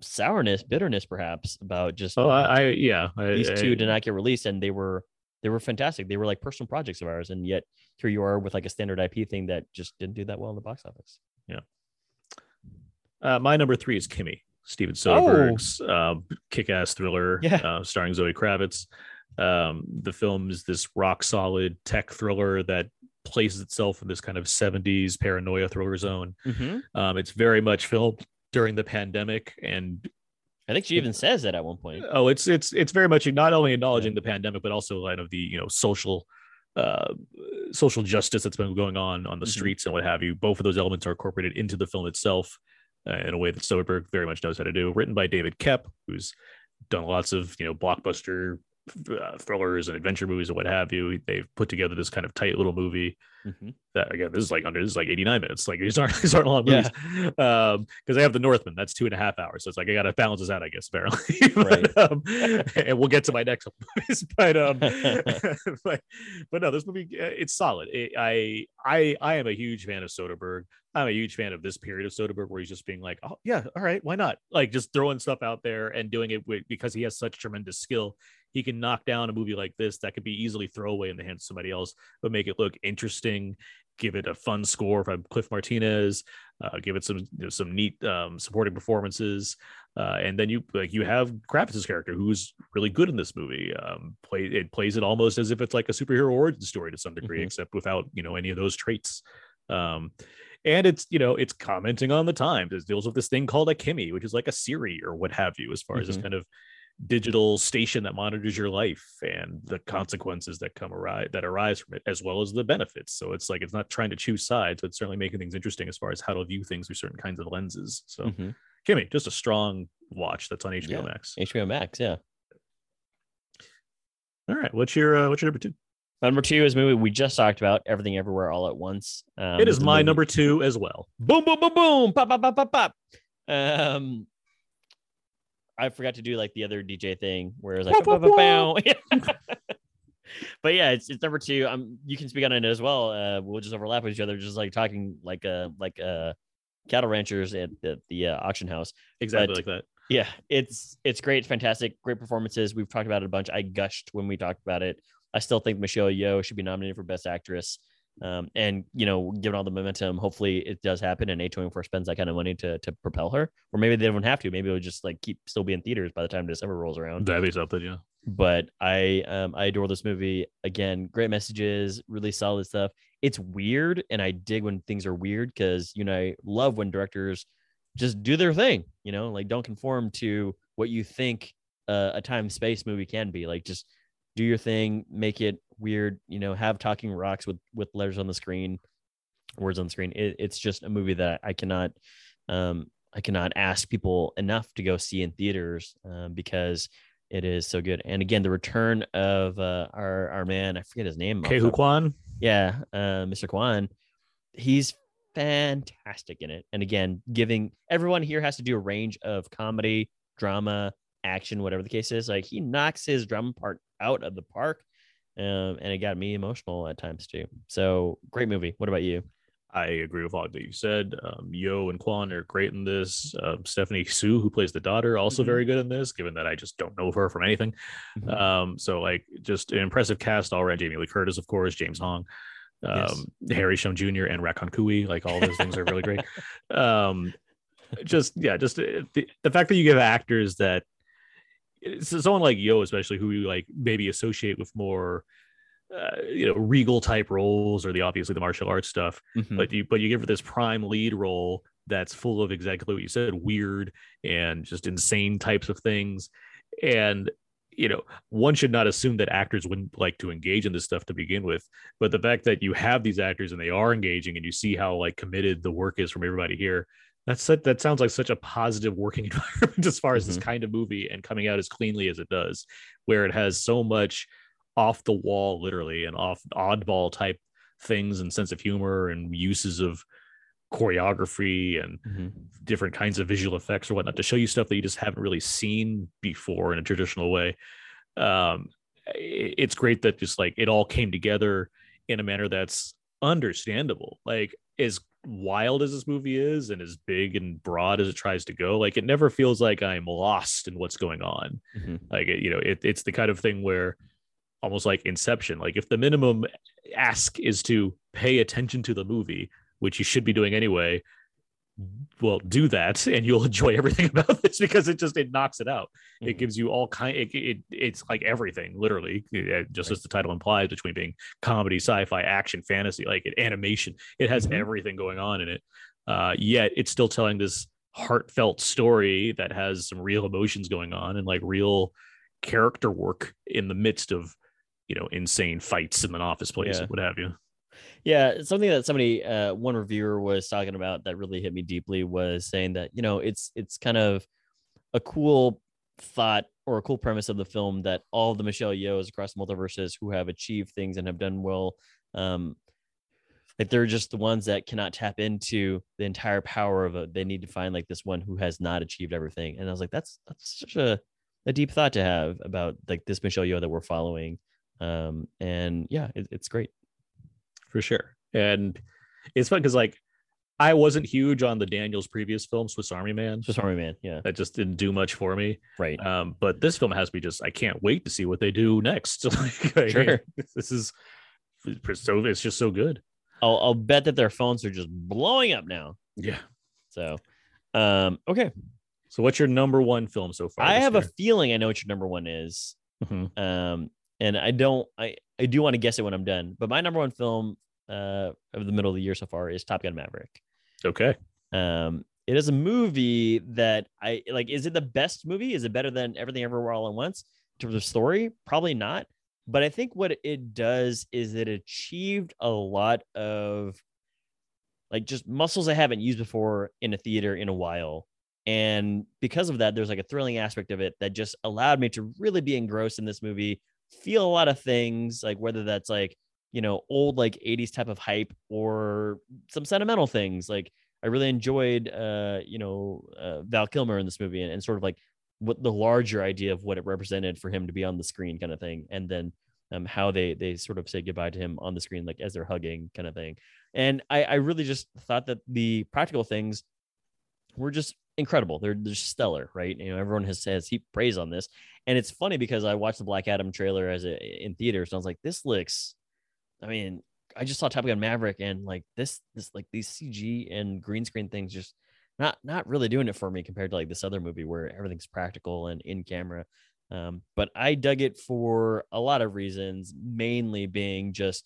[SPEAKER 2] sourness bitterness perhaps about just
[SPEAKER 1] Oh, I, I yeah. I,
[SPEAKER 2] these
[SPEAKER 1] I-
[SPEAKER 2] two did not get released and they were they were fantastic they were like personal projects of ours and yet here you are with like a standard ip thing that just didn't do that well in the box office
[SPEAKER 1] Uh, my number three is Kimmy, Steven Soderbergh's uh, kick-ass thriller
[SPEAKER 2] Yeah.
[SPEAKER 1] uh, starring Zoe Kravitz. Um, the film is this rock-solid tech thriller that places itself in this kind of 70s paranoia thriller zone. Um, it's very much filmed during the pandemic and
[SPEAKER 2] i think she even says that at one point
[SPEAKER 1] Oh, it's it's it's very much not only acknowledging the pandemic, but also kind of the you know social uh social justice that's been going on on the
[SPEAKER 2] Mhm.
[SPEAKER 1] streets and what have you. Both of those elements are incorporated into the film itself uh, in a way that Soderbergh very much knows how to do. Written by David Kep, who's done lots of you know blockbuster uh, thrillers and adventure movies and what have you. They've put together this kind of tight little movie
[SPEAKER 2] Mhm.
[SPEAKER 1] that again, this is like under this is like 89 minutes. Like these aren't these aren't long movies. Um, because I have the Northman, that's two and a half hours. So it's like I gotta balance this out, I guess, apparently. But, um, and we'll get to my next one. but um but, but no, this movie uh, it's solid. It, I I I am a huge fan of Soderbergh. I'm a huge fan of this period of Soderbergh where he's just being like, oh yeah, all right, why not? Like just throwing stuff out there and doing it with, because he has such tremendous skill. He can knock down a movie like this that could be easily throwaway in the hands of somebody else, but make it look interesting. Give it a fun score from Cliff Martinez. Uh, give it some you know, some neat um, supporting performances, uh, and then you like you have Kravitz's character who's really good in this movie. Um, play it plays it almost as if it's like a superhero origin story to some degree,
[SPEAKER 2] Mhm.
[SPEAKER 1] except without you know any of those traits. Um, and it's you know it's commenting on the times it deals with this thing called a kimmy which is like a siri or what have you as far as this
[SPEAKER 2] Mhm.
[SPEAKER 1] kind of digital station that monitors your life and the consequences that come arise that arise from it as well as the benefits so it's like it's not trying to choose sides but it's certainly making things interesting as far as how to view things through certain kinds of lenses so
[SPEAKER 2] Mhm.
[SPEAKER 1] kimmy just a strong watch that's on hbo
[SPEAKER 2] Yeah.
[SPEAKER 1] max
[SPEAKER 2] hbo max yeah
[SPEAKER 1] all right what's your uh, what's your number two
[SPEAKER 2] number two is a movie we just talked about everything everywhere all at once um,
[SPEAKER 1] it is
[SPEAKER 2] it's a
[SPEAKER 1] my
[SPEAKER 2] movie-
[SPEAKER 1] number two as well
[SPEAKER 2] boom, boom, boom, boom, pop, pop, pop, pop, pop. Um, I forgot to do like the other DJ thing, where it's like,
[SPEAKER 1] Wah, wah,
[SPEAKER 2] "Bow, bow, bow." but yeah, it's, it's number two. Um, you can speak on it as well. Uh, we'll just overlap with each other, just like talking like uh like uh cattle ranchers at the, the uh, auction house.
[SPEAKER 1] exactly
[SPEAKER 2] But-
[SPEAKER 1] like that
[SPEAKER 2] Yeah, it's it's great. It's fantastic. Great performances. We've talked about it a bunch. I gushed when we talked about it. I still think Michelle Yeoh should be nominated for Best Actress. Um, and you know, given all the momentum, hopefully it does happen, and A24 spends that kind of money to to propel her. Or maybe they don't have to. Maybe it'll just like keep still be in theaters by the time December rolls around.
[SPEAKER 1] that'd be something yeah
[SPEAKER 2] but I um I adore this movie. Again, great messages, really solid stuff. It's weird, and I dig when things are weird because you know I love when directors just do their thing. You know, like don't conform to what you think uh, a time space movie can be. Like just do your thing, make it weird. You know, have talking rocks with with letters on the screen, words on the screen. It, it's just a movie that I cannot um I cannot ask people enough to go see in theaters um, because it is so good. And again, the return of uh, our our man, I forget his name. off the
[SPEAKER 1] Kehu Kwan.
[SPEAKER 2] yeah, uh, Mr. Kwan, he's fantastic in it. And again, giving everyone here has to do a range of comedy, drama, action, whatever the case is. Like he knocks his drama part out of the park, um, and it got me emotional at times too. So great movie. What about you?
[SPEAKER 1] I agree with all that you said. Um, Yo and Kwan are great in this. Um, Stephanie Sue, who plays the daughter, also
[SPEAKER 2] Mm-hmm.
[SPEAKER 1] very good in this. Given that I just don't know her from anything,
[SPEAKER 2] Mhm.
[SPEAKER 1] um, so like just an impressive cast all around. Jamie Lee Curtis, of course, James Hong, um, Harry Shum Jr. and Rakon Kui. Like all those things are really great. Um, just yeah, just uh, the, the fact that you give actors that so someone like Yo, especially who you like maybe associate with more. Uh, you know, regal type roles or the obviously the martial arts stuff
[SPEAKER 2] Mhm.
[SPEAKER 1] but you but you give her this prime lead role that's full of exactly what you said weird and just insane types of things and you know one should not assume that actors wouldn't like to engage in this stuff to begin with but the fact that you have these actors and they are engaging and you see how like committed the work is from everybody here that's such, that sounds like such a positive working environment as far as this
[SPEAKER 2] Mhm.
[SPEAKER 1] kind of movie and coming out as cleanly as it does where it has so much off the wall literally and off oddball type things and sense of humor and uses of choreography and
[SPEAKER 2] Mhm.
[SPEAKER 1] different kinds of visual effects or whatnot to show you stuff that you just haven't really seen before in a traditional way. Um, i- it's great that just like it all came together in a manner that's understandable. Like as wild as this movie is and as big and broad as it tries to go, like it never feels like I'm lost in what's going on
[SPEAKER 2] Mhm.
[SPEAKER 1] like it- you know it, it's the kind of thing where almost like inception like if the minimum ask is to pay attention to the movie which you should be doing anyway
[SPEAKER 2] Mm-hmm.
[SPEAKER 1] well do that and you'll enjoy everything about this because it just it knocks it out it
[SPEAKER 2] Mhm.
[SPEAKER 1] gives you all kind it, it it's like everything literally eh, just
[SPEAKER 2] Right.
[SPEAKER 1] as the title implies between being comedy sci-fi action fantasy like it, animation it has
[SPEAKER 2] Mhm.
[SPEAKER 1] everything going on in it uh yet it's still telling this heartfelt story that has some real emotions going on and like real character work in the midst of you know insane fights in an office place
[SPEAKER 2] Yeah.
[SPEAKER 1] and what have you
[SPEAKER 2] Yeah, it's something that somebody, uh, one reviewer was talking about that really hit me deeply was saying that you know it's it's kind of a cool thought or a cool premise of the film that all the Michelle Yeohs across multiverses who have achieved things and have done well, um, like they're just the ones that cannot tap into the entire power of it. They need to find like this one who has not achieved everything. And I was like, that's that's such a a deep thought to have about like this Michelle Yeoh that we're following. Um, and yeah, it, it's great.
[SPEAKER 1] for sure and it's fun because like i wasn't huge on the daniels previous film swiss army man
[SPEAKER 2] Swiss Army Man, yeah,
[SPEAKER 1] that just didn't do much for me
[SPEAKER 2] right.
[SPEAKER 1] um but this film has me just i can't wait to see what they do next like, I-
[SPEAKER 2] Sure.
[SPEAKER 1] this is it's so it's just so good
[SPEAKER 2] I'll, I'll bet that their phones are just blowing up now.
[SPEAKER 1] yeah
[SPEAKER 2] So, um, okay.
[SPEAKER 1] so what's your number one film so far
[SPEAKER 2] I
[SPEAKER 1] this
[SPEAKER 2] have a
[SPEAKER 1] year?
[SPEAKER 2] feeling I know what your number one is.
[SPEAKER 1] Mhm.
[SPEAKER 2] Um, and I don't, I, I do want to guess it when I'm done, but my number one film, uh, of the middle of the year so far is Top Gun Maverick.
[SPEAKER 1] okay
[SPEAKER 2] Um, it is a movie that I like. Is it the best movie? Is it better than Everything Everywhere All at Once in terms of story? Probably not. But I think what it does is it achieved a lot of like just muscles I haven't used before in a theater in a while. And because of that, there's like a thrilling aspect of it that just allowed me to really be engrossed in this movie, feel a lot of things, like whether that's like, you know, old like 80s type of hype or some sentimental things. Like I really enjoyed, uh, you know, uh, Val Kilmer in this movie and, and sort of like what the larger idea of what it represented for him to be on the screen kind of thing. And then um, how they, they sort of say goodbye to him on the screen, like as they're hugging kind of thing. And I, I really just thought that the practical things were just incredible. They're, they're just stellar, right? You know, everyone has says he praise on this. And it's funny because I watched the Black Adam trailer as a, in theaters and I was like, this looks, I mean, I just saw Top Gun Maverick and like this, this like these CG and green screen things just not not really doing it for me compared to like this other movie where everything's practical and in camera. Um, but I dug it for a lot of reasons, mainly being just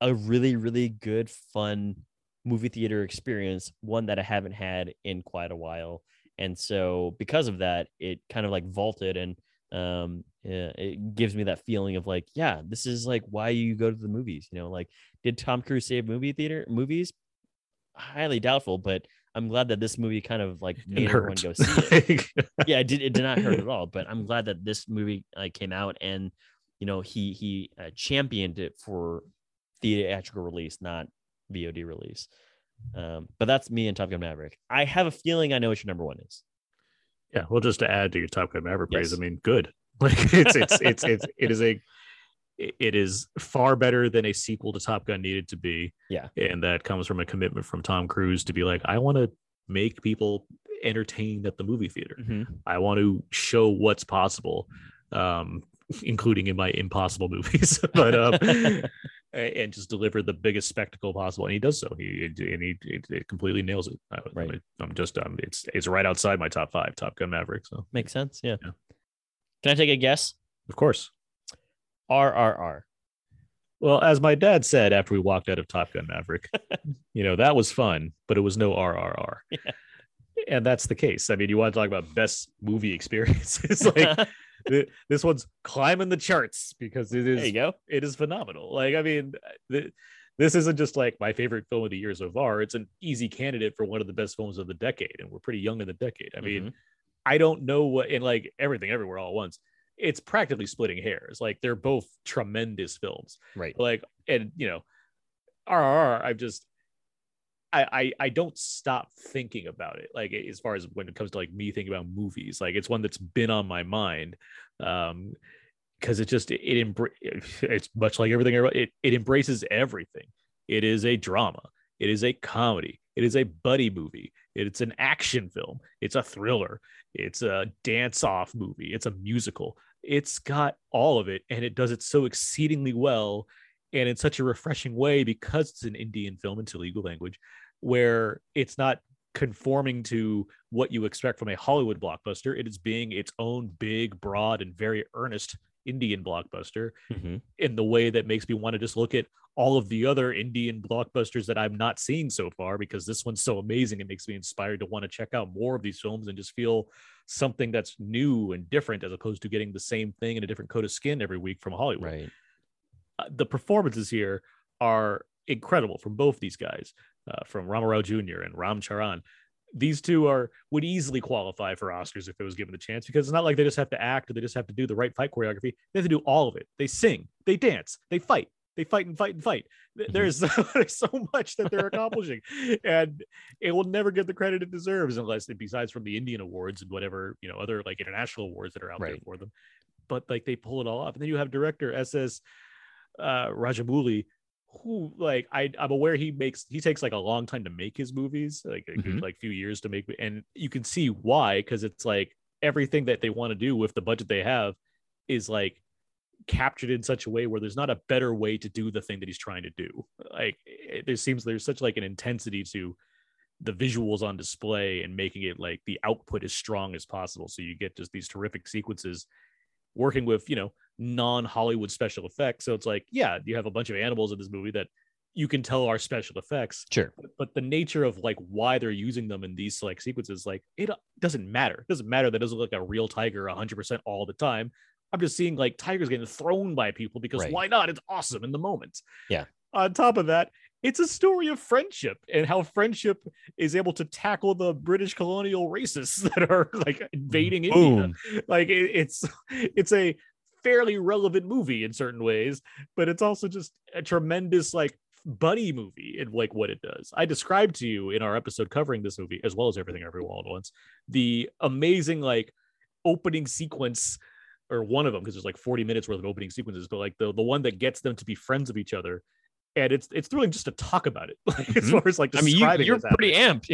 [SPEAKER 2] a really, really good, fun movie theater experience, one that I haven't had in quite a while. And so, because of that, it kind of like vaulted and um yeah, it gives me that feeling of like yeah this is like why you go to the movies you know like did tom cruise save movie theater movies highly doubtful but i'm glad that this movie kind of like made everyone go see it yeah, it did. It did not hurt at all. But I'm glad that this movie uh, came out, and you know he he uh, championed it for theatrical release, not VOD release. Um, but that's me and Top Gun Maverick. I have a feeling I know what your number one is.
[SPEAKER 1] yeah, well, just to add to your Top Gun Maverick praise,
[SPEAKER 2] Yes.
[SPEAKER 1] I mean, good. Like it's it's it's it's it is a it is far better than a sequel to Top Gun needed to be.
[SPEAKER 2] Yeah.
[SPEAKER 1] and that comes from a commitment from Tom Cruise to be like, I want to make people entertained at the movie theater. I want to show what's possible, um, including in my impossible movies, but um, a- and just deliver the biggest spectacle possible. And he does so. He and he it, it completely nails it. I,
[SPEAKER 2] Right.
[SPEAKER 1] I'm just um, it's it's right outside my top five, Top Gun Maverick. So
[SPEAKER 2] Makes sense. Yeah.
[SPEAKER 1] Yeah.
[SPEAKER 2] Can I take a guess?
[SPEAKER 1] of course.
[SPEAKER 2] RRR.
[SPEAKER 1] Well, as my dad said after we walked out of Top Gun Maverick, you know that was fun, but it was no RRR. And that's the case. I mean, you want to talk about best movie experiences? like th- this one's climbing the charts because it
[SPEAKER 2] there you
[SPEAKER 1] is
[SPEAKER 2] go.
[SPEAKER 1] it is phenomenal. Like, I mean, th- this isn't just like my favorite film of the year so far. It's an easy candidate for one of the best films of the decade, and we're pretty young in the decade. I mean,
[SPEAKER 2] Mhm.
[SPEAKER 1] I don't know what in like everything, everywhere, all at once. It's practically splitting hairs. Like they're both tremendous films.
[SPEAKER 2] right.
[SPEAKER 1] Like, and you know, RRR. I've just, I, I, I don't stop thinking about it. Like as far as when it comes to like me thinking about movies, like it's one that's been on my mind. Um, because it just it, it embr- it's much like everything I- it, it embraces everything it is a drama it is a comedy it is a buddy movie it's an action film it's a thriller it's a dance off movie it's a musical it's got all of it and it does it so exceedingly well and in such a refreshing way because it's an indian film it's a legal language where it's not conforming to what you expect from a hollywood blockbuster it is being its own big broad and very earnest Indian blockbuster
[SPEAKER 2] Mhm.
[SPEAKER 1] in the way that makes me want to just look at all of the other Indian blockbusters that I'm not seeing so far because this one's so amazing. It makes me inspired to want to check out more of these films and just feel something that's new and different as opposed to getting the same thing in a different coat of skin every week from Hollywood
[SPEAKER 2] Right.
[SPEAKER 1] uh, the performances here are incredible from both these guys, uh, from Ramarao Jr. and Ram Charan. These two are would easily qualify for Oscars if it was given the chance because it's not like they just have to act or they just have to do the right fight choreography. They have to do all of it. They sing, they dance, they fight, they fight and fight and fight. Th-
[SPEAKER 2] Mhm.
[SPEAKER 1] There's, there's so much that they're accomplishing, and it will never get the credit it deserves unless besides from the Indian awards and whatever you know other like international awards that are out there
[SPEAKER 2] Right.
[SPEAKER 1] for them. But like they pull it all off, and then you have director SS uh Rajamouli, who like I I'm aware he makes he takes like a long time to make his movies, like a good
[SPEAKER 2] Mhm.
[SPEAKER 1] like few years to make, and you can see why because it's like everything that they want to do with the budget they have is like captured in such a way where there's not a better way to do the thing that he's trying to do. Like it, there seems there's such like an intensity to the visuals on display and making it like the output as strong as possible so you get just these terrific sequences working with you know non-hollywood special effects so it's like yeah you have a bunch of animals in this movie that you can tell are special effects
[SPEAKER 2] Sure.
[SPEAKER 1] but the nature of like why they're using them in these select sequences like it doesn't matter it doesn't matter that it doesn't look like a real tiger 100% all the time i'm just seeing like tigers getting thrown by people because
[SPEAKER 2] Right.
[SPEAKER 1] why not it's awesome in the moment
[SPEAKER 2] Yeah.
[SPEAKER 1] on top of that it's a story of friendship and how friendship is able to tackle the british colonial racists that are like invading india
[SPEAKER 2] Boom.
[SPEAKER 1] like it, it's it's a fairly relevant movie in certain ways but it's also just a tremendous like buddy movie and like what it does i described to you in our episode covering this movie as well as everything every all at once the amazing like opening sequence or one of them because there's like 40 minutes worth of opening sequences but like the the one that gets them to be friends of each other and it's it's thrilling just to talk about it like as
[SPEAKER 2] Mhm.
[SPEAKER 1] far as like
[SPEAKER 2] I mean,
[SPEAKER 1] describing
[SPEAKER 2] you, you're
[SPEAKER 1] what's happening
[SPEAKER 2] pretty amped.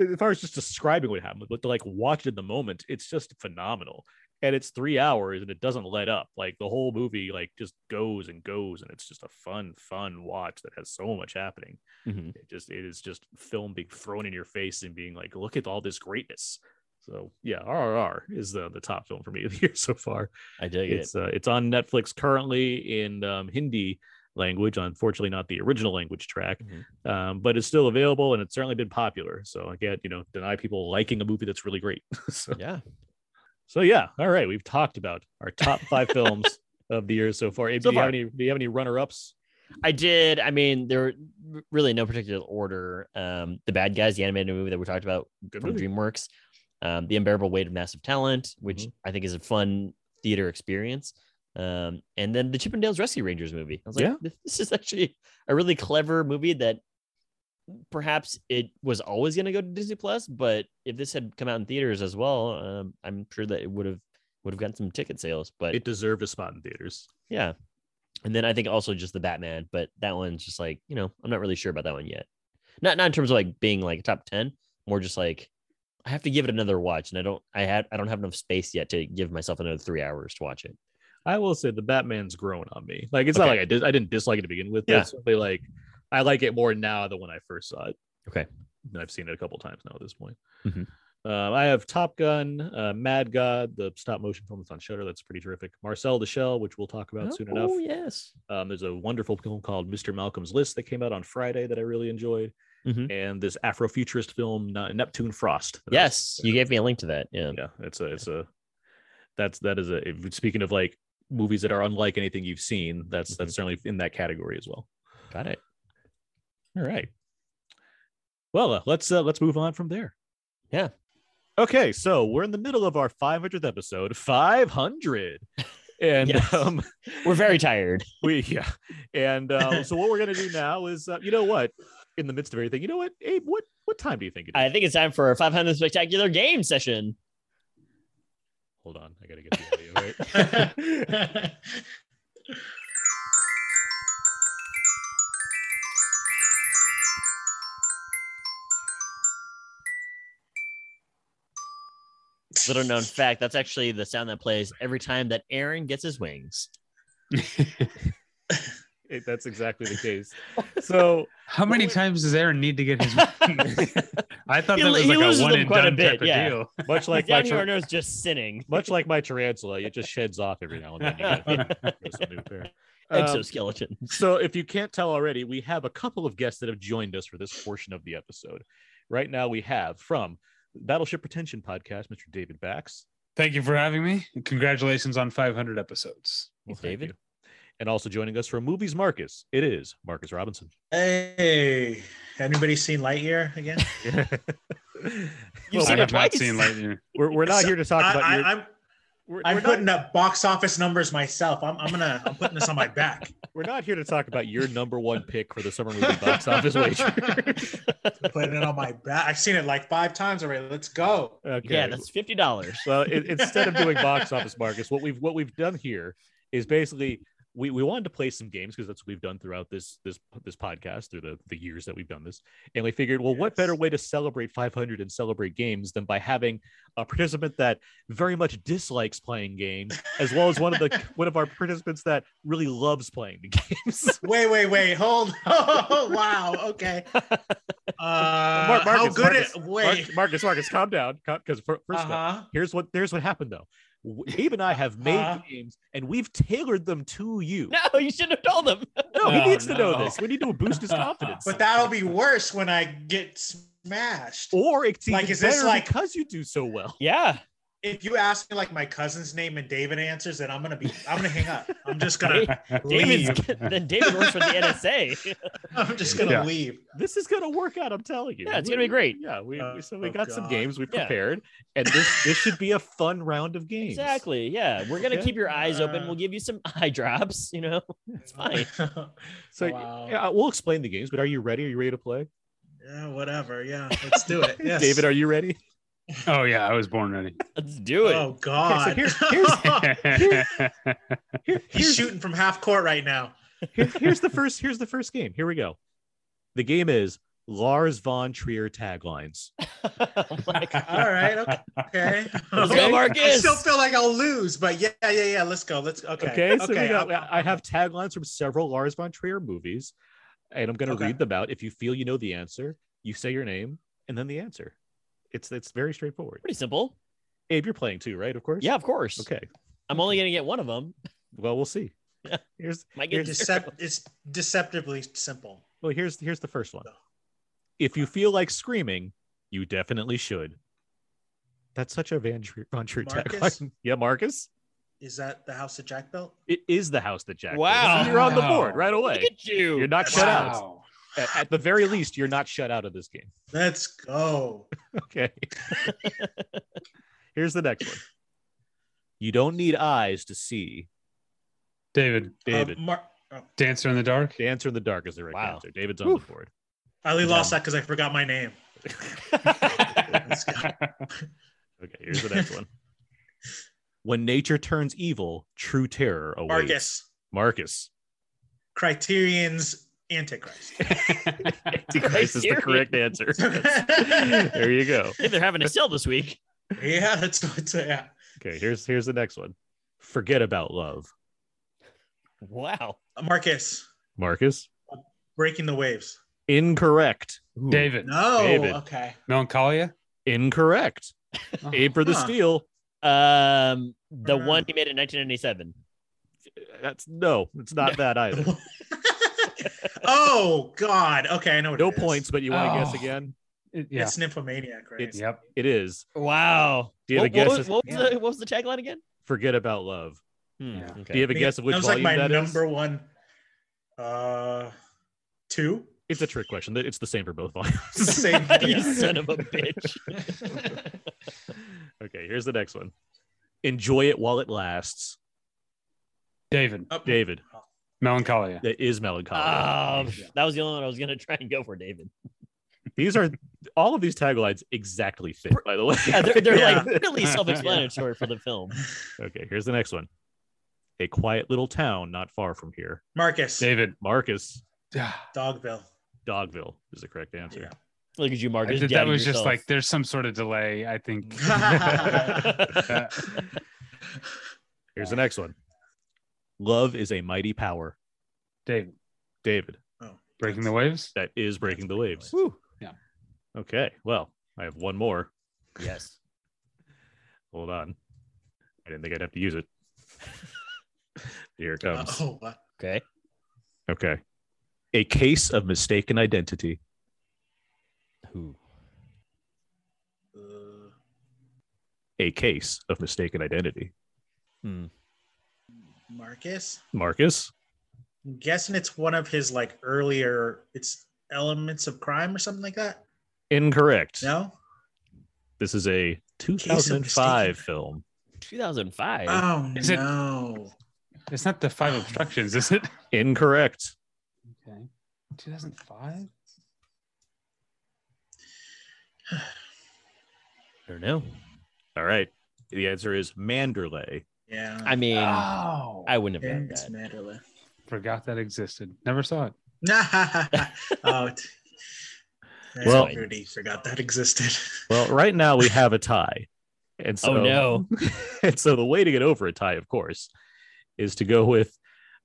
[SPEAKER 2] Yeah.
[SPEAKER 1] as far as just describing what happened, but to like watch it in the moment, it's just phenomenal. And it's three hours and it doesn't let up. Like the whole movie, like just goes and goes, and it's just a fun, fun watch that has so much happening.
[SPEAKER 2] Mhm.
[SPEAKER 1] It just it is just film being thrown in your face and being like, look at all this greatness. So yeah, RRR is the the top film for me of the year so far.
[SPEAKER 2] I dig it.
[SPEAKER 1] It's uh, it's on Netflix currently in um, Hindi language. Unfortunately, not the original language track,
[SPEAKER 2] Mm-hmm.
[SPEAKER 1] um, but it's still available and it's certainly been popular. So I can't you know deny people liking a movie that's really great. so
[SPEAKER 2] Yeah.
[SPEAKER 1] so yeah, all right. We've talked about our top five films of the year so far. Abe,
[SPEAKER 2] So
[SPEAKER 1] do you
[SPEAKER 2] far.
[SPEAKER 1] have any? Do you have any runner ups?
[SPEAKER 2] I did. I mean, there were really no particular order. Um, the bad guys, the animated movie that we talked about
[SPEAKER 1] Good
[SPEAKER 2] from
[SPEAKER 1] movie.
[SPEAKER 2] DreamWorks, um, the unbearable weight of massive talent, which
[SPEAKER 1] Mhm.
[SPEAKER 2] I think is a fun theater experience. Um, and then the Chippendales Rescue Rangers movie. I was like,
[SPEAKER 1] Yeah.
[SPEAKER 2] "This- this is actually a really clever movie that perhaps it was always going to go to Disney Plus, but if this had come out in theaters as well, um, I'm sure that it would have would have gotten some ticket sales. But
[SPEAKER 1] It deserved a spot in theaters.
[SPEAKER 2] yeah. And then I think also just the Batman, but that one's just like, you know, I'm not really sure about that one yet. Not not in terms of like being like top 10, more just like I have to give it another watch and I don't I had I don't have enough space yet to give myself another 3 hours to watch it.
[SPEAKER 1] I will say the Batman's grown on me. Like it's not
[SPEAKER 2] Okay.
[SPEAKER 1] like I did I didn't dislike it to begin with, but
[SPEAKER 2] Yeah.
[SPEAKER 1] it's simply like I like it more now than when I first saw it.
[SPEAKER 2] Okay.
[SPEAKER 1] And I've seen it a couple times now at this point.
[SPEAKER 2] Mhm.
[SPEAKER 1] Um, I have Top Gun, uh, Mad God, the stop motion film that's on Shutter. That's pretty terrific. Marcel the Shell, which we'll talk about soon enough.
[SPEAKER 2] Oh, yes.
[SPEAKER 1] Um, there's a wonderful film called Mr. Malcolm's List that came out on Friday that I really enjoyed,
[SPEAKER 2] Mhm.
[SPEAKER 1] and this Afrofuturist film Ne- Neptune Frost. that I was
[SPEAKER 2] Yes, you gave me a link to that. Yeah.
[SPEAKER 1] yeah it's a it's a that's that is a if- speaking of like movies that are unlike anything you've seen that's
[SPEAKER 2] Mm-hmm.
[SPEAKER 1] that's certainly in that category as well
[SPEAKER 2] Got it.
[SPEAKER 1] all right well uh, let's uh, let's move on from there
[SPEAKER 2] Yeah.
[SPEAKER 1] okay so we're in the middle of our 500th episode 500 and
[SPEAKER 2] Yes.
[SPEAKER 1] um
[SPEAKER 2] We're very tired.
[SPEAKER 1] we yeah and uh, so what we're gonna do now is uh, you know what in the midst of everything you know what abe what what time do you think it is
[SPEAKER 2] I think it's time for our 500 spectacular game session.
[SPEAKER 1] hold on i gotta get the audio right
[SPEAKER 2] Little known fact, that's actually the sound that plays every time that Aaron gets his wings.
[SPEAKER 1] It- that's exactly the case so
[SPEAKER 7] How many times does Aaron need to get his? I thought
[SPEAKER 2] He
[SPEAKER 7] that
[SPEAKER 2] lo-
[SPEAKER 7] was
[SPEAKER 2] he
[SPEAKER 7] like
[SPEAKER 2] loses
[SPEAKER 7] a
[SPEAKER 2] them
[SPEAKER 7] one and
[SPEAKER 2] quite a
[SPEAKER 7] done
[SPEAKER 2] bit,
[SPEAKER 7] type of
[SPEAKER 2] yeah.
[SPEAKER 7] deal.
[SPEAKER 1] much like my
[SPEAKER 2] Down
[SPEAKER 1] tra-
[SPEAKER 2] here, is just sinning.
[SPEAKER 1] much like my tarantula, it just sheds off every now and then. You gotta throw some new pair. Um,
[SPEAKER 2] Exoskeleton.
[SPEAKER 1] so, if you can't tell already, we have a couple of guests that have joined us for this portion of the episode. Right now, we have from Battleship Retention Podcast, Mr. David Bax.
[SPEAKER 7] Thank you for having me. and Congratulations on 500 episodes.
[SPEAKER 1] Well, thank
[SPEAKER 2] David.
[SPEAKER 1] you. And also joining us from Movies Marcus, it is Marcus Robinson.
[SPEAKER 8] Hey, anybody seen Lightyear again?
[SPEAKER 2] You've
[SPEAKER 1] Well,
[SPEAKER 7] I
[SPEAKER 2] seen
[SPEAKER 7] have
[SPEAKER 2] it
[SPEAKER 7] not
[SPEAKER 2] twice.
[SPEAKER 7] seen Lightyear.
[SPEAKER 1] we're, we're not
[SPEAKER 8] So,
[SPEAKER 1] here to talk about
[SPEAKER 8] I,
[SPEAKER 1] your.
[SPEAKER 8] I, I'm
[SPEAKER 1] we're,
[SPEAKER 8] I'm
[SPEAKER 1] we're not,
[SPEAKER 8] putting up box office numbers myself. I'm, I'm gonna I'm putting this on my back.
[SPEAKER 1] we're not here to talk about your number one pick for the summer movie box office wager.
[SPEAKER 8] I'm putting it on my back. I've seen it like five times already. Let's go.
[SPEAKER 1] Okay.
[SPEAKER 2] Yeah, that's fifty dollars.
[SPEAKER 1] Well, i instead of doing box office, Marcus, what we've what we've done here is basically we, we wanted to play some games because that's what we've done throughout this this this podcast through the the years that we've done this, and we figured, well, what better way to celebrate 500 and celebrate games than by having a participant that very much dislikes playing games, as well as one of the one of our participants that really loves playing the games.
[SPEAKER 8] Wait, wait, wait. Hold. Oh, wow. Okay. Uh,
[SPEAKER 1] Mar-
[SPEAKER 8] how
[SPEAKER 1] Marcus,
[SPEAKER 8] good?
[SPEAKER 1] Marcus,
[SPEAKER 8] it,
[SPEAKER 1] Mar-
[SPEAKER 8] wait.
[SPEAKER 1] Marcus, Marcus, calm down, because 1st off,
[SPEAKER 8] uh-huh.
[SPEAKER 1] here's what here's what happened though. W- Abe and I have made
[SPEAKER 8] Uh-huh.
[SPEAKER 1] games and we've tailored them to you.
[SPEAKER 2] No, you shouldn't have told them.
[SPEAKER 1] No, he
[SPEAKER 2] Oh,
[SPEAKER 7] No,
[SPEAKER 1] needs to know
[SPEAKER 7] no.
[SPEAKER 1] this. We need to boost his confidence.
[SPEAKER 8] But that'll be worse when I get smashed.
[SPEAKER 1] or it's
[SPEAKER 8] Like,
[SPEAKER 1] even
[SPEAKER 8] is this
[SPEAKER 1] better
[SPEAKER 8] like-
[SPEAKER 1] because you do so well.
[SPEAKER 2] Yeah,
[SPEAKER 8] If you ask me like my cousin's name and David answers, then I'm gonna be I'm gonna hang up. I'm just gonna
[SPEAKER 2] David's,
[SPEAKER 8] leave.
[SPEAKER 2] then David works for the NSA.
[SPEAKER 8] I'm just gonna
[SPEAKER 7] Yeah.
[SPEAKER 8] leave.
[SPEAKER 1] This is gonna work out. I'm telling you.
[SPEAKER 2] Yeah, it's
[SPEAKER 1] We-
[SPEAKER 2] gonna be great.
[SPEAKER 1] Yeah, we we- so we
[SPEAKER 8] Oh,
[SPEAKER 1] got some
[SPEAKER 8] God.
[SPEAKER 1] games we
[SPEAKER 2] Yeah.
[SPEAKER 1] prepared, and this this should be a fun round of games.
[SPEAKER 2] Exactly. Yeah, we're gonna
[SPEAKER 1] Okay.
[SPEAKER 2] keep your eyes open.
[SPEAKER 8] Uh,
[SPEAKER 2] We'll give you some eye drops. You know, it's fine.
[SPEAKER 1] So
[SPEAKER 8] Oh, Wow.
[SPEAKER 1] yeah, we'll explain the games. But are you ready? Are you ready to play,
[SPEAKER 8] Yeah, whatever. Yeah, let's do it. Yes.
[SPEAKER 1] David? Are you ready?
[SPEAKER 7] Oh yeah, I was born ready.
[SPEAKER 2] Let's do it.
[SPEAKER 8] Oh God.
[SPEAKER 1] Okay, so here's-
[SPEAKER 2] Oh.
[SPEAKER 1] Here,
[SPEAKER 8] He's
[SPEAKER 1] here's,
[SPEAKER 8] shooting from half court right now.
[SPEAKER 1] here- here's the first. Here's the first game. Here we go. The game is Lars von Trier taglines.
[SPEAKER 2] I'm like,
[SPEAKER 8] All right. Okay. okay.
[SPEAKER 2] Let's
[SPEAKER 1] Okay.
[SPEAKER 2] go,
[SPEAKER 8] I
[SPEAKER 2] Marcus.
[SPEAKER 8] still feel like I'll lose, but yeah, yeah, yeah. Let's go. Let's okay.
[SPEAKER 1] Okay, so we got,
[SPEAKER 8] I'll-
[SPEAKER 1] I have taglines from several Lars von Trier movies, and I'm going to
[SPEAKER 8] Okay.
[SPEAKER 1] read them out. If you feel you know the answer, you say your name and then the answer. It's it's very straightforward.
[SPEAKER 2] Pretty simple.
[SPEAKER 1] Abe, you're playing too, right? Of course.
[SPEAKER 2] Yeah, of course.
[SPEAKER 1] Okay.
[SPEAKER 2] I'm only gonna get one of them.
[SPEAKER 1] Well, we'll see. Here's
[SPEAKER 2] Might get
[SPEAKER 1] Here's-
[SPEAKER 2] zero.
[SPEAKER 8] Decep- it's deceptively simple.
[SPEAKER 1] well, here's here's the first one. If you feel like screaming, you definitely should. That's such a Van Tr- Von True
[SPEAKER 8] Marcus?
[SPEAKER 1] tagline. Yeah, Marcus.
[SPEAKER 8] Is that the house of Jack built?
[SPEAKER 1] It is the house that Jack. built.
[SPEAKER 2] Wow.
[SPEAKER 1] you're on the board
[SPEAKER 7] Wow.
[SPEAKER 1] right
[SPEAKER 2] Look
[SPEAKER 1] away.
[SPEAKER 2] at you.
[SPEAKER 1] You're not shut out.
[SPEAKER 7] Wow.
[SPEAKER 1] At, at the very least, you're not shut out of this game.
[SPEAKER 8] Let's go.
[SPEAKER 1] Okay. Here's the next one. You don't need eyes to see.
[SPEAKER 7] David,
[SPEAKER 1] David,
[SPEAKER 8] Um, Mar- oh,
[SPEAKER 7] Dancer in the Dark.
[SPEAKER 1] the answer in the dark is the right
[SPEAKER 2] Wow.
[SPEAKER 1] answer. David's on
[SPEAKER 2] Whew.
[SPEAKER 1] the board.
[SPEAKER 8] I only lost that because I forgot my name. Let's go.
[SPEAKER 1] Okay, here's the next one. When nature turns evil, true terror awaits.
[SPEAKER 8] Marcus.
[SPEAKER 1] Marcus.
[SPEAKER 8] Criterion's Antichrist.
[SPEAKER 1] Antichrist is the correct answer. there you go.
[SPEAKER 2] I think they're having a sale this week.
[SPEAKER 8] yeah, that's what's yeah.
[SPEAKER 1] Okay, here's here's the next one. Forget about love.
[SPEAKER 2] Wow.
[SPEAKER 8] Uh, Marcus
[SPEAKER 1] Marcus.
[SPEAKER 8] breaking the waves.
[SPEAKER 1] Incorrect.
[SPEAKER 7] David,
[SPEAKER 8] No,
[SPEAKER 1] David.
[SPEAKER 8] okay.
[SPEAKER 7] Melancholia.
[SPEAKER 1] Incorrect. Abe for the
[SPEAKER 8] Uh-huh. Huh.
[SPEAKER 1] steal.
[SPEAKER 2] Um, the
[SPEAKER 8] Uh.
[SPEAKER 2] one he made in 1997.
[SPEAKER 1] That's no, it's not that either.
[SPEAKER 8] oh God. Okay, I know what
[SPEAKER 1] No
[SPEAKER 8] it is.
[SPEAKER 1] points, but you want to guess
[SPEAKER 7] Oh.
[SPEAKER 1] again?
[SPEAKER 7] It- yeah.
[SPEAKER 8] It's nymphomaniac, right?
[SPEAKER 1] It's-
[SPEAKER 7] Yep.
[SPEAKER 1] It is.
[SPEAKER 2] Wow.
[SPEAKER 1] Do you have
[SPEAKER 2] what,
[SPEAKER 1] a guess as-
[SPEAKER 2] What, was- what was the, what was the tagline again?
[SPEAKER 1] Forget about love.
[SPEAKER 2] Hmm,
[SPEAKER 7] Yeah.
[SPEAKER 2] okay.
[SPEAKER 1] Do you have a
[SPEAKER 8] I think
[SPEAKER 1] guess of which
[SPEAKER 8] that was
[SPEAKER 1] volume
[SPEAKER 8] like my
[SPEAKER 1] that is?
[SPEAKER 8] number one uh two.
[SPEAKER 1] It's a trick question. It's the same for both volumes.
[SPEAKER 8] Same
[SPEAKER 2] you
[SPEAKER 8] yeah.
[SPEAKER 2] son of a bitch.
[SPEAKER 1] okay, here's the next one. Enjoy it while it lasts.
[SPEAKER 7] David,
[SPEAKER 8] Up-
[SPEAKER 1] David,
[SPEAKER 7] Melancholia.
[SPEAKER 1] that is melancholy.
[SPEAKER 2] Um, that was the only one I was gonna try and go for, David.
[SPEAKER 1] These are all of these taglines exactly fit, by the way.
[SPEAKER 2] Yeah, they're they're
[SPEAKER 8] Yeah.
[SPEAKER 2] like really self-explanatory for the film.
[SPEAKER 1] okay, here's the next one. A quiet little town not far from here.
[SPEAKER 8] Marcus
[SPEAKER 7] David.
[SPEAKER 1] Marcus,
[SPEAKER 7] Ah,
[SPEAKER 8] Dogville.
[SPEAKER 1] Dogville is the correct answer.
[SPEAKER 8] Yeah.
[SPEAKER 2] Look at you,
[SPEAKER 7] I
[SPEAKER 2] Marcus.
[SPEAKER 7] did- that
[SPEAKER 2] doubting
[SPEAKER 7] was just
[SPEAKER 2] yourself.
[SPEAKER 7] like there's some sort of delay. I think. Uh,
[SPEAKER 1] Here's the next one. Love is a mighty power.
[SPEAKER 7] David,
[SPEAKER 1] David,
[SPEAKER 8] Oh,
[SPEAKER 7] breaking the waves.
[SPEAKER 1] that is breaking the waves.
[SPEAKER 2] Whew.
[SPEAKER 1] Okay, well, I have one more.
[SPEAKER 2] yes.
[SPEAKER 1] Hold on. I didn't think I'd have to use it. Here it comes.
[SPEAKER 8] oh, what?
[SPEAKER 2] Okay.
[SPEAKER 1] Okay. A case of mistaken identity.
[SPEAKER 2] Who?
[SPEAKER 8] Uh,
[SPEAKER 1] A case of mistaken identity.
[SPEAKER 8] Marcus.
[SPEAKER 1] Marcus,
[SPEAKER 8] I'm guessing it's one of his like earlier. It's elements of crime or something like that.
[SPEAKER 1] incorrect.
[SPEAKER 8] No.
[SPEAKER 1] This is a 2005 film.
[SPEAKER 2] 2005.
[SPEAKER 8] Oh
[SPEAKER 7] Is it-
[SPEAKER 8] no.
[SPEAKER 7] It's not the five obstructions, is it?
[SPEAKER 1] Incorrect.
[SPEAKER 7] Okay. 2005.
[SPEAKER 2] I don't know.
[SPEAKER 1] All right. The answer is Manderley.
[SPEAKER 8] Yeah.
[SPEAKER 2] I mean,
[SPEAKER 8] uh,
[SPEAKER 7] Oh,
[SPEAKER 2] I wouldn't have known
[SPEAKER 8] it's
[SPEAKER 2] that.
[SPEAKER 8] Manderley.
[SPEAKER 7] forgot that existed. Never saw it.
[SPEAKER 8] oh. T- that's
[SPEAKER 1] Well-
[SPEAKER 8] Rudy forgot that existed.
[SPEAKER 1] Well, right now we have a tie. And so
[SPEAKER 2] oh no.
[SPEAKER 1] and so the way to get over a tie, of course, is to go with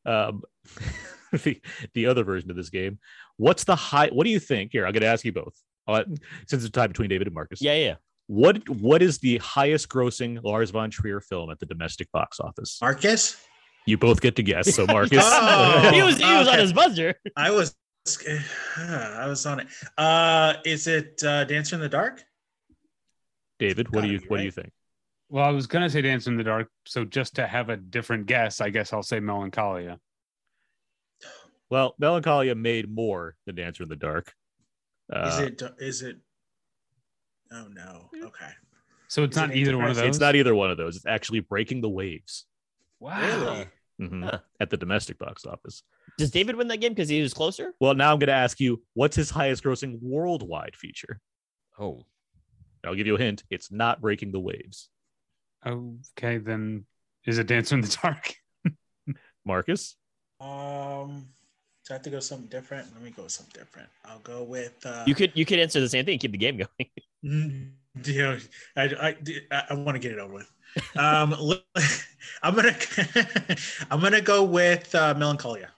[SPEAKER 1] um, the the other version of this game. What's the high? What do you think? Here, I'm going to ask you both. Uh, since it's a tie between David and Marcus,
[SPEAKER 2] Yeah, yeah.
[SPEAKER 1] What what is the highest grossing Lars von Trier film at the domestic box office?
[SPEAKER 8] Marcus.
[SPEAKER 1] You both get to guess. So Marcus,
[SPEAKER 8] Oh,
[SPEAKER 2] he was he was on
[SPEAKER 8] okay.
[SPEAKER 2] his buzzer.
[SPEAKER 8] I was. I was on it. Uh, is it uh, Dancer in the Dark?
[SPEAKER 1] David, what do
[SPEAKER 8] Gotta
[SPEAKER 1] you
[SPEAKER 8] be,
[SPEAKER 1] what do you
[SPEAKER 8] right?
[SPEAKER 1] think?
[SPEAKER 7] Well, I was gonna say Dance in the Dark, so just to have a different guess, I guess I'll say Melancholia.
[SPEAKER 1] Well, Melancholia made more than Dancer in the Dark.
[SPEAKER 8] Is
[SPEAKER 1] Uh,
[SPEAKER 8] it? Is it? Oh no.
[SPEAKER 2] Hmm.
[SPEAKER 8] Okay.
[SPEAKER 7] So it's
[SPEAKER 8] Is it
[SPEAKER 7] not either one of those.
[SPEAKER 1] it's not either one of those. It's actually breaking the waves
[SPEAKER 7] Wow.
[SPEAKER 1] Mhm.
[SPEAKER 2] Huh.
[SPEAKER 1] at the domestic box office.
[SPEAKER 2] Does David win that game because he was closer?
[SPEAKER 1] Well, now I'm going to ask you, what's his highest grossing worldwide feature?
[SPEAKER 2] Oh.
[SPEAKER 1] I'll give you a hint. It's not breaking the waves.
[SPEAKER 7] Okay, then is it Dance in the Dark?
[SPEAKER 1] Marcus,
[SPEAKER 8] Um, so I have to go something different. Let me go with something different. I'll go with. Uh,
[SPEAKER 2] You could you could answer the same thing and keep the game going.
[SPEAKER 8] Mm, You know, I I want to get it over with. Um, l- I'm gonna I'm gonna go with uh, Melancholia.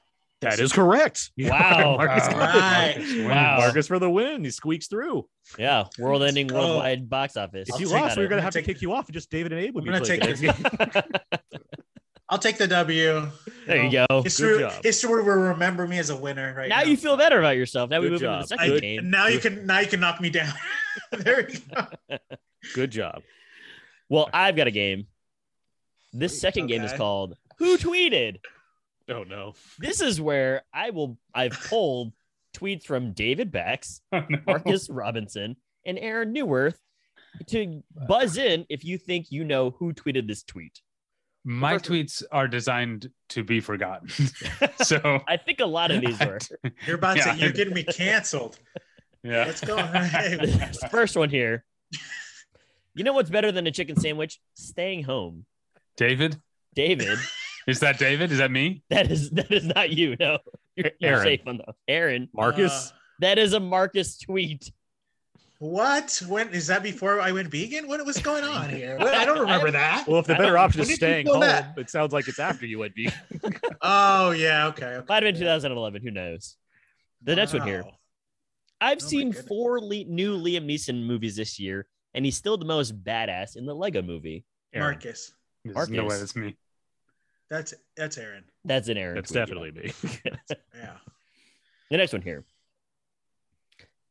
[SPEAKER 1] That is correct.
[SPEAKER 2] Wow.
[SPEAKER 1] Marcus,
[SPEAKER 7] All
[SPEAKER 8] right.
[SPEAKER 2] Wow.
[SPEAKER 1] Marcus for the win. He squeaks through.
[SPEAKER 2] Yeah, world-ending,
[SPEAKER 8] go.
[SPEAKER 2] worldwide box office.
[SPEAKER 1] If
[SPEAKER 8] I'll
[SPEAKER 1] you
[SPEAKER 8] take
[SPEAKER 1] lost, we
[SPEAKER 8] it.
[SPEAKER 1] were going to
[SPEAKER 8] I'm
[SPEAKER 1] have to
[SPEAKER 8] gonna take
[SPEAKER 1] kick you off and just David and Abe would
[SPEAKER 8] I'm
[SPEAKER 1] be
[SPEAKER 8] gonna
[SPEAKER 1] playing
[SPEAKER 8] take
[SPEAKER 1] the next game.
[SPEAKER 8] I'll take the W.
[SPEAKER 2] there you go.
[SPEAKER 8] History,
[SPEAKER 1] Oh, job.
[SPEAKER 8] history will remember me as a winner right now.
[SPEAKER 2] Now you feel better about yourself. Now we
[SPEAKER 1] Good
[SPEAKER 2] move into the
[SPEAKER 1] job.
[SPEAKER 2] second
[SPEAKER 8] I,
[SPEAKER 2] game.
[SPEAKER 8] now you can now you can knock me down. there you go.
[SPEAKER 1] Good job.
[SPEAKER 2] Well, I've got a game. This second game is
[SPEAKER 8] Okay.
[SPEAKER 2] called Who Tweeted?
[SPEAKER 1] Oh, no.
[SPEAKER 2] This is where I will I've pulled tweets from David Bax, Marcus Robinson, and Aaron Newworth to buzz in if you think you know who tweeted this tweet.
[SPEAKER 7] My
[SPEAKER 2] First-
[SPEAKER 7] tweets are designed to be forgotten. so
[SPEAKER 2] I think a lot of these were.
[SPEAKER 8] You're about
[SPEAKER 7] Yeah.
[SPEAKER 8] to you're getting me canceled.
[SPEAKER 7] yeah.
[SPEAKER 8] Let's go. Hey,
[SPEAKER 2] this first one here. You know what's better than a chicken sandwich? Staying home.
[SPEAKER 7] David,
[SPEAKER 2] David,
[SPEAKER 7] is that David? Is that me?
[SPEAKER 2] that is that is not you. No, you're, you're
[SPEAKER 1] Aaron.
[SPEAKER 2] safe on the Aaron.
[SPEAKER 1] Marcus?
[SPEAKER 8] uh,
[SPEAKER 2] That is a Marcus tweet.
[SPEAKER 8] what? When is that before I went vegan? What was going on here? What- I don't remember that.
[SPEAKER 1] well, if the
[SPEAKER 2] I
[SPEAKER 1] better
[SPEAKER 2] don't-
[SPEAKER 1] option
[SPEAKER 8] when
[SPEAKER 1] is
[SPEAKER 8] did you
[SPEAKER 1] staying
[SPEAKER 8] pull
[SPEAKER 1] home,
[SPEAKER 8] that?
[SPEAKER 1] it sounds like it's after you went vegan.
[SPEAKER 8] Oh yeah, okay. Oh, okay.
[SPEAKER 2] Might have been 2011. Who knows? The next one here.
[SPEAKER 8] Wow.
[SPEAKER 2] I've
[SPEAKER 8] Oh my
[SPEAKER 2] seen
[SPEAKER 8] goodness.
[SPEAKER 2] four le- new Liam Neeson movies this year, and he's still the most badass in the Lego movie.
[SPEAKER 1] Aaron,
[SPEAKER 8] Marcus.
[SPEAKER 7] There's no
[SPEAKER 2] Marcus.
[SPEAKER 7] way that's me.
[SPEAKER 8] That's that's Aaron.
[SPEAKER 2] That's an Aaron.
[SPEAKER 1] that's
[SPEAKER 2] tweet, you know.
[SPEAKER 1] definitely me.
[SPEAKER 8] Yeah.
[SPEAKER 2] The next one here.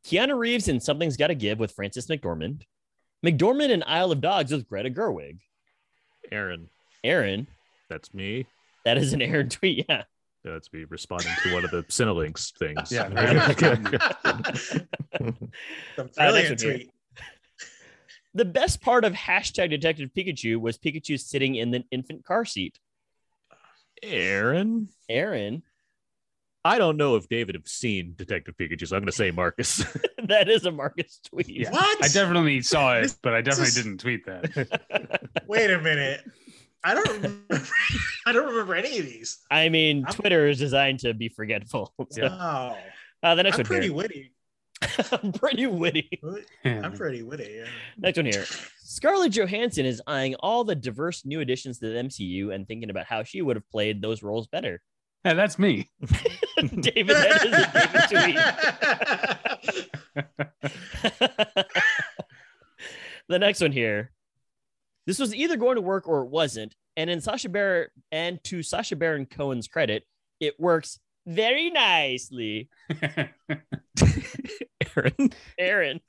[SPEAKER 2] Keanu Reeves in Something's Gotta Give with Francis McDormand. McDormand in Isle of Dogs with Greta Gerwig.
[SPEAKER 1] Aaron,
[SPEAKER 2] Aaron,
[SPEAKER 1] that's me.
[SPEAKER 2] that is an Aaron tweet. Yeah.
[SPEAKER 1] That's me responding uh, to one of the Cinelinks things.
[SPEAKER 7] Yeah.
[SPEAKER 8] Some
[SPEAKER 2] Uh, one
[SPEAKER 8] brilliant
[SPEAKER 2] here.
[SPEAKER 8] tweet.
[SPEAKER 2] The best part of hashtag Detective Pikachu was Pikachu sitting in the infant car seat.
[SPEAKER 1] Aaron?
[SPEAKER 2] Aaron,
[SPEAKER 1] I don't know if David have seen Detective Pikachu, so I'm going to say Marcus.
[SPEAKER 2] that is a Marcus tweet.
[SPEAKER 7] Yeah.
[SPEAKER 8] What?
[SPEAKER 7] I definitely saw it, but I definitely
[SPEAKER 8] is-
[SPEAKER 7] didn't tweet that.
[SPEAKER 8] Wait a minute. I don't remember, I don't remember any of these.
[SPEAKER 2] I mean,
[SPEAKER 8] I'm-
[SPEAKER 2] Twitter is designed to be forgetful. So,
[SPEAKER 8] Wow.
[SPEAKER 2] uh, the next
[SPEAKER 8] I'm
[SPEAKER 2] one
[SPEAKER 8] pretty
[SPEAKER 2] here.
[SPEAKER 8] witty.
[SPEAKER 2] I'm pretty witty.
[SPEAKER 8] I'm pretty witty. Yeah.
[SPEAKER 2] Next one here. Scarlett Johansson is eyeing all the diverse new additions to the MCU and thinking about how she would have played those roles better.
[SPEAKER 7] Yeah, that's me.
[SPEAKER 2] David, that is a David tweet. the next one here. This was either going to work or it wasn't. And in Sasha Baron and to Sasha Baron Cohen's credit, it works very nicely.
[SPEAKER 1] Aaron,
[SPEAKER 2] Aaron,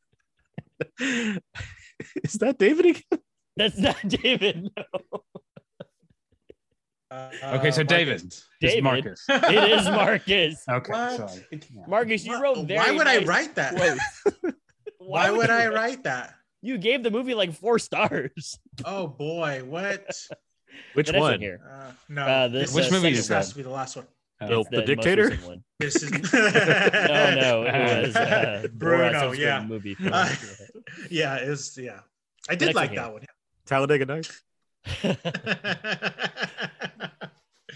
[SPEAKER 1] is that David again?
[SPEAKER 2] that's not David. No,
[SPEAKER 7] Okay,
[SPEAKER 8] Uh,
[SPEAKER 7] so David. It's
[SPEAKER 2] David.
[SPEAKER 7] Marcus.
[SPEAKER 2] it is Marcus.
[SPEAKER 7] Okay.
[SPEAKER 8] What?
[SPEAKER 7] Sorry. Yeah.
[SPEAKER 2] Marcus, you wrote very
[SPEAKER 8] Why would I
[SPEAKER 2] nice
[SPEAKER 8] write that?
[SPEAKER 2] quotes.
[SPEAKER 8] Why, would
[SPEAKER 2] you
[SPEAKER 8] I write that?
[SPEAKER 2] You gave the movie like four stars.
[SPEAKER 8] Oh boy, what?
[SPEAKER 1] Which
[SPEAKER 2] The next
[SPEAKER 1] one?
[SPEAKER 2] here.
[SPEAKER 8] Uh, no,
[SPEAKER 2] Uh, this,
[SPEAKER 7] Which
[SPEAKER 2] uh,
[SPEAKER 7] movie
[SPEAKER 2] second
[SPEAKER 8] this
[SPEAKER 7] is
[SPEAKER 2] one.
[SPEAKER 8] has to be the last one.
[SPEAKER 1] The-
[SPEAKER 2] It's
[SPEAKER 1] the
[SPEAKER 2] most
[SPEAKER 1] dictator?
[SPEAKER 2] recent one.
[SPEAKER 8] This is
[SPEAKER 2] No,
[SPEAKER 8] no,
[SPEAKER 2] no, it was uh, Borat's
[SPEAKER 8] Bruno,
[SPEAKER 2] sunscreen
[SPEAKER 8] yeah.
[SPEAKER 2] movie.
[SPEAKER 8] Uh, yeah, it was. Yeah, I did
[SPEAKER 2] next
[SPEAKER 8] like
[SPEAKER 2] one
[SPEAKER 8] that one.
[SPEAKER 1] Talladega Nights?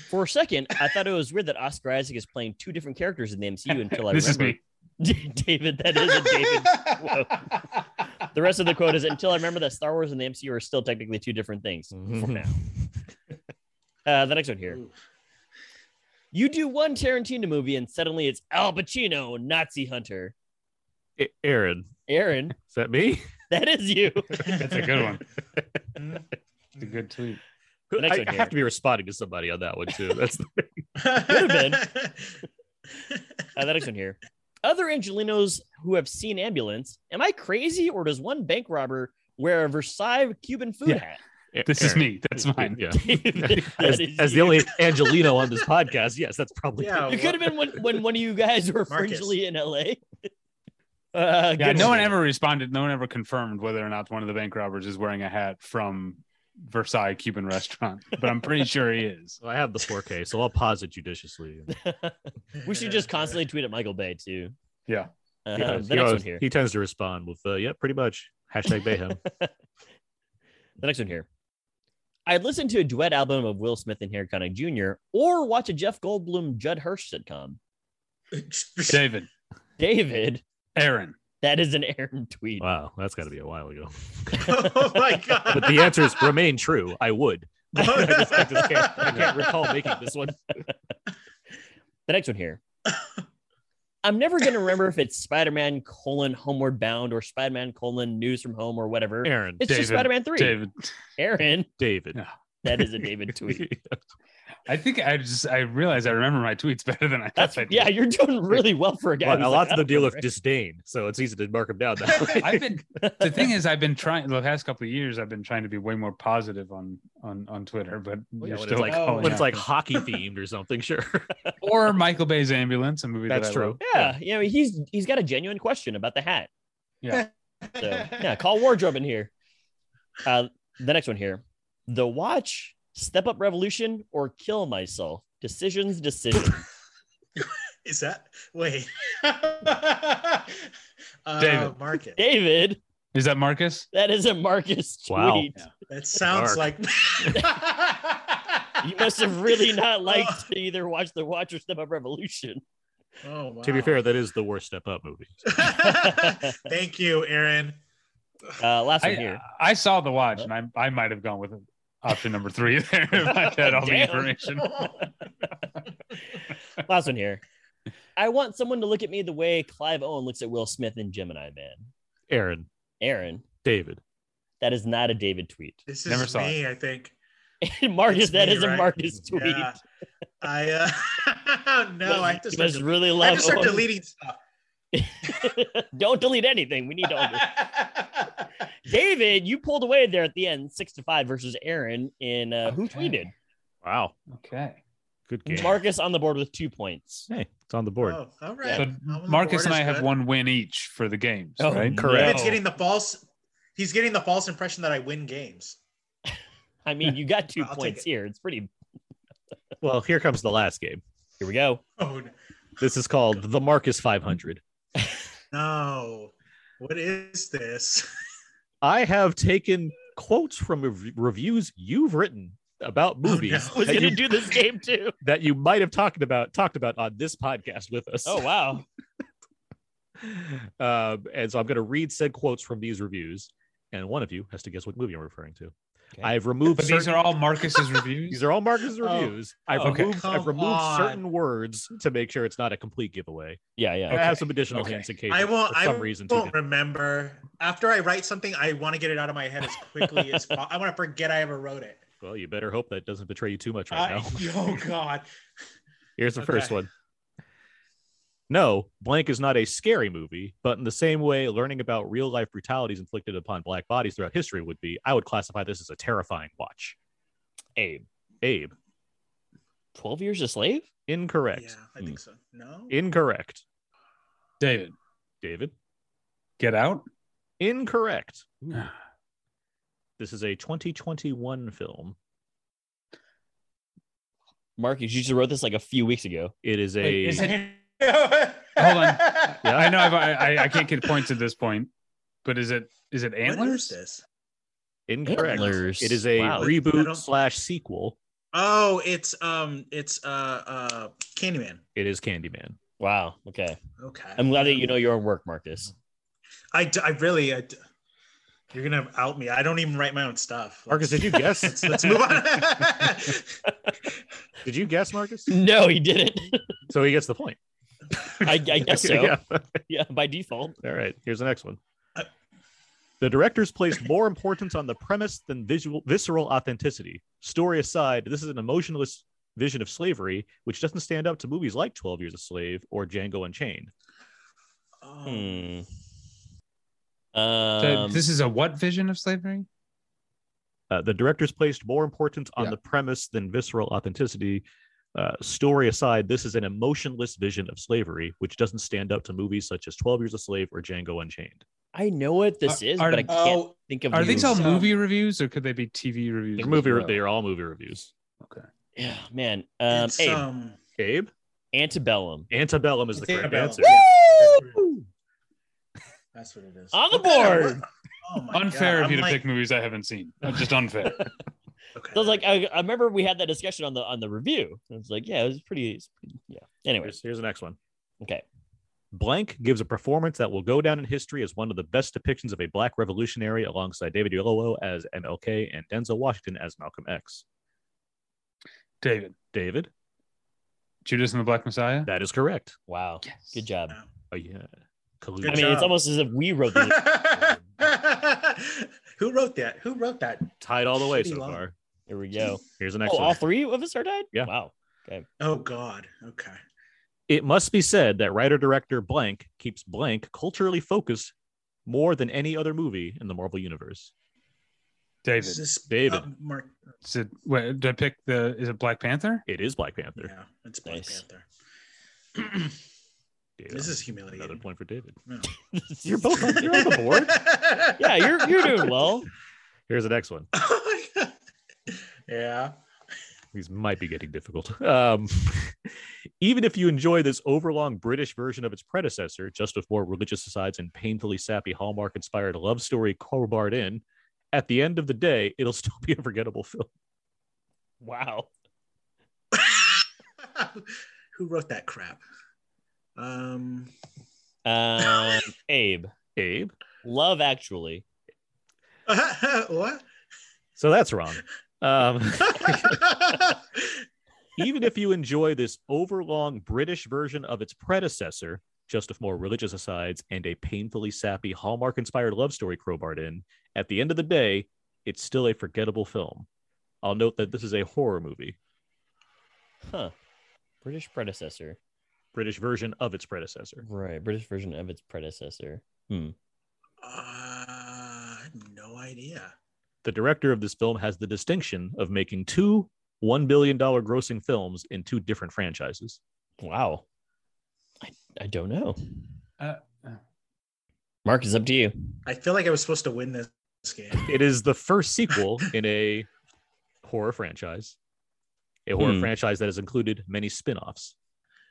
[SPEAKER 2] For a second, I thought it was weird that Oscar Isaac is playing two different characters in the MCU until I
[SPEAKER 7] This is
[SPEAKER 2] remember
[SPEAKER 7] me.
[SPEAKER 2] David. That is a David. quote. The rest of the quote is until I remember that Star Wars and the MCU are still technically two different things.
[SPEAKER 7] Mm-hmm.
[SPEAKER 1] Mm-hmm.
[SPEAKER 2] For now, uh, the next one here.
[SPEAKER 8] Ooh.
[SPEAKER 2] You do one Tarantino movie and suddenly it's Al Pacino, Nazi hunter.
[SPEAKER 1] A- Aaron,
[SPEAKER 2] Aaron,
[SPEAKER 1] is that me?
[SPEAKER 2] that is you.
[SPEAKER 7] That's a good one. It's a good tweet.
[SPEAKER 2] The next
[SPEAKER 1] I,
[SPEAKER 2] one
[SPEAKER 1] I
[SPEAKER 2] here.
[SPEAKER 1] have to be responding to somebody on that one too. That's the,
[SPEAKER 8] Could
[SPEAKER 2] been. Uh, the next one here. Other Angelinos who have seen ambulance. Am I crazy or does one bank robber wear a Versailles Cuban food
[SPEAKER 7] Yeah.
[SPEAKER 2] hat?
[SPEAKER 7] This is
[SPEAKER 1] Aaron.
[SPEAKER 7] me. That's mine.
[SPEAKER 1] Yeah.
[SPEAKER 2] David, that
[SPEAKER 1] As,
[SPEAKER 2] is
[SPEAKER 1] as the
[SPEAKER 2] you.
[SPEAKER 1] only Angelino on this podcast, yes, that's probably
[SPEAKER 8] Yeah,
[SPEAKER 2] it could have been when, when one of you guys were
[SPEAKER 8] Marcus.
[SPEAKER 2] fringely in LA. Uh,
[SPEAKER 7] Yeah,
[SPEAKER 2] good
[SPEAKER 7] no one ever responded. No one ever confirmed whether or not one of the bank robbers is wearing a hat from Versailles Cuban restaurant, but I'm pretty sure he is.
[SPEAKER 1] Well, I have the 4K, so I'll pause it judiciously.
[SPEAKER 2] We should just constantly tweet at Michael Bay too.
[SPEAKER 7] Yeah.
[SPEAKER 2] Uh,
[SPEAKER 1] He does.
[SPEAKER 2] the
[SPEAKER 1] he,
[SPEAKER 2] next one
[SPEAKER 1] always-
[SPEAKER 2] here.
[SPEAKER 1] he tends to respond with, uh, "Yeah, pretty much." Hashtag Bayhem.
[SPEAKER 2] The next one here. I'd listen to a duet album of Will Smith and Harry Connick Jr. or watch a Jeff Goldblum Judd Hirsch sitcom.
[SPEAKER 7] David,
[SPEAKER 2] David,
[SPEAKER 7] Aaron.
[SPEAKER 2] that is an Aaron tweet.
[SPEAKER 1] wow, that's got to be a while ago.
[SPEAKER 8] oh my god!
[SPEAKER 1] But the answers remain true. I would. I, just, I just can't, I can't recall making this one.
[SPEAKER 2] the next one here. I'm never gonna remember if it's Spider-Man colon Homeward Bound or Spider-Man colon News from Home or whatever.
[SPEAKER 1] Aaron,
[SPEAKER 2] it's just
[SPEAKER 7] David,
[SPEAKER 2] Spider-Man Three.
[SPEAKER 7] David.
[SPEAKER 2] Aaron,
[SPEAKER 1] David.
[SPEAKER 2] that is a David tweet.
[SPEAKER 7] I think I just I realized I remember my tweets better than I
[SPEAKER 2] That's
[SPEAKER 7] thought. I did.
[SPEAKER 2] yeah, you're doing really well for a guy.
[SPEAKER 1] Well,
[SPEAKER 2] who's
[SPEAKER 1] a
[SPEAKER 2] like,
[SPEAKER 1] lot's
[SPEAKER 2] I
[SPEAKER 1] the
[SPEAKER 2] don't
[SPEAKER 1] deal
[SPEAKER 2] remember
[SPEAKER 1] with
[SPEAKER 2] it.
[SPEAKER 1] disdain, so it's easy to mark him down. That way.
[SPEAKER 7] I've been the thing is I've been trying the past couple of years I've been trying to be way more positive on on on Twitter, but
[SPEAKER 1] Well, yeah,
[SPEAKER 7] you're
[SPEAKER 1] when
[SPEAKER 7] still
[SPEAKER 1] it's like-
[SPEAKER 7] like calling
[SPEAKER 1] But it's
[SPEAKER 7] out
[SPEAKER 1] like
[SPEAKER 7] things.
[SPEAKER 1] hockey themed or something. Sure,
[SPEAKER 7] or Michael Bay's ambulance, a movie
[SPEAKER 1] that's
[SPEAKER 7] that I
[SPEAKER 1] true.
[SPEAKER 7] love.
[SPEAKER 2] Yeah, yeah, he's he's got a genuine question about the hat. So yeah, call wardrobe in here. Uh, the next one here, the watch, step up revolution or kill myself. Decisions, decisions.
[SPEAKER 8] Is that wait? uh,
[SPEAKER 7] David.
[SPEAKER 8] Mark it.
[SPEAKER 2] David,
[SPEAKER 7] Is that Marcus?
[SPEAKER 2] that is a Marcus tweet.
[SPEAKER 1] Wow.
[SPEAKER 8] That sounds
[SPEAKER 1] Dark.
[SPEAKER 8] like
[SPEAKER 2] You must have really not liked to either watch the watch or step up revolution.
[SPEAKER 8] Oh, wow.
[SPEAKER 1] To be fair, that is the worst step up movie.
[SPEAKER 8] Thank you, Aaron.
[SPEAKER 2] Uh, last one
[SPEAKER 7] I,
[SPEAKER 2] here.
[SPEAKER 7] I saw the watch and I I might have gone with option number three there if I had all the
[SPEAKER 2] Damn.
[SPEAKER 7] information.
[SPEAKER 2] Last one here. I want someone to look at me the way Clive Owen looks at Will Smith in Gemini Man.
[SPEAKER 1] Aaron,
[SPEAKER 2] Aaron,
[SPEAKER 1] David.
[SPEAKER 2] that is not a David tweet.
[SPEAKER 8] This
[SPEAKER 7] Never
[SPEAKER 8] is
[SPEAKER 7] saw
[SPEAKER 8] me, I think.
[SPEAKER 2] Marcus,
[SPEAKER 8] It's
[SPEAKER 2] that
[SPEAKER 8] me,
[SPEAKER 2] is a
[SPEAKER 8] right?
[SPEAKER 2] Marcus tweet.
[SPEAKER 8] Yeah. I uh no, I have to
[SPEAKER 2] you
[SPEAKER 8] start,
[SPEAKER 2] must
[SPEAKER 8] deleting-
[SPEAKER 2] really
[SPEAKER 8] I have
[SPEAKER 2] love.
[SPEAKER 8] to start
[SPEAKER 2] Owen.
[SPEAKER 8] deleting stuff.
[SPEAKER 2] Don't delete anything. We need all this. David, you pulled away there at the end, six to five versus Aaron in uh, who
[SPEAKER 7] Okay.
[SPEAKER 2] tweeted.
[SPEAKER 1] Wow,
[SPEAKER 7] Okay.
[SPEAKER 1] good game.
[SPEAKER 2] Marcus on the board with two points.
[SPEAKER 1] hey, it's on the board.
[SPEAKER 8] oh, all
[SPEAKER 7] So
[SPEAKER 8] right. I'm on the
[SPEAKER 7] Marcus
[SPEAKER 8] board,
[SPEAKER 7] and I
[SPEAKER 8] it's
[SPEAKER 7] have
[SPEAKER 8] good.
[SPEAKER 7] one win each for the games,
[SPEAKER 2] Oh,
[SPEAKER 7] right?
[SPEAKER 2] no.
[SPEAKER 1] Correct.
[SPEAKER 8] David's getting the false he's getting the false impression that I win games.
[SPEAKER 2] I mean, you got 2
[SPEAKER 8] I'll take
[SPEAKER 2] points
[SPEAKER 8] it.
[SPEAKER 2] here. It's pretty.
[SPEAKER 1] Well, here comes the last game.
[SPEAKER 2] Here we go.
[SPEAKER 8] Oh no.
[SPEAKER 1] This is called the Marcus 500.
[SPEAKER 8] no. What is this?
[SPEAKER 1] I have taken quotes from rev- reviews you've written about
[SPEAKER 8] no.
[SPEAKER 1] movies
[SPEAKER 2] I was
[SPEAKER 1] that,
[SPEAKER 2] going to
[SPEAKER 1] you,
[SPEAKER 2] do this game too.
[SPEAKER 1] that you might have talked about talked about on this podcast with us.
[SPEAKER 2] Oh, wow.
[SPEAKER 1] Um, and so I'm going to read said quotes from these reviews, and one of you has to guess what movie I'm referring to.
[SPEAKER 2] Okay.
[SPEAKER 1] I've removed
[SPEAKER 7] But these
[SPEAKER 1] certain-
[SPEAKER 7] are all Marcus's reviews.
[SPEAKER 1] these are all Marcus's
[SPEAKER 8] Oh.
[SPEAKER 1] reviews. I've
[SPEAKER 2] Okay.
[SPEAKER 1] removed I've
[SPEAKER 8] Come
[SPEAKER 1] removed
[SPEAKER 8] on.
[SPEAKER 1] certain words to make sure it's not a complete giveaway.
[SPEAKER 2] Yeah, yeah.
[SPEAKER 1] I have some additional
[SPEAKER 7] Okay.
[SPEAKER 1] hints in case
[SPEAKER 8] I won't
[SPEAKER 1] for
[SPEAKER 8] I
[SPEAKER 1] some reason.
[SPEAKER 8] won't
[SPEAKER 1] to-
[SPEAKER 8] remember. After I write something, I want to get it out of my head as quickly as possible. I want to forget I ever wrote it.
[SPEAKER 1] well, you better hope that doesn't betray you too much right
[SPEAKER 8] I,
[SPEAKER 1] now.
[SPEAKER 8] oh god.
[SPEAKER 1] Here's the first
[SPEAKER 8] Okay.
[SPEAKER 1] one. No, blank is not a scary movie, but in the same way, learning about real life brutalities inflicted upon black bodies throughout history would be, I would classify this as a terrifying watch.
[SPEAKER 2] Abe,
[SPEAKER 1] Abe,
[SPEAKER 2] 12 years a slave?
[SPEAKER 1] incorrect. Hmm.
[SPEAKER 8] Yeah, I think so. No.
[SPEAKER 1] Incorrect.
[SPEAKER 7] David,
[SPEAKER 1] David,
[SPEAKER 7] get out.
[SPEAKER 1] incorrect. This is a 2021 film.
[SPEAKER 2] Marcus, you just wrote this like a few weeks ago.
[SPEAKER 1] It is a.
[SPEAKER 7] Wait, is it-
[SPEAKER 8] Hold
[SPEAKER 7] on. I know I've, I I- I can't get points at this point, but is it is it
[SPEAKER 8] What is
[SPEAKER 7] antlers?
[SPEAKER 8] this?
[SPEAKER 1] incorrect.
[SPEAKER 2] Antlers.
[SPEAKER 1] It is a
[SPEAKER 2] Wow.
[SPEAKER 8] I
[SPEAKER 1] reboot
[SPEAKER 8] don't-
[SPEAKER 1] slash sequel.
[SPEAKER 8] Oh, it's um, it's uh, uh, Candyman.
[SPEAKER 1] It is Candyman.
[SPEAKER 2] Wow. Okay.
[SPEAKER 8] Okay.
[SPEAKER 2] I'm glad that you know your own work, Marcus.
[SPEAKER 8] I, d- I really, I, d- you're gonna out me. I don't even write my own stuff.
[SPEAKER 1] Marcus, did you
[SPEAKER 8] Let's,
[SPEAKER 1] guess?
[SPEAKER 8] let's move on.
[SPEAKER 1] did you guess, Marcus?
[SPEAKER 2] No, he didn't.
[SPEAKER 1] So he gets the point.
[SPEAKER 2] I, I guess so.
[SPEAKER 1] Yeah.
[SPEAKER 2] Yeah. by default.
[SPEAKER 1] All right, here's the next one.
[SPEAKER 8] Uh,
[SPEAKER 1] The directors placed more importance on the premise than visual visceral authenticity. Story aside, this is an emotionless vision of slavery, which doesn't stand up to movies like 12 Years a Slave or Django Unchained.
[SPEAKER 8] Um,
[SPEAKER 2] Hmm.
[SPEAKER 7] So
[SPEAKER 2] Um,
[SPEAKER 7] this is a what vision of slavery?
[SPEAKER 1] Uh, the directors placed more importance on
[SPEAKER 7] Yeah.
[SPEAKER 1] the premise than visceral authenticity. Uh, story aside, this is an emotionless vision of slavery, which doesn't stand up to movies such as 12 Years a Slave or Django Unchained.
[SPEAKER 2] I know what this
[SPEAKER 1] Uh,
[SPEAKER 7] Are-
[SPEAKER 2] is,
[SPEAKER 7] are-
[SPEAKER 2] but I can't
[SPEAKER 8] oh,
[SPEAKER 2] think of
[SPEAKER 7] Are
[SPEAKER 2] the
[SPEAKER 7] these all
[SPEAKER 2] movie.
[SPEAKER 8] So-
[SPEAKER 7] movie reviews or could they be TV reviews?
[SPEAKER 1] They're,
[SPEAKER 7] as
[SPEAKER 1] movie,
[SPEAKER 7] well?
[SPEAKER 1] they are all movie reviews.
[SPEAKER 2] Yeah, man. Um,
[SPEAKER 8] it's,
[SPEAKER 2] Abe,
[SPEAKER 8] um,
[SPEAKER 1] Abe?
[SPEAKER 2] Antebellum
[SPEAKER 1] Antebellum is the correct
[SPEAKER 8] Antebellum.
[SPEAKER 1] answer.
[SPEAKER 8] Woo! that's what it is.
[SPEAKER 2] On the
[SPEAKER 8] What kind of-
[SPEAKER 2] board!
[SPEAKER 8] Oh my
[SPEAKER 7] Unfair
[SPEAKER 8] God,
[SPEAKER 7] of you
[SPEAKER 8] I'm
[SPEAKER 7] to
[SPEAKER 8] like-
[SPEAKER 7] pick movies I haven't seen. Uh, Just unfair.
[SPEAKER 8] okay.
[SPEAKER 2] So I was like, I, I remember we had that discussion on the on the review. I was like, yeah, it was pretty. It's pretty yeah. Anyways,
[SPEAKER 1] Here's, here's the next one.
[SPEAKER 2] okay.
[SPEAKER 1] Blank gives a performance that will go down in history as one of the best depictions of a black revolutionary alongside David Oyelowo as MLK and Denzel Washington as Malcolm X.
[SPEAKER 7] David,
[SPEAKER 1] David,
[SPEAKER 7] Judas and the Black Messiah.
[SPEAKER 1] That is correct.
[SPEAKER 2] Wow. Good job.
[SPEAKER 1] Oh yeah,
[SPEAKER 2] I
[SPEAKER 1] collusion.
[SPEAKER 2] mean, it's
[SPEAKER 8] job.
[SPEAKER 2] almost as if we wrote the
[SPEAKER 8] Who wrote that? Who wrote that?
[SPEAKER 1] tied all the way
[SPEAKER 8] Shitty
[SPEAKER 1] so
[SPEAKER 8] line.
[SPEAKER 1] far.
[SPEAKER 2] Here we go.
[SPEAKER 1] Here's an
[SPEAKER 2] Oh,
[SPEAKER 1] excellent.
[SPEAKER 2] all three of us are dead?
[SPEAKER 1] Yeah.
[SPEAKER 2] Wow.
[SPEAKER 8] Oh God. Okay.
[SPEAKER 1] it must be said that writer director blank keeps blank culturally focused more than any other movie in the Marvel universe.
[SPEAKER 7] David.
[SPEAKER 8] Is this
[SPEAKER 1] David.
[SPEAKER 8] uh, Mark?
[SPEAKER 7] Is it, wait, did I pick the? Is it Black Panther?
[SPEAKER 1] It is Black Panther.
[SPEAKER 8] Yeah, it's Black
[SPEAKER 2] Nice.
[SPEAKER 8] Panther.
[SPEAKER 1] David,
[SPEAKER 8] this is
[SPEAKER 1] another
[SPEAKER 8] humiliating.
[SPEAKER 1] point for David.
[SPEAKER 8] No.
[SPEAKER 1] You're both on- you're on the board.
[SPEAKER 2] Yeah, you're you're doing well.
[SPEAKER 1] Here's the next one.
[SPEAKER 8] Oh, my God. yeah.
[SPEAKER 1] These might be getting difficult. Um, even if you enjoy this overlong British version of its predecessor, just with more religious asides and painfully sappy Hallmark-inspired love story crowbarred in, at the end of the day, it'll still be a forgettable film.
[SPEAKER 2] Wow.
[SPEAKER 8] Who wrote that crap? Um,
[SPEAKER 2] Um, Abe,
[SPEAKER 1] Abe,
[SPEAKER 2] Love Actually.
[SPEAKER 8] what? Uh,
[SPEAKER 1] so that's wrong. Um,
[SPEAKER 8] oh
[SPEAKER 1] even if you enjoy this overlong British version of its predecessor, just with more religious asides and a painfully sappy Hallmark inspired love story crowbarred in, at the end of the day, it's still a forgettable film. I'll note that this is a horror movie,
[SPEAKER 2] Huh. British predecessor.
[SPEAKER 1] British version of its predecessor.
[SPEAKER 2] Right. British version of its predecessor. Hmm.
[SPEAKER 8] uh, no idea.
[SPEAKER 1] The director of this film has the distinction of making two $1 billion grossing films in two different franchises.
[SPEAKER 2] Wow. I, I don't know.
[SPEAKER 7] Uh,
[SPEAKER 2] Mark, it's up to you.
[SPEAKER 8] I feel like I was supposed to win this game.
[SPEAKER 1] It is the first sequel in a horror franchise, a horror
[SPEAKER 2] Hmm.
[SPEAKER 1] franchise that has included many spin offs.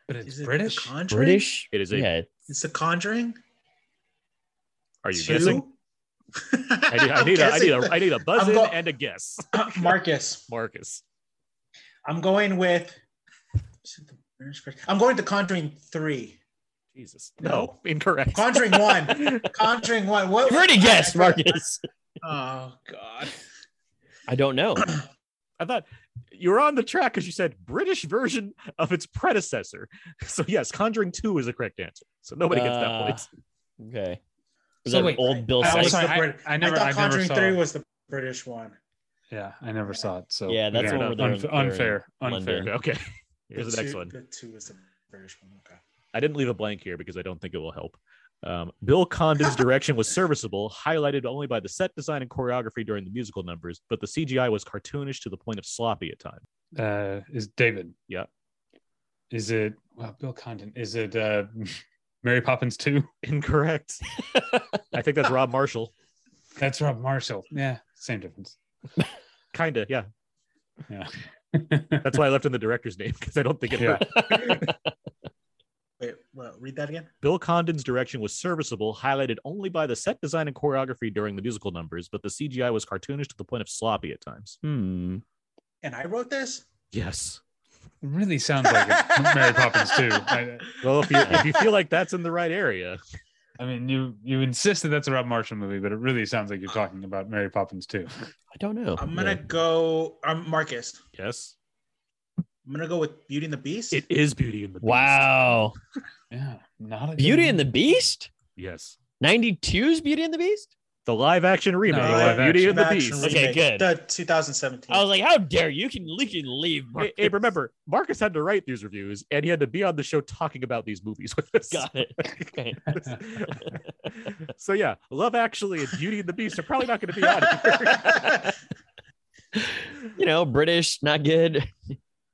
[SPEAKER 7] but
[SPEAKER 8] Is
[SPEAKER 7] it's
[SPEAKER 8] it The
[SPEAKER 7] British.
[SPEAKER 8] Conjuring?
[SPEAKER 2] British?
[SPEAKER 1] It is a-
[SPEAKER 2] Yeah.
[SPEAKER 8] It's The Conjuring.
[SPEAKER 1] Are you
[SPEAKER 8] Two?
[SPEAKER 1] guessing? I need, I
[SPEAKER 8] I'm
[SPEAKER 1] need, a, I need
[SPEAKER 8] guessing
[SPEAKER 1] a, I need a buzz
[SPEAKER 8] I'm
[SPEAKER 1] in
[SPEAKER 8] go-
[SPEAKER 1] and a guess.
[SPEAKER 8] the- Marcus.
[SPEAKER 1] Marcus,
[SPEAKER 8] I'm going with. is it the British version? I'm going to Conjuring three.
[SPEAKER 1] Jesus, no,
[SPEAKER 8] No.
[SPEAKER 1] incorrect.
[SPEAKER 8] Conjuring one. Conjuring one. What?
[SPEAKER 2] You've already guessed,
[SPEAKER 8] I- I-
[SPEAKER 2] Marcus.
[SPEAKER 8] Oh God.
[SPEAKER 2] I don't know.
[SPEAKER 1] I thought you were on the track because you said British version of its predecessor. So yes, Conjuring Two is the correct answer. So nobody gets that
[SPEAKER 2] Uh,
[SPEAKER 1] point.
[SPEAKER 2] Okay. Was
[SPEAKER 7] So
[SPEAKER 2] that
[SPEAKER 7] wait,
[SPEAKER 2] old Bill
[SPEAKER 8] I
[SPEAKER 7] I'm
[SPEAKER 8] was
[SPEAKER 2] Sykes?
[SPEAKER 7] sorry,
[SPEAKER 8] the Brit-
[SPEAKER 7] I, I never, I,
[SPEAKER 8] I thought
[SPEAKER 7] never
[SPEAKER 8] Conjuring
[SPEAKER 7] saw.
[SPEAKER 8] three
[SPEAKER 7] it.
[SPEAKER 8] was the British one.
[SPEAKER 7] Yeah, I never saw it. So
[SPEAKER 2] Yeah, that's
[SPEAKER 1] the one
[SPEAKER 7] enough.
[SPEAKER 2] where they're in-
[SPEAKER 7] unfair,
[SPEAKER 2] they're in
[SPEAKER 7] unfair.
[SPEAKER 2] London.
[SPEAKER 1] Okay, here's the next
[SPEAKER 8] two,
[SPEAKER 1] one.
[SPEAKER 8] The two was the British one. Okay.
[SPEAKER 1] I didn't leave a blank here because I don't think it will help. Um, Bill Condon's direction was serviceable, highlighted only by the set design and choreography during the musical numbers, but the CGI was cartoonish to the point of sloppy at times.
[SPEAKER 7] Uh, is David?
[SPEAKER 1] Yeah.
[SPEAKER 7] Is it? Well, Bill Condon. Is it? Uh, Mary Poppins two.
[SPEAKER 1] Incorrect. I think that's Rob Marshall.
[SPEAKER 7] That's Rob Marshall. Yeah, same difference.
[SPEAKER 1] Kinda, yeah.
[SPEAKER 7] Yeah.
[SPEAKER 1] That's why I left in the director's name because I don't think it
[SPEAKER 7] Yeah.
[SPEAKER 1] hurt.
[SPEAKER 8] Wait, what, read that again.
[SPEAKER 1] Bill Condon's direction was serviceable, highlighted only by the set design and choreography during the musical numbers, but the CGI was cartoonish to the point of sloppy at times.
[SPEAKER 2] Hmm.
[SPEAKER 8] And I wrote this.
[SPEAKER 1] Yes.
[SPEAKER 7] really sounds like it's Mary Poppins too. I,
[SPEAKER 1] Well, if you, if you feel like that's in the right area,
[SPEAKER 7] I mean, you you insist that that's a Rob Marshall movie, but it really sounds like you're talking about Mary Poppins too.
[SPEAKER 2] I don't know.
[SPEAKER 8] I'm gonna go. I'm Marcus.
[SPEAKER 1] yes,
[SPEAKER 8] I'm gonna go with Beauty and the Beast.
[SPEAKER 1] it is Beauty and the Beast.
[SPEAKER 2] Wow.
[SPEAKER 7] Yeah, not a
[SPEAKER 2] Beauty and the Beast?
[SPEAKER 1] Yes,
[SPEAKER 2] 92's Beauty and the Beast?
[SPEAKER 1] the live action remake
[SPEAKER 7] No,
[SPEAKER 1] of
[SPEAKER 8] live
[SPEAKER 1] Beauty
[SPEAKER 7] action.
[SPEAKER 1] and the
[SPEAKER 8] Max
[SPEAKER 1] Beast.
[SPEAKER 8] and
[SPEAKER 2] Okay,
[SPEAKER 8] remake,
[SPEAKER 2] good.
[SPEAKER 8] The 2017.
[SPEAKER 2] I was like, how dare you? You can, you can leave.
[SPEAKER 1] Hey,
[SPEAKER 2] Marcus.
[SPEAKER 1] hey, remember, Marcus had to write these reviews, and he had to be on the show talking about these movies with us.
[SPEAKER 2] Got it. Okay.
[SPEAKER 1] so yeah, Love Actually and Beauty and the Beast are probably not going to be on here.
[SPEAKER 2] you know, British, not good.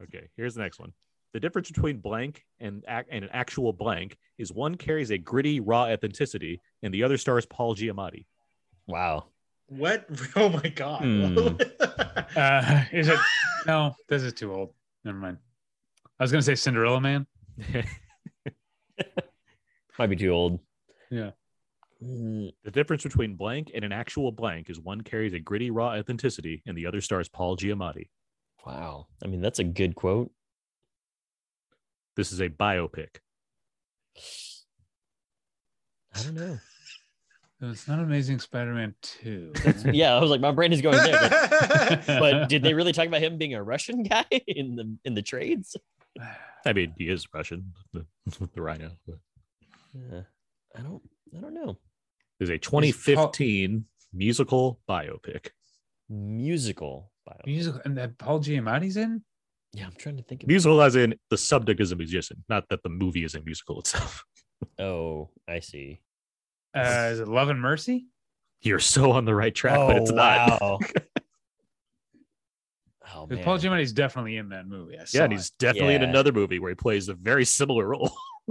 [SPEAKER 1] Okay, here's the next one. The difference between blank and ac- and an actual blank is one carries a gritty, raw authenticity, and the other stars Paul Giamatti.
[SPEAKER 2] Wow.
[SPEAKER 8] what? Oh my God.
[SPEAKER 2] Hmm.
[SPEAKER 7] Uh, is it? No, this is too old. Never mind. I was gonna say Cinderella Man.
[SPEAKER 2] Might be too old.
[SPEAKER 7] Yeah.
[SPEAKER 2] Mm,
[SPEAKER 1] the difference between blank and an actual blank is one carries a gritty, raw authenticity, and the other stars Paul Giamatti.
[SPEAKER 2] Wow. I mean, that's a good quote.
[SPEAKER 1] This is a biopic.
[SPEAKER 2] I don't know.
[SPEAKER 7] So it's not Amazing Spider-Man two.
[SPEAKER 2] yeah, I was like, my brain is going there. But, but did they really talk about him being a Russian guy in the in the trades?
[SPEAKER 1] I mean, he is Russian, the, the rhino. but
[SPEAKER 2] Yeah. Uh, I don't. I don't know.
[SPEAKER 1] It's a 2015 musical biopic.
[SPEAKER 2] Musical. Bio.
[SPEAKER 7] Musical and that Paul Giamatti's in.
[SPEAKER 2] Yeah, I'm trying to think. Of,
[SPEAKER 1] Musical as in the subject is a musician, not that the movie is a musical itself.
[SPEAKER 2] oh, I see.
[SPEAKER 7] Uh, is it Love and Mercy?
[SPEAKER 1] You're so on the right track, but it's not.
[SPEAKER 2] Oh, wow. oh
[SPEAKER 7] Because
[SPEAKER 2] man.
[SPEAKER 7] Paul Giamatti's definitely in that movie. I
[SPEAKER 1] Yeah,
[SPEAKER 7] saw
[SPEAKER 1] and he's definitely in
[SPEAKER 2] Yeah.
[SPEAKER 1] another movie where he plays a very similar role.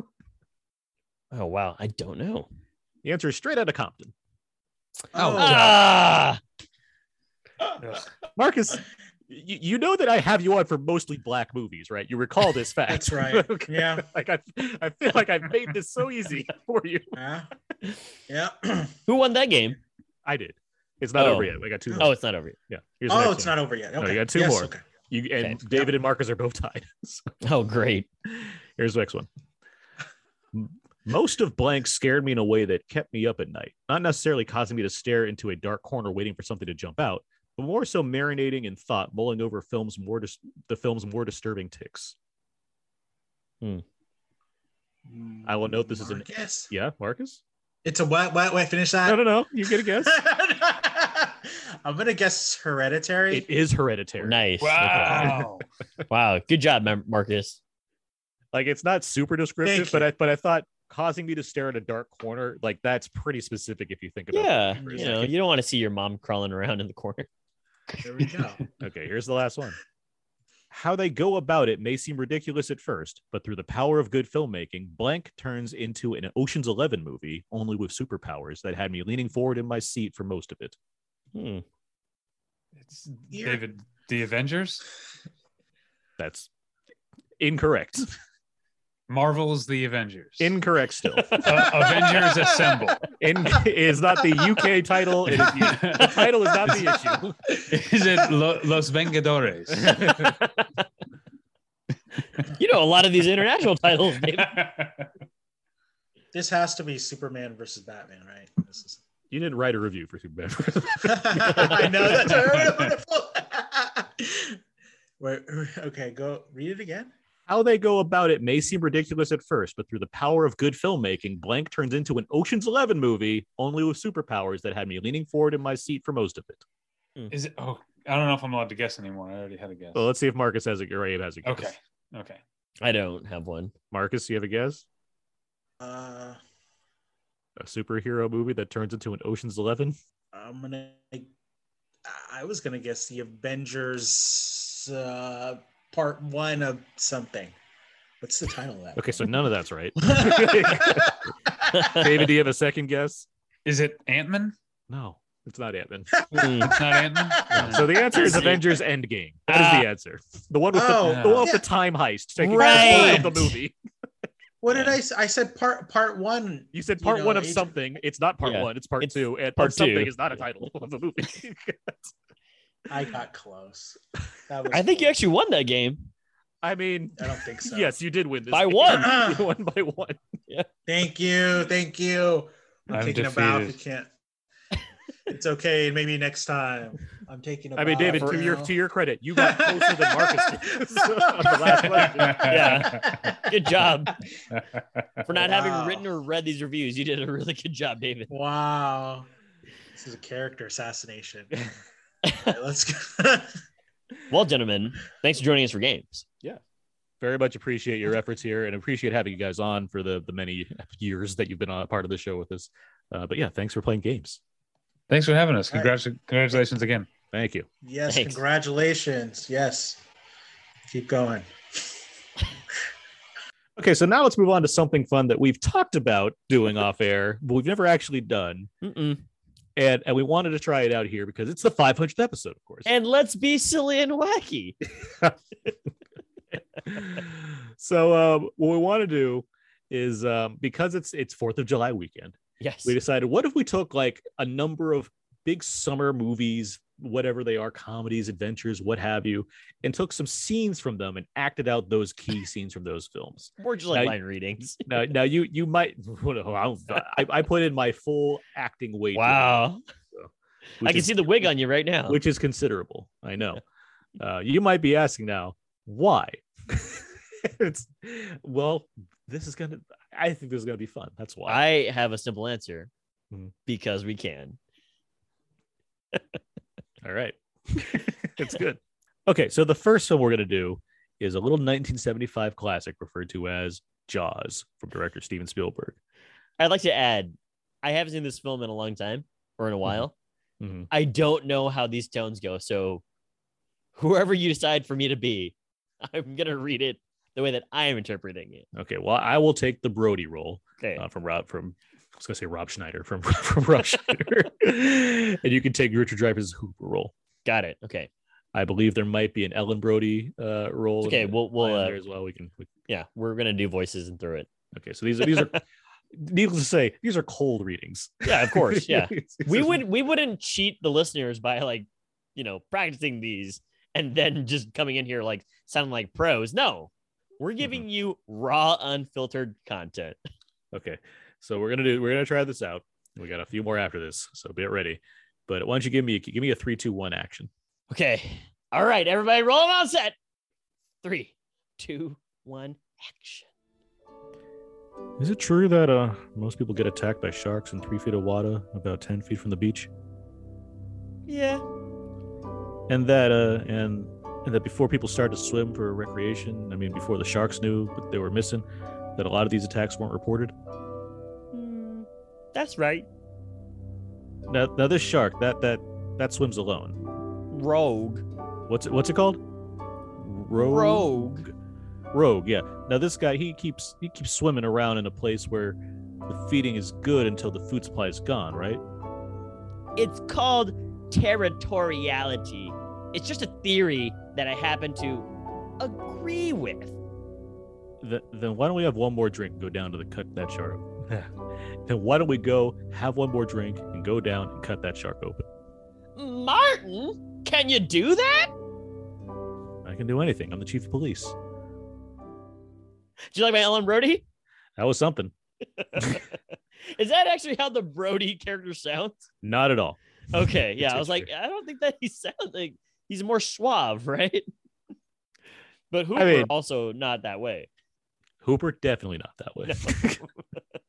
[SPEAKER 2] oh wow. I don't know.
[SPEAKER 1] The answer is straight out of Compton.
[SPEAKER 7] it. oh,
[SPEAKER 2] Ah!
[SPEAKER 1] Marcus, you, you know that I have you on for mostly black movies, right? You recall this fact.
[SPEAKER 8] That's right.
[SPEAKER 1] Okay.
[SPEAKER 8] Yeah.
[SPEAKER 1] Like I, I feel like I've made this so easy for you.
[SPEAKER 8] Yeah. Yeah.
[SPEAKER 2] Who won that game?
[SPEAKER 1] I did. It's not
[SPEAKER 2] Oh.
[SPEAKER 1] over yet. I got two. More.
[SPEAKER 2] Oh, it's not over. yet.
[SPEAKER 1] yeah. Here's the
[SPEAKER 8] oh,
[SPEAKER 1] next
[SPEAKER 8] it's
[SPEAKER 1] one.
[SPEAKER 8] not over yet.
[SPEAKER 1] No,
[SPEAKER 8] Okay.
[SPEAKER 1] you got two
[SPEAKER 8] Yes,
[SPEAKER 1] more.
[SPEAKER 8] okay.
[SPEAKER 1] You and
[SPEAKER 2] Okay.
[SPEAKER 1] David and Marcus are both tied. So
[SPEAKER 2] Oh, great.
[SPEAKER 1] here's the next one. M- Most of blank scared me in a way that kept me up at night, not necessarily causing me to stare into a dark corner waiting for something to jump out, but more so marinating in thought, mulling over films more dis- the film's more disturbing ticks. I will note this is an-
[SPEAKER 8] Yes.
[SPEAKER 1] Yeah, Marcus.
[SPEAKER 8] It's a what? What? Wait, finish that.
[SPEAKER 1] No, no, no. You get a guess.
[SPEAKER 8] I'm gonna guess hereditary.
[SPEAKER 1] it is hereditary.
[SPEAKER 2] Nice.
[SPEAKER 7] wow.
[SPEAKER 2] Okay. Wow. Good job, Mar- Marcus.
[SPEAKER 1] Like it's not super descriptive,
[SPEAKER 8] Thank
[SPEAKER 1] but
[SPEAKER 8] you.
[SPEAKER 1] I but I thought causing me to stare at a dark corner like that's pretty specific if you think about it.
[SPEAKER 2] Yeah.
[SPEAKER 8] for a
[SPEAKER 2] You know,
[SPEAKER 1] second.
[SPEAKER 2] you don't want to see your mom crawling around in the corner.
[SPEAKER 8] there we go.
[SPEAKER 1] Okay, here's the last one. How they go about it may seem ridiculous at first, but through the power of good filmmaking, Blank turns into an Ocean's Eleven movie, only with superpowers that had me leaning forward in my seat for most of it.
[SPEAKER 2] Hmm.
[SPEAKER 7] It's
[SPEAKER 8] You're-
[SPEAKER 7] David, the Avengers,
[SPEAKER 1] That's incorrect.
[SPEAKER 7] Marvel's the Avengers,
[SPEAKER 1] incorrect still.
[SPEAKER 7] A- Avengers Assemble.
[SPEAKER 1] In- is not the UK title. It is the the title is not the issue.
[SPEAKER 7] Is it Lo- Los Vengadores?
[SPEAKER 2] You know, a lot of these international titles. David.
[SPEAKER 8] This has to be Superman versus Batman, right? This is...
[SPEAKER 1] You didn't write a review for Superman.
[SPEAKER 8] I know that's wonderful. Wait, okay, go read it again.
[SPEAKER 1] How they go about it may seem ridiculous at first, but through the power of good filmmaking, Blank turns into an Ocean's Eleven movie, only with superpowers that had me leaning forward in my seat for most of it.
[SPEAKER 7] Is it? Oh, I don't know if I'm allowed to guess anymore. I already had a guess.
[SPEAKER 1] Well, let's see if Marcus has a or Abe has a guess.
[SPEAKER 7] Okay. Okay.
[SPEAKER 2] I don't have one.
[SPEAKER 1] Marcus, you have a guess?
[SPEAKER 8] Uh,
[SPEAKER 1] A superhero movie that turns into an Ocean's Eleven?
[SPEAKER 8] I'm gonna. I was gonna guess the Avengers uh, part one of something. What's the title of that?
[SPEAKER 1] Okay, so none of that's right.
[SPEAKER 8] one?
[SPEAKER 1] David, do you have a second guess?
[SPEAKER 7] Is it Ant Man?
[SPEAKER 1] No, it's not Ant Man.
[SPEAKER 2] Hmm.
[SPEAKER 7] It's not Ant Man.
[SPEAKER 1] So the answer is Avengers Endgame. That is the answer. The one with the,
[SPEAKER 8] Oh,
[SPEAKER 1] the, one with
[SPEAKER 8] yeah.
[SPEAKER 1] the time heist taking
[SPEAKER 2] Right.
[SPEAKER 1] place of the movie.
[SPEAKER 8] what did I? s- I said part part one.
[SPEAKER 1] You said
[SPEAKER 8] You
[SPEAKER 1] part
[SPEAKER 8] know,
[SPEAKER 1] one of
[SPEAKER 8] it's-
[SPEAKER 1] something. It's not part
[SPEAKER 2] Yeah.
[SPEAKER 1] one. It's part
[SPEAKER 2] It's
[SPEAKER 1] two. And
[SPEAKER 2] part
[SPEAKER 1] part something
[SPEAKER 2] two.
[SPEAKER 1] is not a title of the movie.
[SPEAKER 8] I got close. That was
[SPEAKER 2] I think you
[SPEAKER 8] close.
[SPEAKER 2] actually won that game.
[SPEAKER 1] I mean,
[SPEAKER 8] I don't think so.
[SPEAKER 1] yes, you did win this
[SPEAKER 2] By
[SPEAKER 1] game.
[SPEAKER 2] one.
[SPEAKER 1] you won by one.
[SPEAKER 8] Thank you. Thank you. I'm,
[SPEAKER 7] I'm
[SPEAKER 8] taking a bow if you
[SPEAKER 7] defeated.
[SPEAKER 8] can't. It's okay. Maybe next time. I'm taking a
[SPEAKER 1] I mean,
[SPEAKER 8] bow
[SPEAKER 1] David, to
[SPEAKER 8] now.
[SPEAKER 1] your to your credit, you got closer than Marcus did so, on the last question.
[SPEAKER 2] Yeah. Good job for not having
[SPEAKER 8] Wow.
[SPEAKER 2] written or read these reviews. You did a really good job, David.
[SPEAKER 8] Wow. This is a character assassination. All right, let's go.
[SPEAKER 2] Well, gentlemen, thanks for joining us for games.
[SPEAKER 1] Very much appreciate your efforts here, and appreciate having you guys on for the the many years that you've been on, part of the show with us. Uh, but yeah, thanks for playing games.
[SPEAKER 7] Thanks for having us.
[SPEAKER 8] All right.
[SPEAKER 7] Congrats, congratulations again.
[SPEAKER 1] Thank you.
[SPEAKER 8] yes,
[SPEAKER 2] Thanks.
[SPEAKER 8] congratulations. Yes. Keep going.
[SPEAKER 1] Okay, so now let's move on to something fun that we've talked about doing off air, but we've never actually done,
[SPEAKER 2] Mm-mm.
[SPEAKER 1] and and we wanted to try it out here because it's the 500th episode, of course.
[SPEAKER 2] And let's be silly and wacky.
[SPEAKER 1] so um, what we want to do is um, because it's it's Fourth of July weekend,
[SPEAKER 2] Yes.
[SPEAKER 1] we decided what if we took like a number of big summer movies, whatever they are, comedies, adventures, what have you, and took some scenes from them and acted out those key scenes from those films.
[SPEAKER 2] More just like
[SPEAKER 1] Now-
[SPEAKER 2] line readings.
[SPEAKER 1] Now, now you you might I, I put in my full acting weight.
[SPEAKER 2] Wow.
[SPEAKER 1] which
[SPEAKER 2] I can
[SPEAKER 1] is-
[SPEAKER 2] see the wig on you right now.
[SPEAKER 1] which is considerable. I know. Uh, you might be asking now, why? it's well, this is gonna. I think this is gonna be fun. That's why.
[SPEAKER 2] I have a simple answer
[SPEAKER 1] Hmm.
[SPEAKER 2] because we can.
[SPEAKER 1] All right. it's good. Okay, so the first film we're going to do is a little 1975 classic referred to as Jaws from director Steven Spielberg.
[SPEAKER 2] I'd like to add, I haven't seen this film in a long time or in a while.
[SPEAKER 1] Mhm.
[SPEAKER 2] I don't know how these tones go. So, whoever you decide for me to be, I'm going to read it the way that I am interpreting it.
[SPEAKER 1] Okay, well, I will take the Brody role
[SPEAKER 2] Okay.
[SPEAKER 1] uh, from Rob from I was going to say Rob Schneider from from Rob Schneider, and you can take Richard Dreyfuss's Hooper role.
[SPEAKER 2] Got it. Okay.
[SPEAKER 1] I believe there might be an Ellen Brody uh, role.
[SPEAKER 2] Okay, we'll- we'll,
[SPEAKER 1] planned
[SPEAKER 2] uh,
[SPEAKER 1] there as well. We can. We,
[SPEAKER 2] Yeah. We're going to do voices and through it.
[SPEAKER 1] okay, so these are these are. Needless to say, these are cold readings.
[SPEAKER 2] Yeah, of course. Yeah.
[SPEAKER 1] It's- it's
[SPEAKER 2] we
[SPEAKER 1] just-
[SPEAKER 2] would we wouldn't cheat the listeners by like you know practicing these and then just coming in here like sounding like pros no we're giving you raw unfiltered content
[SPEAKER 1] Okay. So we're gonna do we're gonna try this out. We got a few more after this, so get ready. But why don't you give me give me a three, two, one action.
[SPEAKER 2] okay all right everybody rolling on set three two one action
[SPEAKER 1] Is it true that uh most people get attacked by sharks in three feet of water, about ten feet from the beach?
[SPEAKER 2] yeah
[SPEAKER 1] And that uh and and that before people started to swim for recreation, I mean before the sharks knew what they were missing, that a lot of these attacks weren't reported.
[SPEAKER 2] Hmm, that's right
[SPEAKER 1] Now now this shark, that that that swims alone.
[SPEAKER 2] rogue
[SPEAKER 1] What's it what's it called? Rogue.
[SPEAKER 2] rogue
[SPEAKER 1] rogue yeah now this guy he keeps he keeps swimming around in a place where the feeding is good until the food supply is gone right
[SPEAKER 2] It's called territoriality. It's just a theory that I happen to agree with.
[SPEAKER 1] Th- then why don't we have one more drink and go down to the cut that shark then why don't we go have one more drink and go down and cut that shark open
[SPEAKER 2] Martin, can you do that?
[SPEAKER 1] i can do anything i'm the chief of police
[SPEAKER 2] Do you like my Ellen Brody?
[SPEAKER 1] that was something
[SPEAKER 2] Is that actually how the Brody character sounds?
[SPEAKER 1] not at all
[SPEAKER 2] Okay, yeah.
[SPEAKER 1] It's
[SPEAKER 2] I was like,
[SPEAKER 1] true.
[SPEAKER 2] I don't think that he sounds like he's more suave, right? But Hooper
[SPEAKER 1] mean-
[SPEAKER 2] also not that way.
[SPEAKER 1] hooper definitely not that way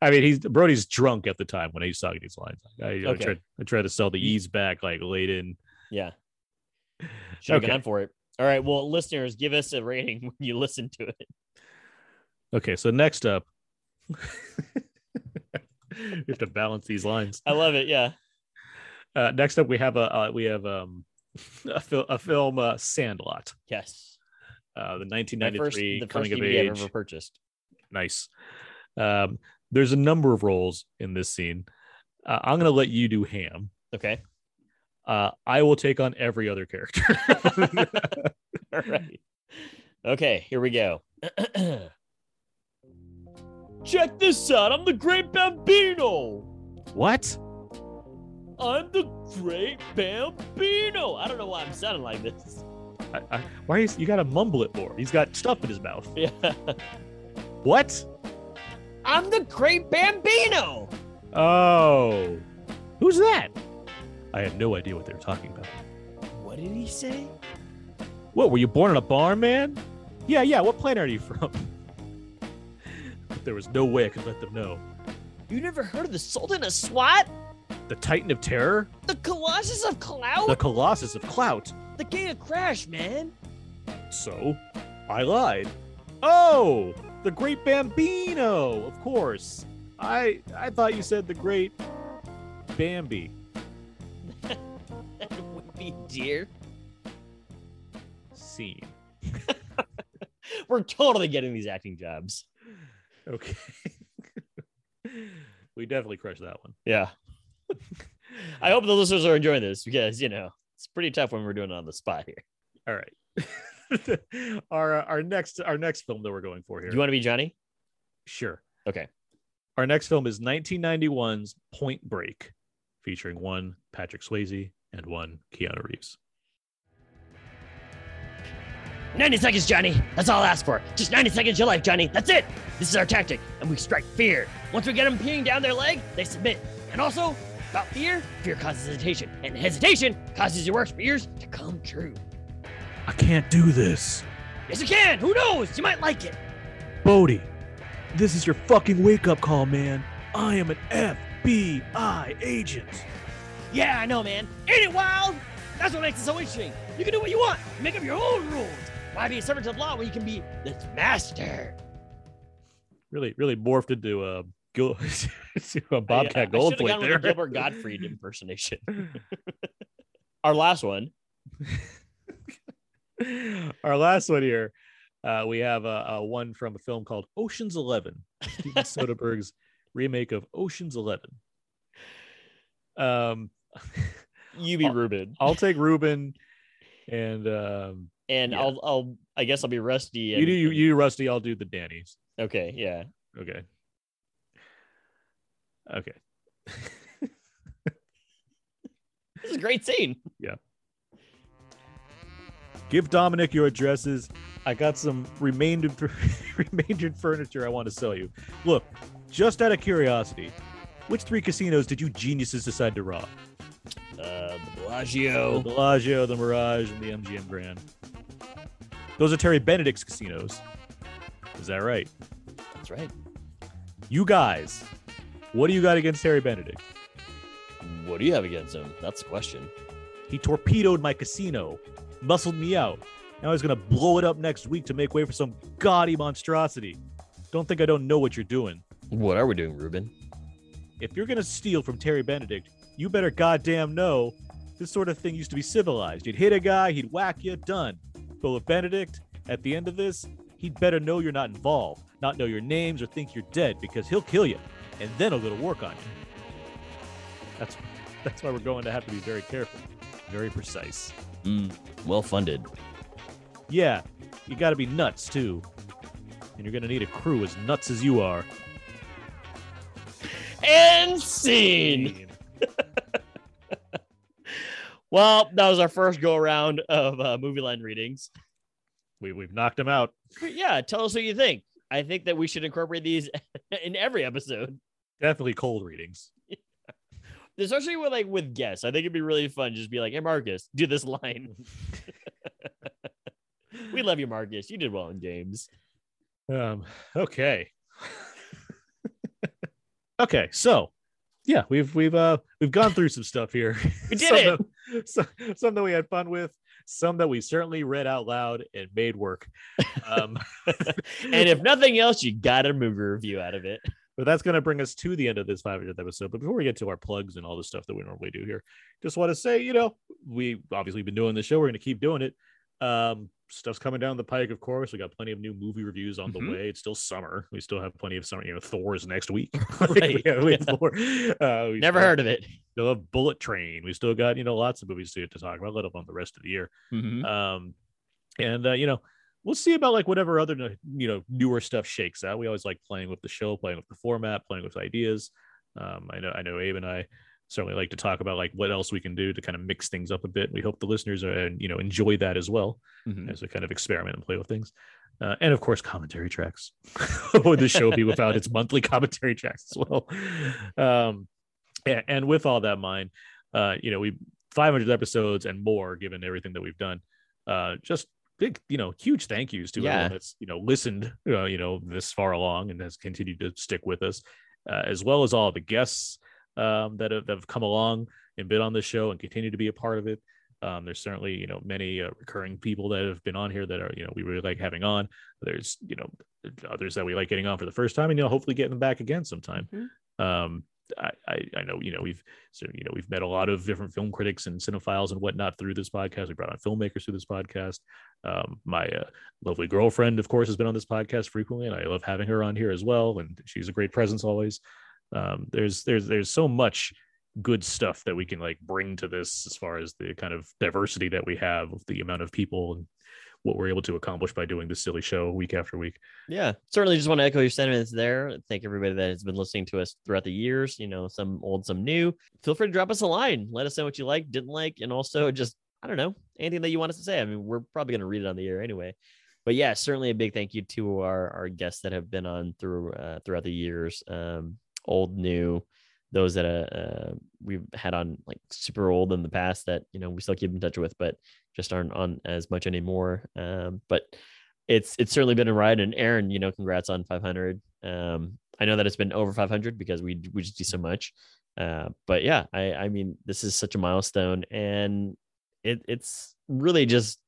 [SPEAKER 1] I mean, he's Brody's drunk at the time when he's talking these lines. I, I
[SPEAKER 2] Okay.
[SPEAKER 1] tried, I tried to sell the ease back, like late in.
[SPEAKER 2] Yeah. Should have
[SPEAKER 1] Okay.
[SPEAKER 2] gone for it. All right. Well, listeners, give us a rating when you listen to it.
[SPEAKER 1] Okay, so next up, we have to balance these lines.
[SPEAKER 2] I love it. Yeah.
[SPEAKER 1] Uh, next up, we have a uh, we have um, a, fil- a film, uh, Sandlot,
[SPEAKER 2] Yes.
[SPEAKER 1] uh, the
[SPEAKER 2] My first-
[SPEAKER 1] 1993
[SPEAKER 2] the first
[SPEAKER 1] coming of
[SPEAKER 2] DVD I've
[SPEAKER 1] age.
[SPEAKER 2] ever purchased.
[SPEAKER 1] Nice. Um, there's a number of roles in this scene. Uh, I'm gonna let you do Ham.
[SPEAKER 2] Okay.
[SPEAKER 1] Uh, I will take on every other character.
[SPEAKER 2] All right. Okay, here we go. Check this out. I'm the great Bambino.
[SPEAKER 1] what?
[SPEAKER 2] I'm the great Bambino. I don't know why I'm sounding like this.
[SPEAKER 1] I, I, why is you gotta mumble it more? He's got stuff in his mouth.
[SPEAKER 2] Yeah.
[SPEAKER 1] What?
[SPEAKER 2] I'm the great Bambino.
[SPEAKER 1] Oh, who's that? I had no idea what they were talking about.
[SPEAKER 2] What did he say?
[SPEAKER 1] What, were you born in a barn, man? Yeah, yeah, what planet are you from? But there was no way I could let them know.
[SPEAKER 2] You never heard of the Sultan of Swat?
[SPEAKER 1] The Titan of Terror?
[SPEAKER 2] The Colossus of
[SPEAKER 1] The
[SPEAKER 2] Cloud?
[SPEAKER 1] Colossus of Clout?
[SPEAKER 2] The King of Crash, man.
[SPEAKER 1] So, I lied. Oh, the Great Bambino, of course. I I thought you said the Great Bambi.
[SPEAKER 2] That would be dear.
[SPEAKER 1] Scene.
[SPEAKER 2] We're totally getting these acting jobs.
[SPEAKER 1] Okay. we definitely crushed that one.
[SPEAKER 2] Yeah. I hope the listeners are enjoying this because, you know, it's pretty tough when we're doing it on the spot here.
[SPEAKER 1] All right. our uh, our next our next film that we're going for here.
[SPEAKER 2] Do you want to be Johnny?
[SPEAKER 1] Sure.
[SPEAKER 2] Okay.
[SPEAKER 1] Our next film is 1991's Point Break, featuring one Patrick Swayze and one Keanu Reeves.
[SPEAKER 2] 90 seconds, Johnny. That's all I ask for. Just 90 seconds of your life, Johnny. That's it. This is our tactic, and we strike fear. Once we get them peeing down their leg, they submit. And also, without fear, fear causes hesitation, and hesitation causes your worst fears to come true.
[SPEAKER 1] I can't do this.
[SPEAKER 2] Yes, you can. Who knows? You might like it.
[SPEAKER 1] Bodie, this is your fucking wake up call, man. I am an FBI agent.
[SPEAKER 2] Yeah, I know, man. Ain't it wild? That's what makes it so interesting. You can do what you want. Make up your own rules. Why be a servant to the law when you can be the master?
[SPEAKER 1] Really, really morphed into a, Gil- to a Bobcat
[SPEAKER 2] I, I, I should've
[SPEAKER 1] Goldthwait
[SPEAKER 2] gone with
[SPEAKER 1] there.
[SPEAKER 2] a Gilbert Gottfried impersonation. Our last one.
[SPEAKER 1] Our last one here, uh, we have uh, uh, one from a film called Ocean's Eleven, Steven Soderbergh's remake of Ocean's Eleven. Um,
[SPEAKER 2] You be Ruben,
[SPEAKER 1] I'll take Ruben, and um,
[SPEAKER 2] and
[SPEAKER 1] yeah.
[SPEAKER 2] I'll, I'll, I guess I'll be Rusty. And,
[SPEAKER 1] you do you, you Rusty. I'll do the Danny's.
[SPEAKER 2] Okay, yeah.
[SPEAKER 1] Okay. Okay.
[SPEAKER 2] This is a great scene.
[SPEAKER 1] Give Dominic your addresses. I got some remainder remaindered furniture I want to sell you. Look, just out of curiosity, which three casinos did you geniuses decide to rob?
[SPEAKER 2] Uh, the
[SPEAKER 1] The
[SPEAKER 2] Bellagio.
[SPEAKER 1] Bellagio, the Mirage, and the MGM Grand. Those are Terry Benedict's casinos. Is that right?
[SPEAKER 2] That's right.
[SPEAKER 1] You guys, what do you got against Terry Benedict?
[SPEAKER 2] What do you have against him? That's the question.
[SPEAKER 1] He torpedoed my casino, muscled me out. Now he's gonna blow it up next week to make way for some gaudy monstrosity. Don't think I don't know what you're doing.
[SPEAKER 2] What are we doing, Ruben?
[SPEAKER 1] If you're gonna steal from Terry Benedict, you better goddamn know this sort of thing used to be civilized. You'd hit a guy, he'd whack you, done. But with Benedict, at the end of this, he'd better know you're not involved, not know your names or think you're dead because he'll kill you, and then he'll go to work on you. That's that's why we're going to have to be very careful, very precise.
[SPEAKER 2] Mm, well funded.
[SPEAKER 1] Yeah, you gotta be nuts too. And you're gonna need a crew as nuts as you are.
[SPEAKER 2] And scene. Well, that was our first go around of uh, movie line readings.
[SPEAKER 1] We, we've knocked him out.
[SPEAKER 2] Yeah, tell us what you think. I think that we should incorporate these in every episode,
[SPEAKER 1] Definitely cold readings.
[SPEAKER 2] especially with like with guests. I think it'd be really fun. Just be like, "Hey, Marcus, do this line." we love you, Marcus. You did well in games.
[SPEAKER 1] Um, okay. okay, so yeah, we've we've uh we've gone through some stuff here.
[SPEAKER 2] We did
[SPEAKER 1] some
[SPEAKER 2] it.
[SPEAKER 1] That, so, some that we had fun with, some that we certainly read out loud and made work. Um
[SPEAKER 2] and if nothing else, you got a movie review out of it.
[SPEAKER 1] But that's going to bring us to the end of this 500th episode. But before we get to our plugs and all the stuff that we normally do here, just want to say, you know, we obviously been doing the show. We're going to keep doing it. Um, stuff's coming down the pike, of course. We got plenty of new movie reviews on
[SPEAKER 2] Mhm.
[SPEAKER 1] the way. It's still summer. We still have plenty of summer. You know, Thor's next week.
[SPEAKER 2] Right,
[SPEAKER 1] yeah, we have Thor. Uh, we
[SPEAKER 2] Never
[SPEAKER 1] still-
[SPEAKER 2] heard of it.
[SPEAKER 1] Still have Bullet Train. We still got you know lots of movies to, to talk about. Let alone the rest of the year
[SPEAKER 7] Mm-hmm.
[SPEAKER 1] um and uh, you know we'll see about like whatever other n- you know newer stuff shakes out we always like playing with the show playing with the format playing with ideas um i know i know abe and i certainly like to talk about like what else we can do to kind of mix things up a bit we hope the listeners are and you know enjoy that as well
[SPEAKER 2] Mhm.
[SPEAKER 1] as we kind of experiment and play with things uh, and of course commentary tracks would the show be without its monthly commentary tracks as well um and, and with all that in mind uh you know we 500 episodes and more given everything that we've done uh just big you know huge thank yous to
[SPEAKER 2] Yeah.
[SPEAKER 1] everyone that's you know listened uh, you know this far along and has continued to stick with us uh, as well as all the guests um that have, that have come along and been on this show and continue to be a part of it um, there's certainly you know many uh, recurring people that have been on here that are you know we really like having on there's you know others that we like getting on for the first time and you know hopefully getting them back again sometime um I, I i know you know we've so you know we've met a lot of different film critics and cinephiles and whatnot through this podcast we brought on filmmakers through this podcast um my uh, lovely girlfriend of course has been on this podcast frequently and i love having her on here as well and she's a great presence always um there's there's there's so much good stuff that we can like bring to this as far as the kind of diversity that we have of the amount of people and what we're able to accomplish by doing this silly show week after week
[SPEAKER 2] Yeah, certainly just want to echo your sentiments there. Thank everybody that has been listening to us throughout the years, you know, some old, some new. Feel free to drop us a line. Let us know what you like, didn't like, and also just, I don't know, anything that you want us to say. I mean, we're probably going to read it on the air anyway. But yeah, certainly a big thank you to our, our guests that have been on through uh, throughout the years, um, old, new, those that uh, uh, we've had on like super old in the past that, you know, we still keep in touch with, but just aren't on as much anymore. Um, but it's it's certainly been a ride. And Aaron, you know, congrats on 500. Um, I know that it's been over 500 because we we just do so much. Uh, but yeah, I I mean, this is such a milestone, and it it's really just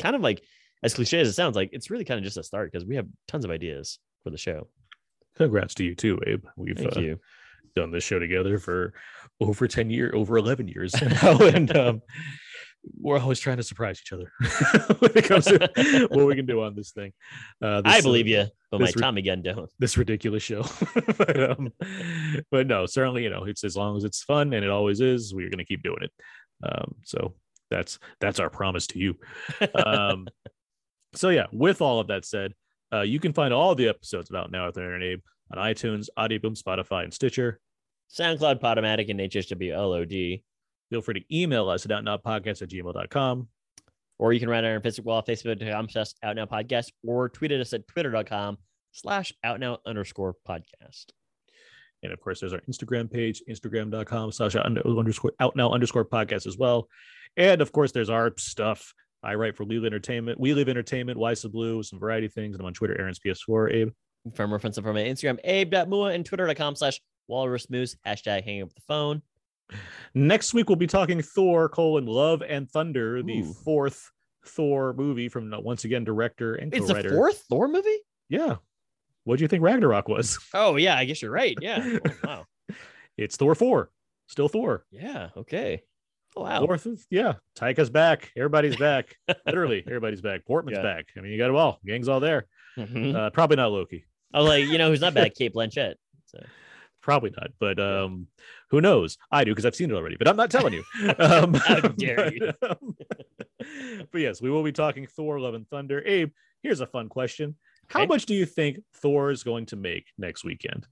[SPEAKER 2] kind of like as cliche as it sounds, like it's really kind of just a start because we have tons of ideas for the show.
[SPEAKER 1] Congrats to you too, Abe. We've
[SPEAKER 2] Thank
[SPEAKER 1] uh,
[SPEAKER 2] you.
[SPEAKER 1] done this show together for over 10 years, over 11 years now. and um, we're always trying to surprise each other when it comes to what we can do on this thing. Uh,
[SPEAKER 2] I
[SPEAKER 1] this, uh,
[SPEAKER 2] believe you, but my
[SPEAKER 1] this re-
[SPEAKER 2] Tommy gun don't.
[SPEAKER 1] this ridiculous show. but, um, but no, certainly, you know, it's as long as it's fun and it always is, we're going to keep doing it. Um, so that's that's our promise to you. Um, so yeah, with all of that said, uh, you can find all the episodes about Now with Aaron and Abe on iTunes, Audioboom, Spotify, and Stitcher.
[SPEAKER 2] SoundCloud, Podomatic, and HHWLOD.
[SPEAKER 1] Feel free to email us at outnotpodcast at gmail.com.
[SPEAKER 2] Or you can write on our Facebook wall, Facebook.com slash out now podcast, or tweet at us at twitter.com slash out now underscore podcast.
[SPEAKER 1] And of course, there's our Instagram page, instagram.com slash out now underscore out now underscore podcast as well. And of course, there's our stuff. I write for Legal Entertainment, We Live Entertainment, Why So Blue, some variety things. And I'm on Twitter, Aaron's PS4, Abe.
[SPEAKER 2] From reference from my Instagram, abe.mua and twitter.com slash walrus moose, hashtag hanging up the phone.
[SPEAKER 1] Next week, we'll be talking Thor, colon, Love and Thunder, the
[SPEAKER 2] Ooh.
[SPEAKER 1] fourth Thor movie from, uh, once again, director and
[SPEAKER 2] It's
[SPEAKER 1] co-writer.
[SPEAKER 2] the fourth Thor movie?
[SPEAKER 1] Yeah. What do you think Ragnarok was?
[SPEAKER 2] Oh, yeah, I guess you're right. Yeah. Oh, wow.
[SPEAKER 1] It's Thor 4. Still Thor.
[SPEAKER 2] Yeah. Okay. Oh, wow.
[SPEAKER 1] Thor th- yeah. Tyka's back. Everybody's back. Literally, everybody's back. Portman's
[SPEAKER 2] Yeah.
[SPEAKER 1] back. I mean, you got it all. Gang's all there.
[SPEAKER 2] Mhm.
[SPEAKER 1] Uh, probably not Loki.
[SPEAKER 2] I was like, you know who's not bad? Kate Blanchett. So
[SPEAKER 1] Probably not. But um, who knows? I do because I've seen it already. But I'm not telling you. Um,
[SPEAKER 2] How dare you.
[SPEAKER 1] But, um, but yes, we will be talking Thor: Love and Thunder. Abe, here's a fun question. How
[SPEAKER 2] Okay.
[SPEAKER 1] much do you think Thor is going to make next weekend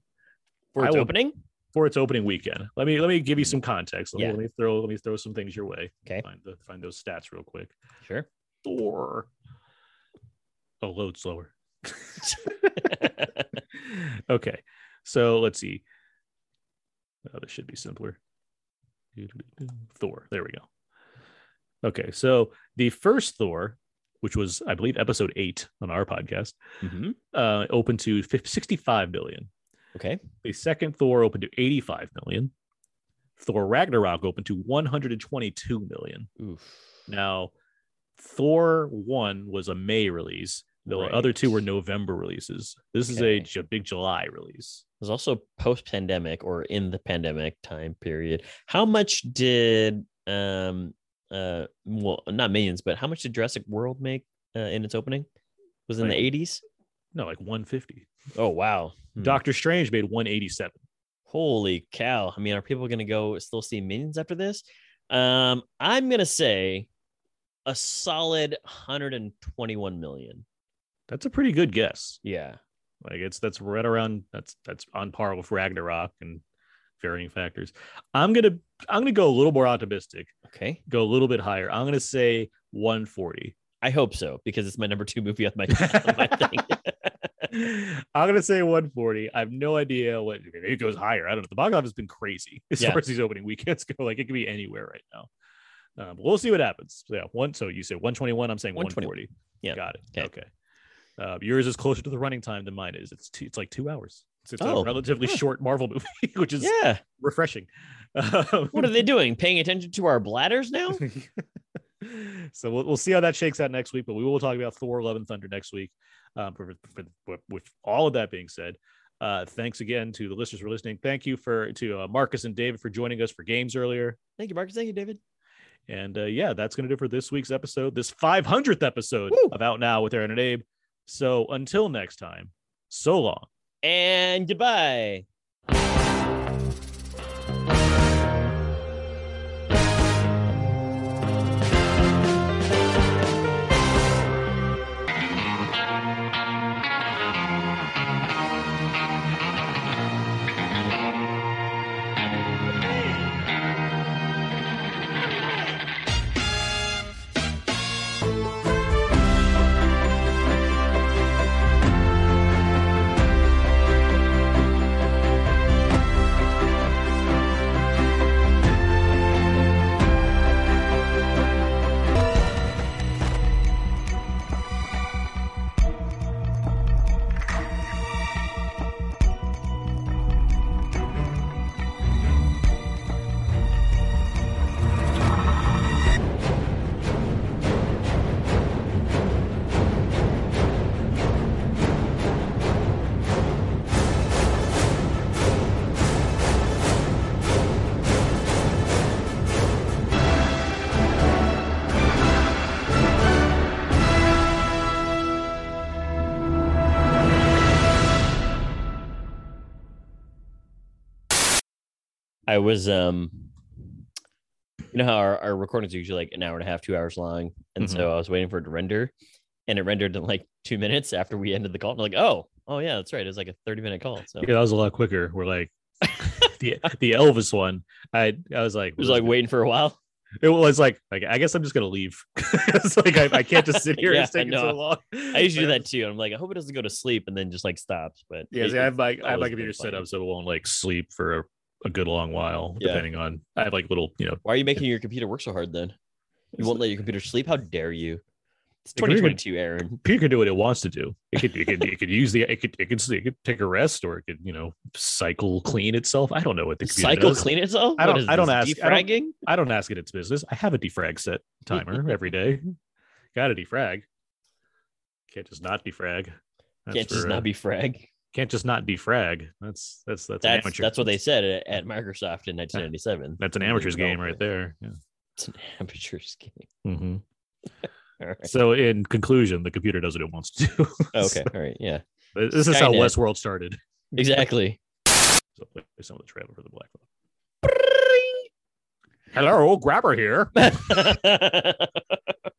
[SPEAKER 2] for
[SPEAKER 1] I
[SPEAKER 2] its
[SPEAKER 1] will-
[SPEAKER 2] opening?
[SPEAKER 1] for its opening weekend? Let me let me give you some context. Let, me,
[SPEAKER 2] Hmm. Yeah.
[SPEAKER 1] let me throw let me throw some things your way.
[SPEAKER 2] Okay.
[SPEAKER 1] Find the, find those stats real quick.
[SPEAKER 2] Sure.
[SPEAKER 1] Thor. A Oh, load slower. okay. So let's see. Oh, this should be simpler. Thor. There we go. Okay. So the first Thor, which was, I believe, episode eight on our podcast,
[SPEAKER 2] Mhm.
[SPEAKER 1] uh, opened to fif- 65 million.
[SPEAKER 2] Okay.
[SPEAKER 1] The second Thor opened to 85 million. Thor Ragnarok opened to 122 million.
[SPEAKER 2] Oof.
[SPEAKER 1] Now, Thor one was a May release. The
[SPEAKER 2] Right.
[SPEAKER 1] other two were November releases. This is
[SPEAKER 2] Okay.
[SPEAKER 1] a j- big July release.
[SPEAKER 2] was also post pandemic or in the pandemic time period. How much did um uh well not millions, but how much did Jurassic World make uh, in its opening? Was it in the
[SPEAKER 1] Like-
[SPEAKER 2] eighties?
[SPEAKER 1] No, like 150.
[SPEAKER 2] Oh wow, Hmm.
[SPEAKER 1] Doctor Strange made 187.
[SPEAKER 2] Holy cow! I mean, are people gonna go still see Minions after this? Um, I'm gonna say a solid 121 million.
[SPEAKER 1] That's a pretty good guess.
[SPEAKER 2] Yeah,
[SPEAKER 1] Like it's that's right around that's that's on par with Ragnarok and varying factors. I'm gonna I'm gonna go a little more optimistic.
[SPEAKER 2] okay.
[SPEAKER 1] Go a little bit higher. I'm gonna say 140.
[SPEAKER 2] I hope so because it's my number two movie on my, on my thing.
[SPEAKER 1] I'm gonna say 140. I have no idea what maybe it goes higher. I don't know. The box office has been crazy as
[SPEAKER 2] Yeah.
[SPEAKER 1] far as these opening weekends go. Like it could be anywhere right now. Uh, but we'll see what happens. So, yeah, one. So you say 121. I'm saying
[SPEAKER 2] 121.
[SPEAKER 1] 140.
[SPEAKER 2] Yeah.
[SPEAKER 1] got it.
[SPEAKER 2] Okay.
[SPEAKER 1] Okay. Uh, yours is closer to the running time than mine is. It's two, it's like two hours. It's, it's
[SPEAKER 2] Oh,
[SPEAKER 1] a relatively
[SPEAKER 2] huh.
[SPEAKER 1] short Marvel movie, which is
[SPEAKER 2] Yeah.
[SPEAKER 1] refreshing. Um,
[SPEAKER 2] What are they doing? Paying attention to our bladders now?
[SPEAKER 1] so we'll, we'll see how that shakes out next week, but we will talk about Thor: Love and Thunder next week. Um, for, for, for- with all of that being said, uh, thanks again to the listeners for listening. Thank you for to uh, Marcus and David for joining us for games earlier.
[SPEAKER 2] Thank you, Marcus. Thank you, David.
[SPEAKER 1] And uh, yeah, that's going to do it for this week's episode, this 500th episode
[SPEAKER 2] Woo!
[SPEAKER 1] of Out Now with Aaron and Abe. So until next time, so long.
[SPEAKER 2] And goodbye. I was um you know how our, our recordings are usually like an hour and a half, two hours long. And so I was waiting for it to render and it rendered in like two minutes after we ended the call. I'm like, oh, oh yeah, that's right. It was like a 30 minute call. So
[SPEAKER 1] Yeah, that was a lot quicker. We're like the the Elvis one. I I was like,
[SPEAKER 2] it was like waiting for a while.
[SPEAKER 1] it was like, like I guess I'm just gonna leave. it's like I, I can't just sit here.
[SPEAKER 2] Yeah,
[SPEAKER 1] it's taking
[SPEAKER 2] I know.
[SPEAKER 1] so long.
[SPEAKER 2] I usually do that too. and I'm like, I hope it doesn't go to sleep and then just like stops. But
[SPEAKER 1] Yeah,
[SPEAKER 2] it-
[SPEAKER 1] see, I have
[SPEAKER 2] it's
[SPEAKER 1] my I have
[SPEAKER 2] always
[SPEAKER 1] my
[SPEAKER 2] been
[SPEAKER 1] computer set
[SPEAKER 2] funny.
[SPEAKER 1] up so it won't like sleep for a, a good long while,
[SPEAKER 2] Yeah.
[SPEAKER 1] depending on I have like little you know
[SPEAKER 2] Why are you making your computer work so hard then? You won't let your computer sleep? How dare you? It's
[SPEAKER 1] The computer can-
[SPEAKER 2] 2022, Aaron.
[SPEAKER 1] computer can do what it wants to do. It could it could it could use the it could it could it could take a rest or it could you know cycle clean itself. I don't know what the computer
[SPEAKER 2] Cycle
[SPEAKER 1] does.
[SPEAKER 2] clean itself?
[SPEAKER 1] I
[SPEAKER 2] What
[SPEAKER 1] don't-
[SPEAKER 2] is
[SPEAKER 1] I don't
[SPEAKER 2] this,
[SPEAKER 1] ask- I don't-
[SPEAKER 2] Defragging?
[SPEAKER 1] I don't ask it its business. I have a defrag set timer every day. Got to defrag. Can't just not defrag. That's
[SPEAKER 2] Can't just
[SPEAKER 1] for, uh,
[SPEAKER 2] not be frag.
[SPEAKER 1] Can't just not defrag. That's that's that's, an
[SPEAKER 2] That's
[SPEAKER 1] amateur.
[SPEAKER 2] that's what they said at, at Microsoft in 1997.
[SPEAKER 1] That's an
[SPEAKER 2] They
[SPEAKER 1] amateur's game right
[SPEAKER 2] developed
[SPEAKER 1] there. Yeah.
[SPEAKER 2] it. It's an amateur's game.
[SPEAKER 1] Mhm.
[SPEAKER 2] All right.
[SPEAKER 1] So in conclusion, the computer does what it wants to do.
[SPEAKER 2] Okay. All right. Yeah.
[SPEAKER 1] So this is how
[SPEAKER 2] Skynet.
[SPEAKER 1] Westworld started.
[SPEAKER 2] Exactly.
[SPEAKER 1] So play some of the trailer for the Black Phone. Hello, Grabber here.
[SPEAKER 2] That's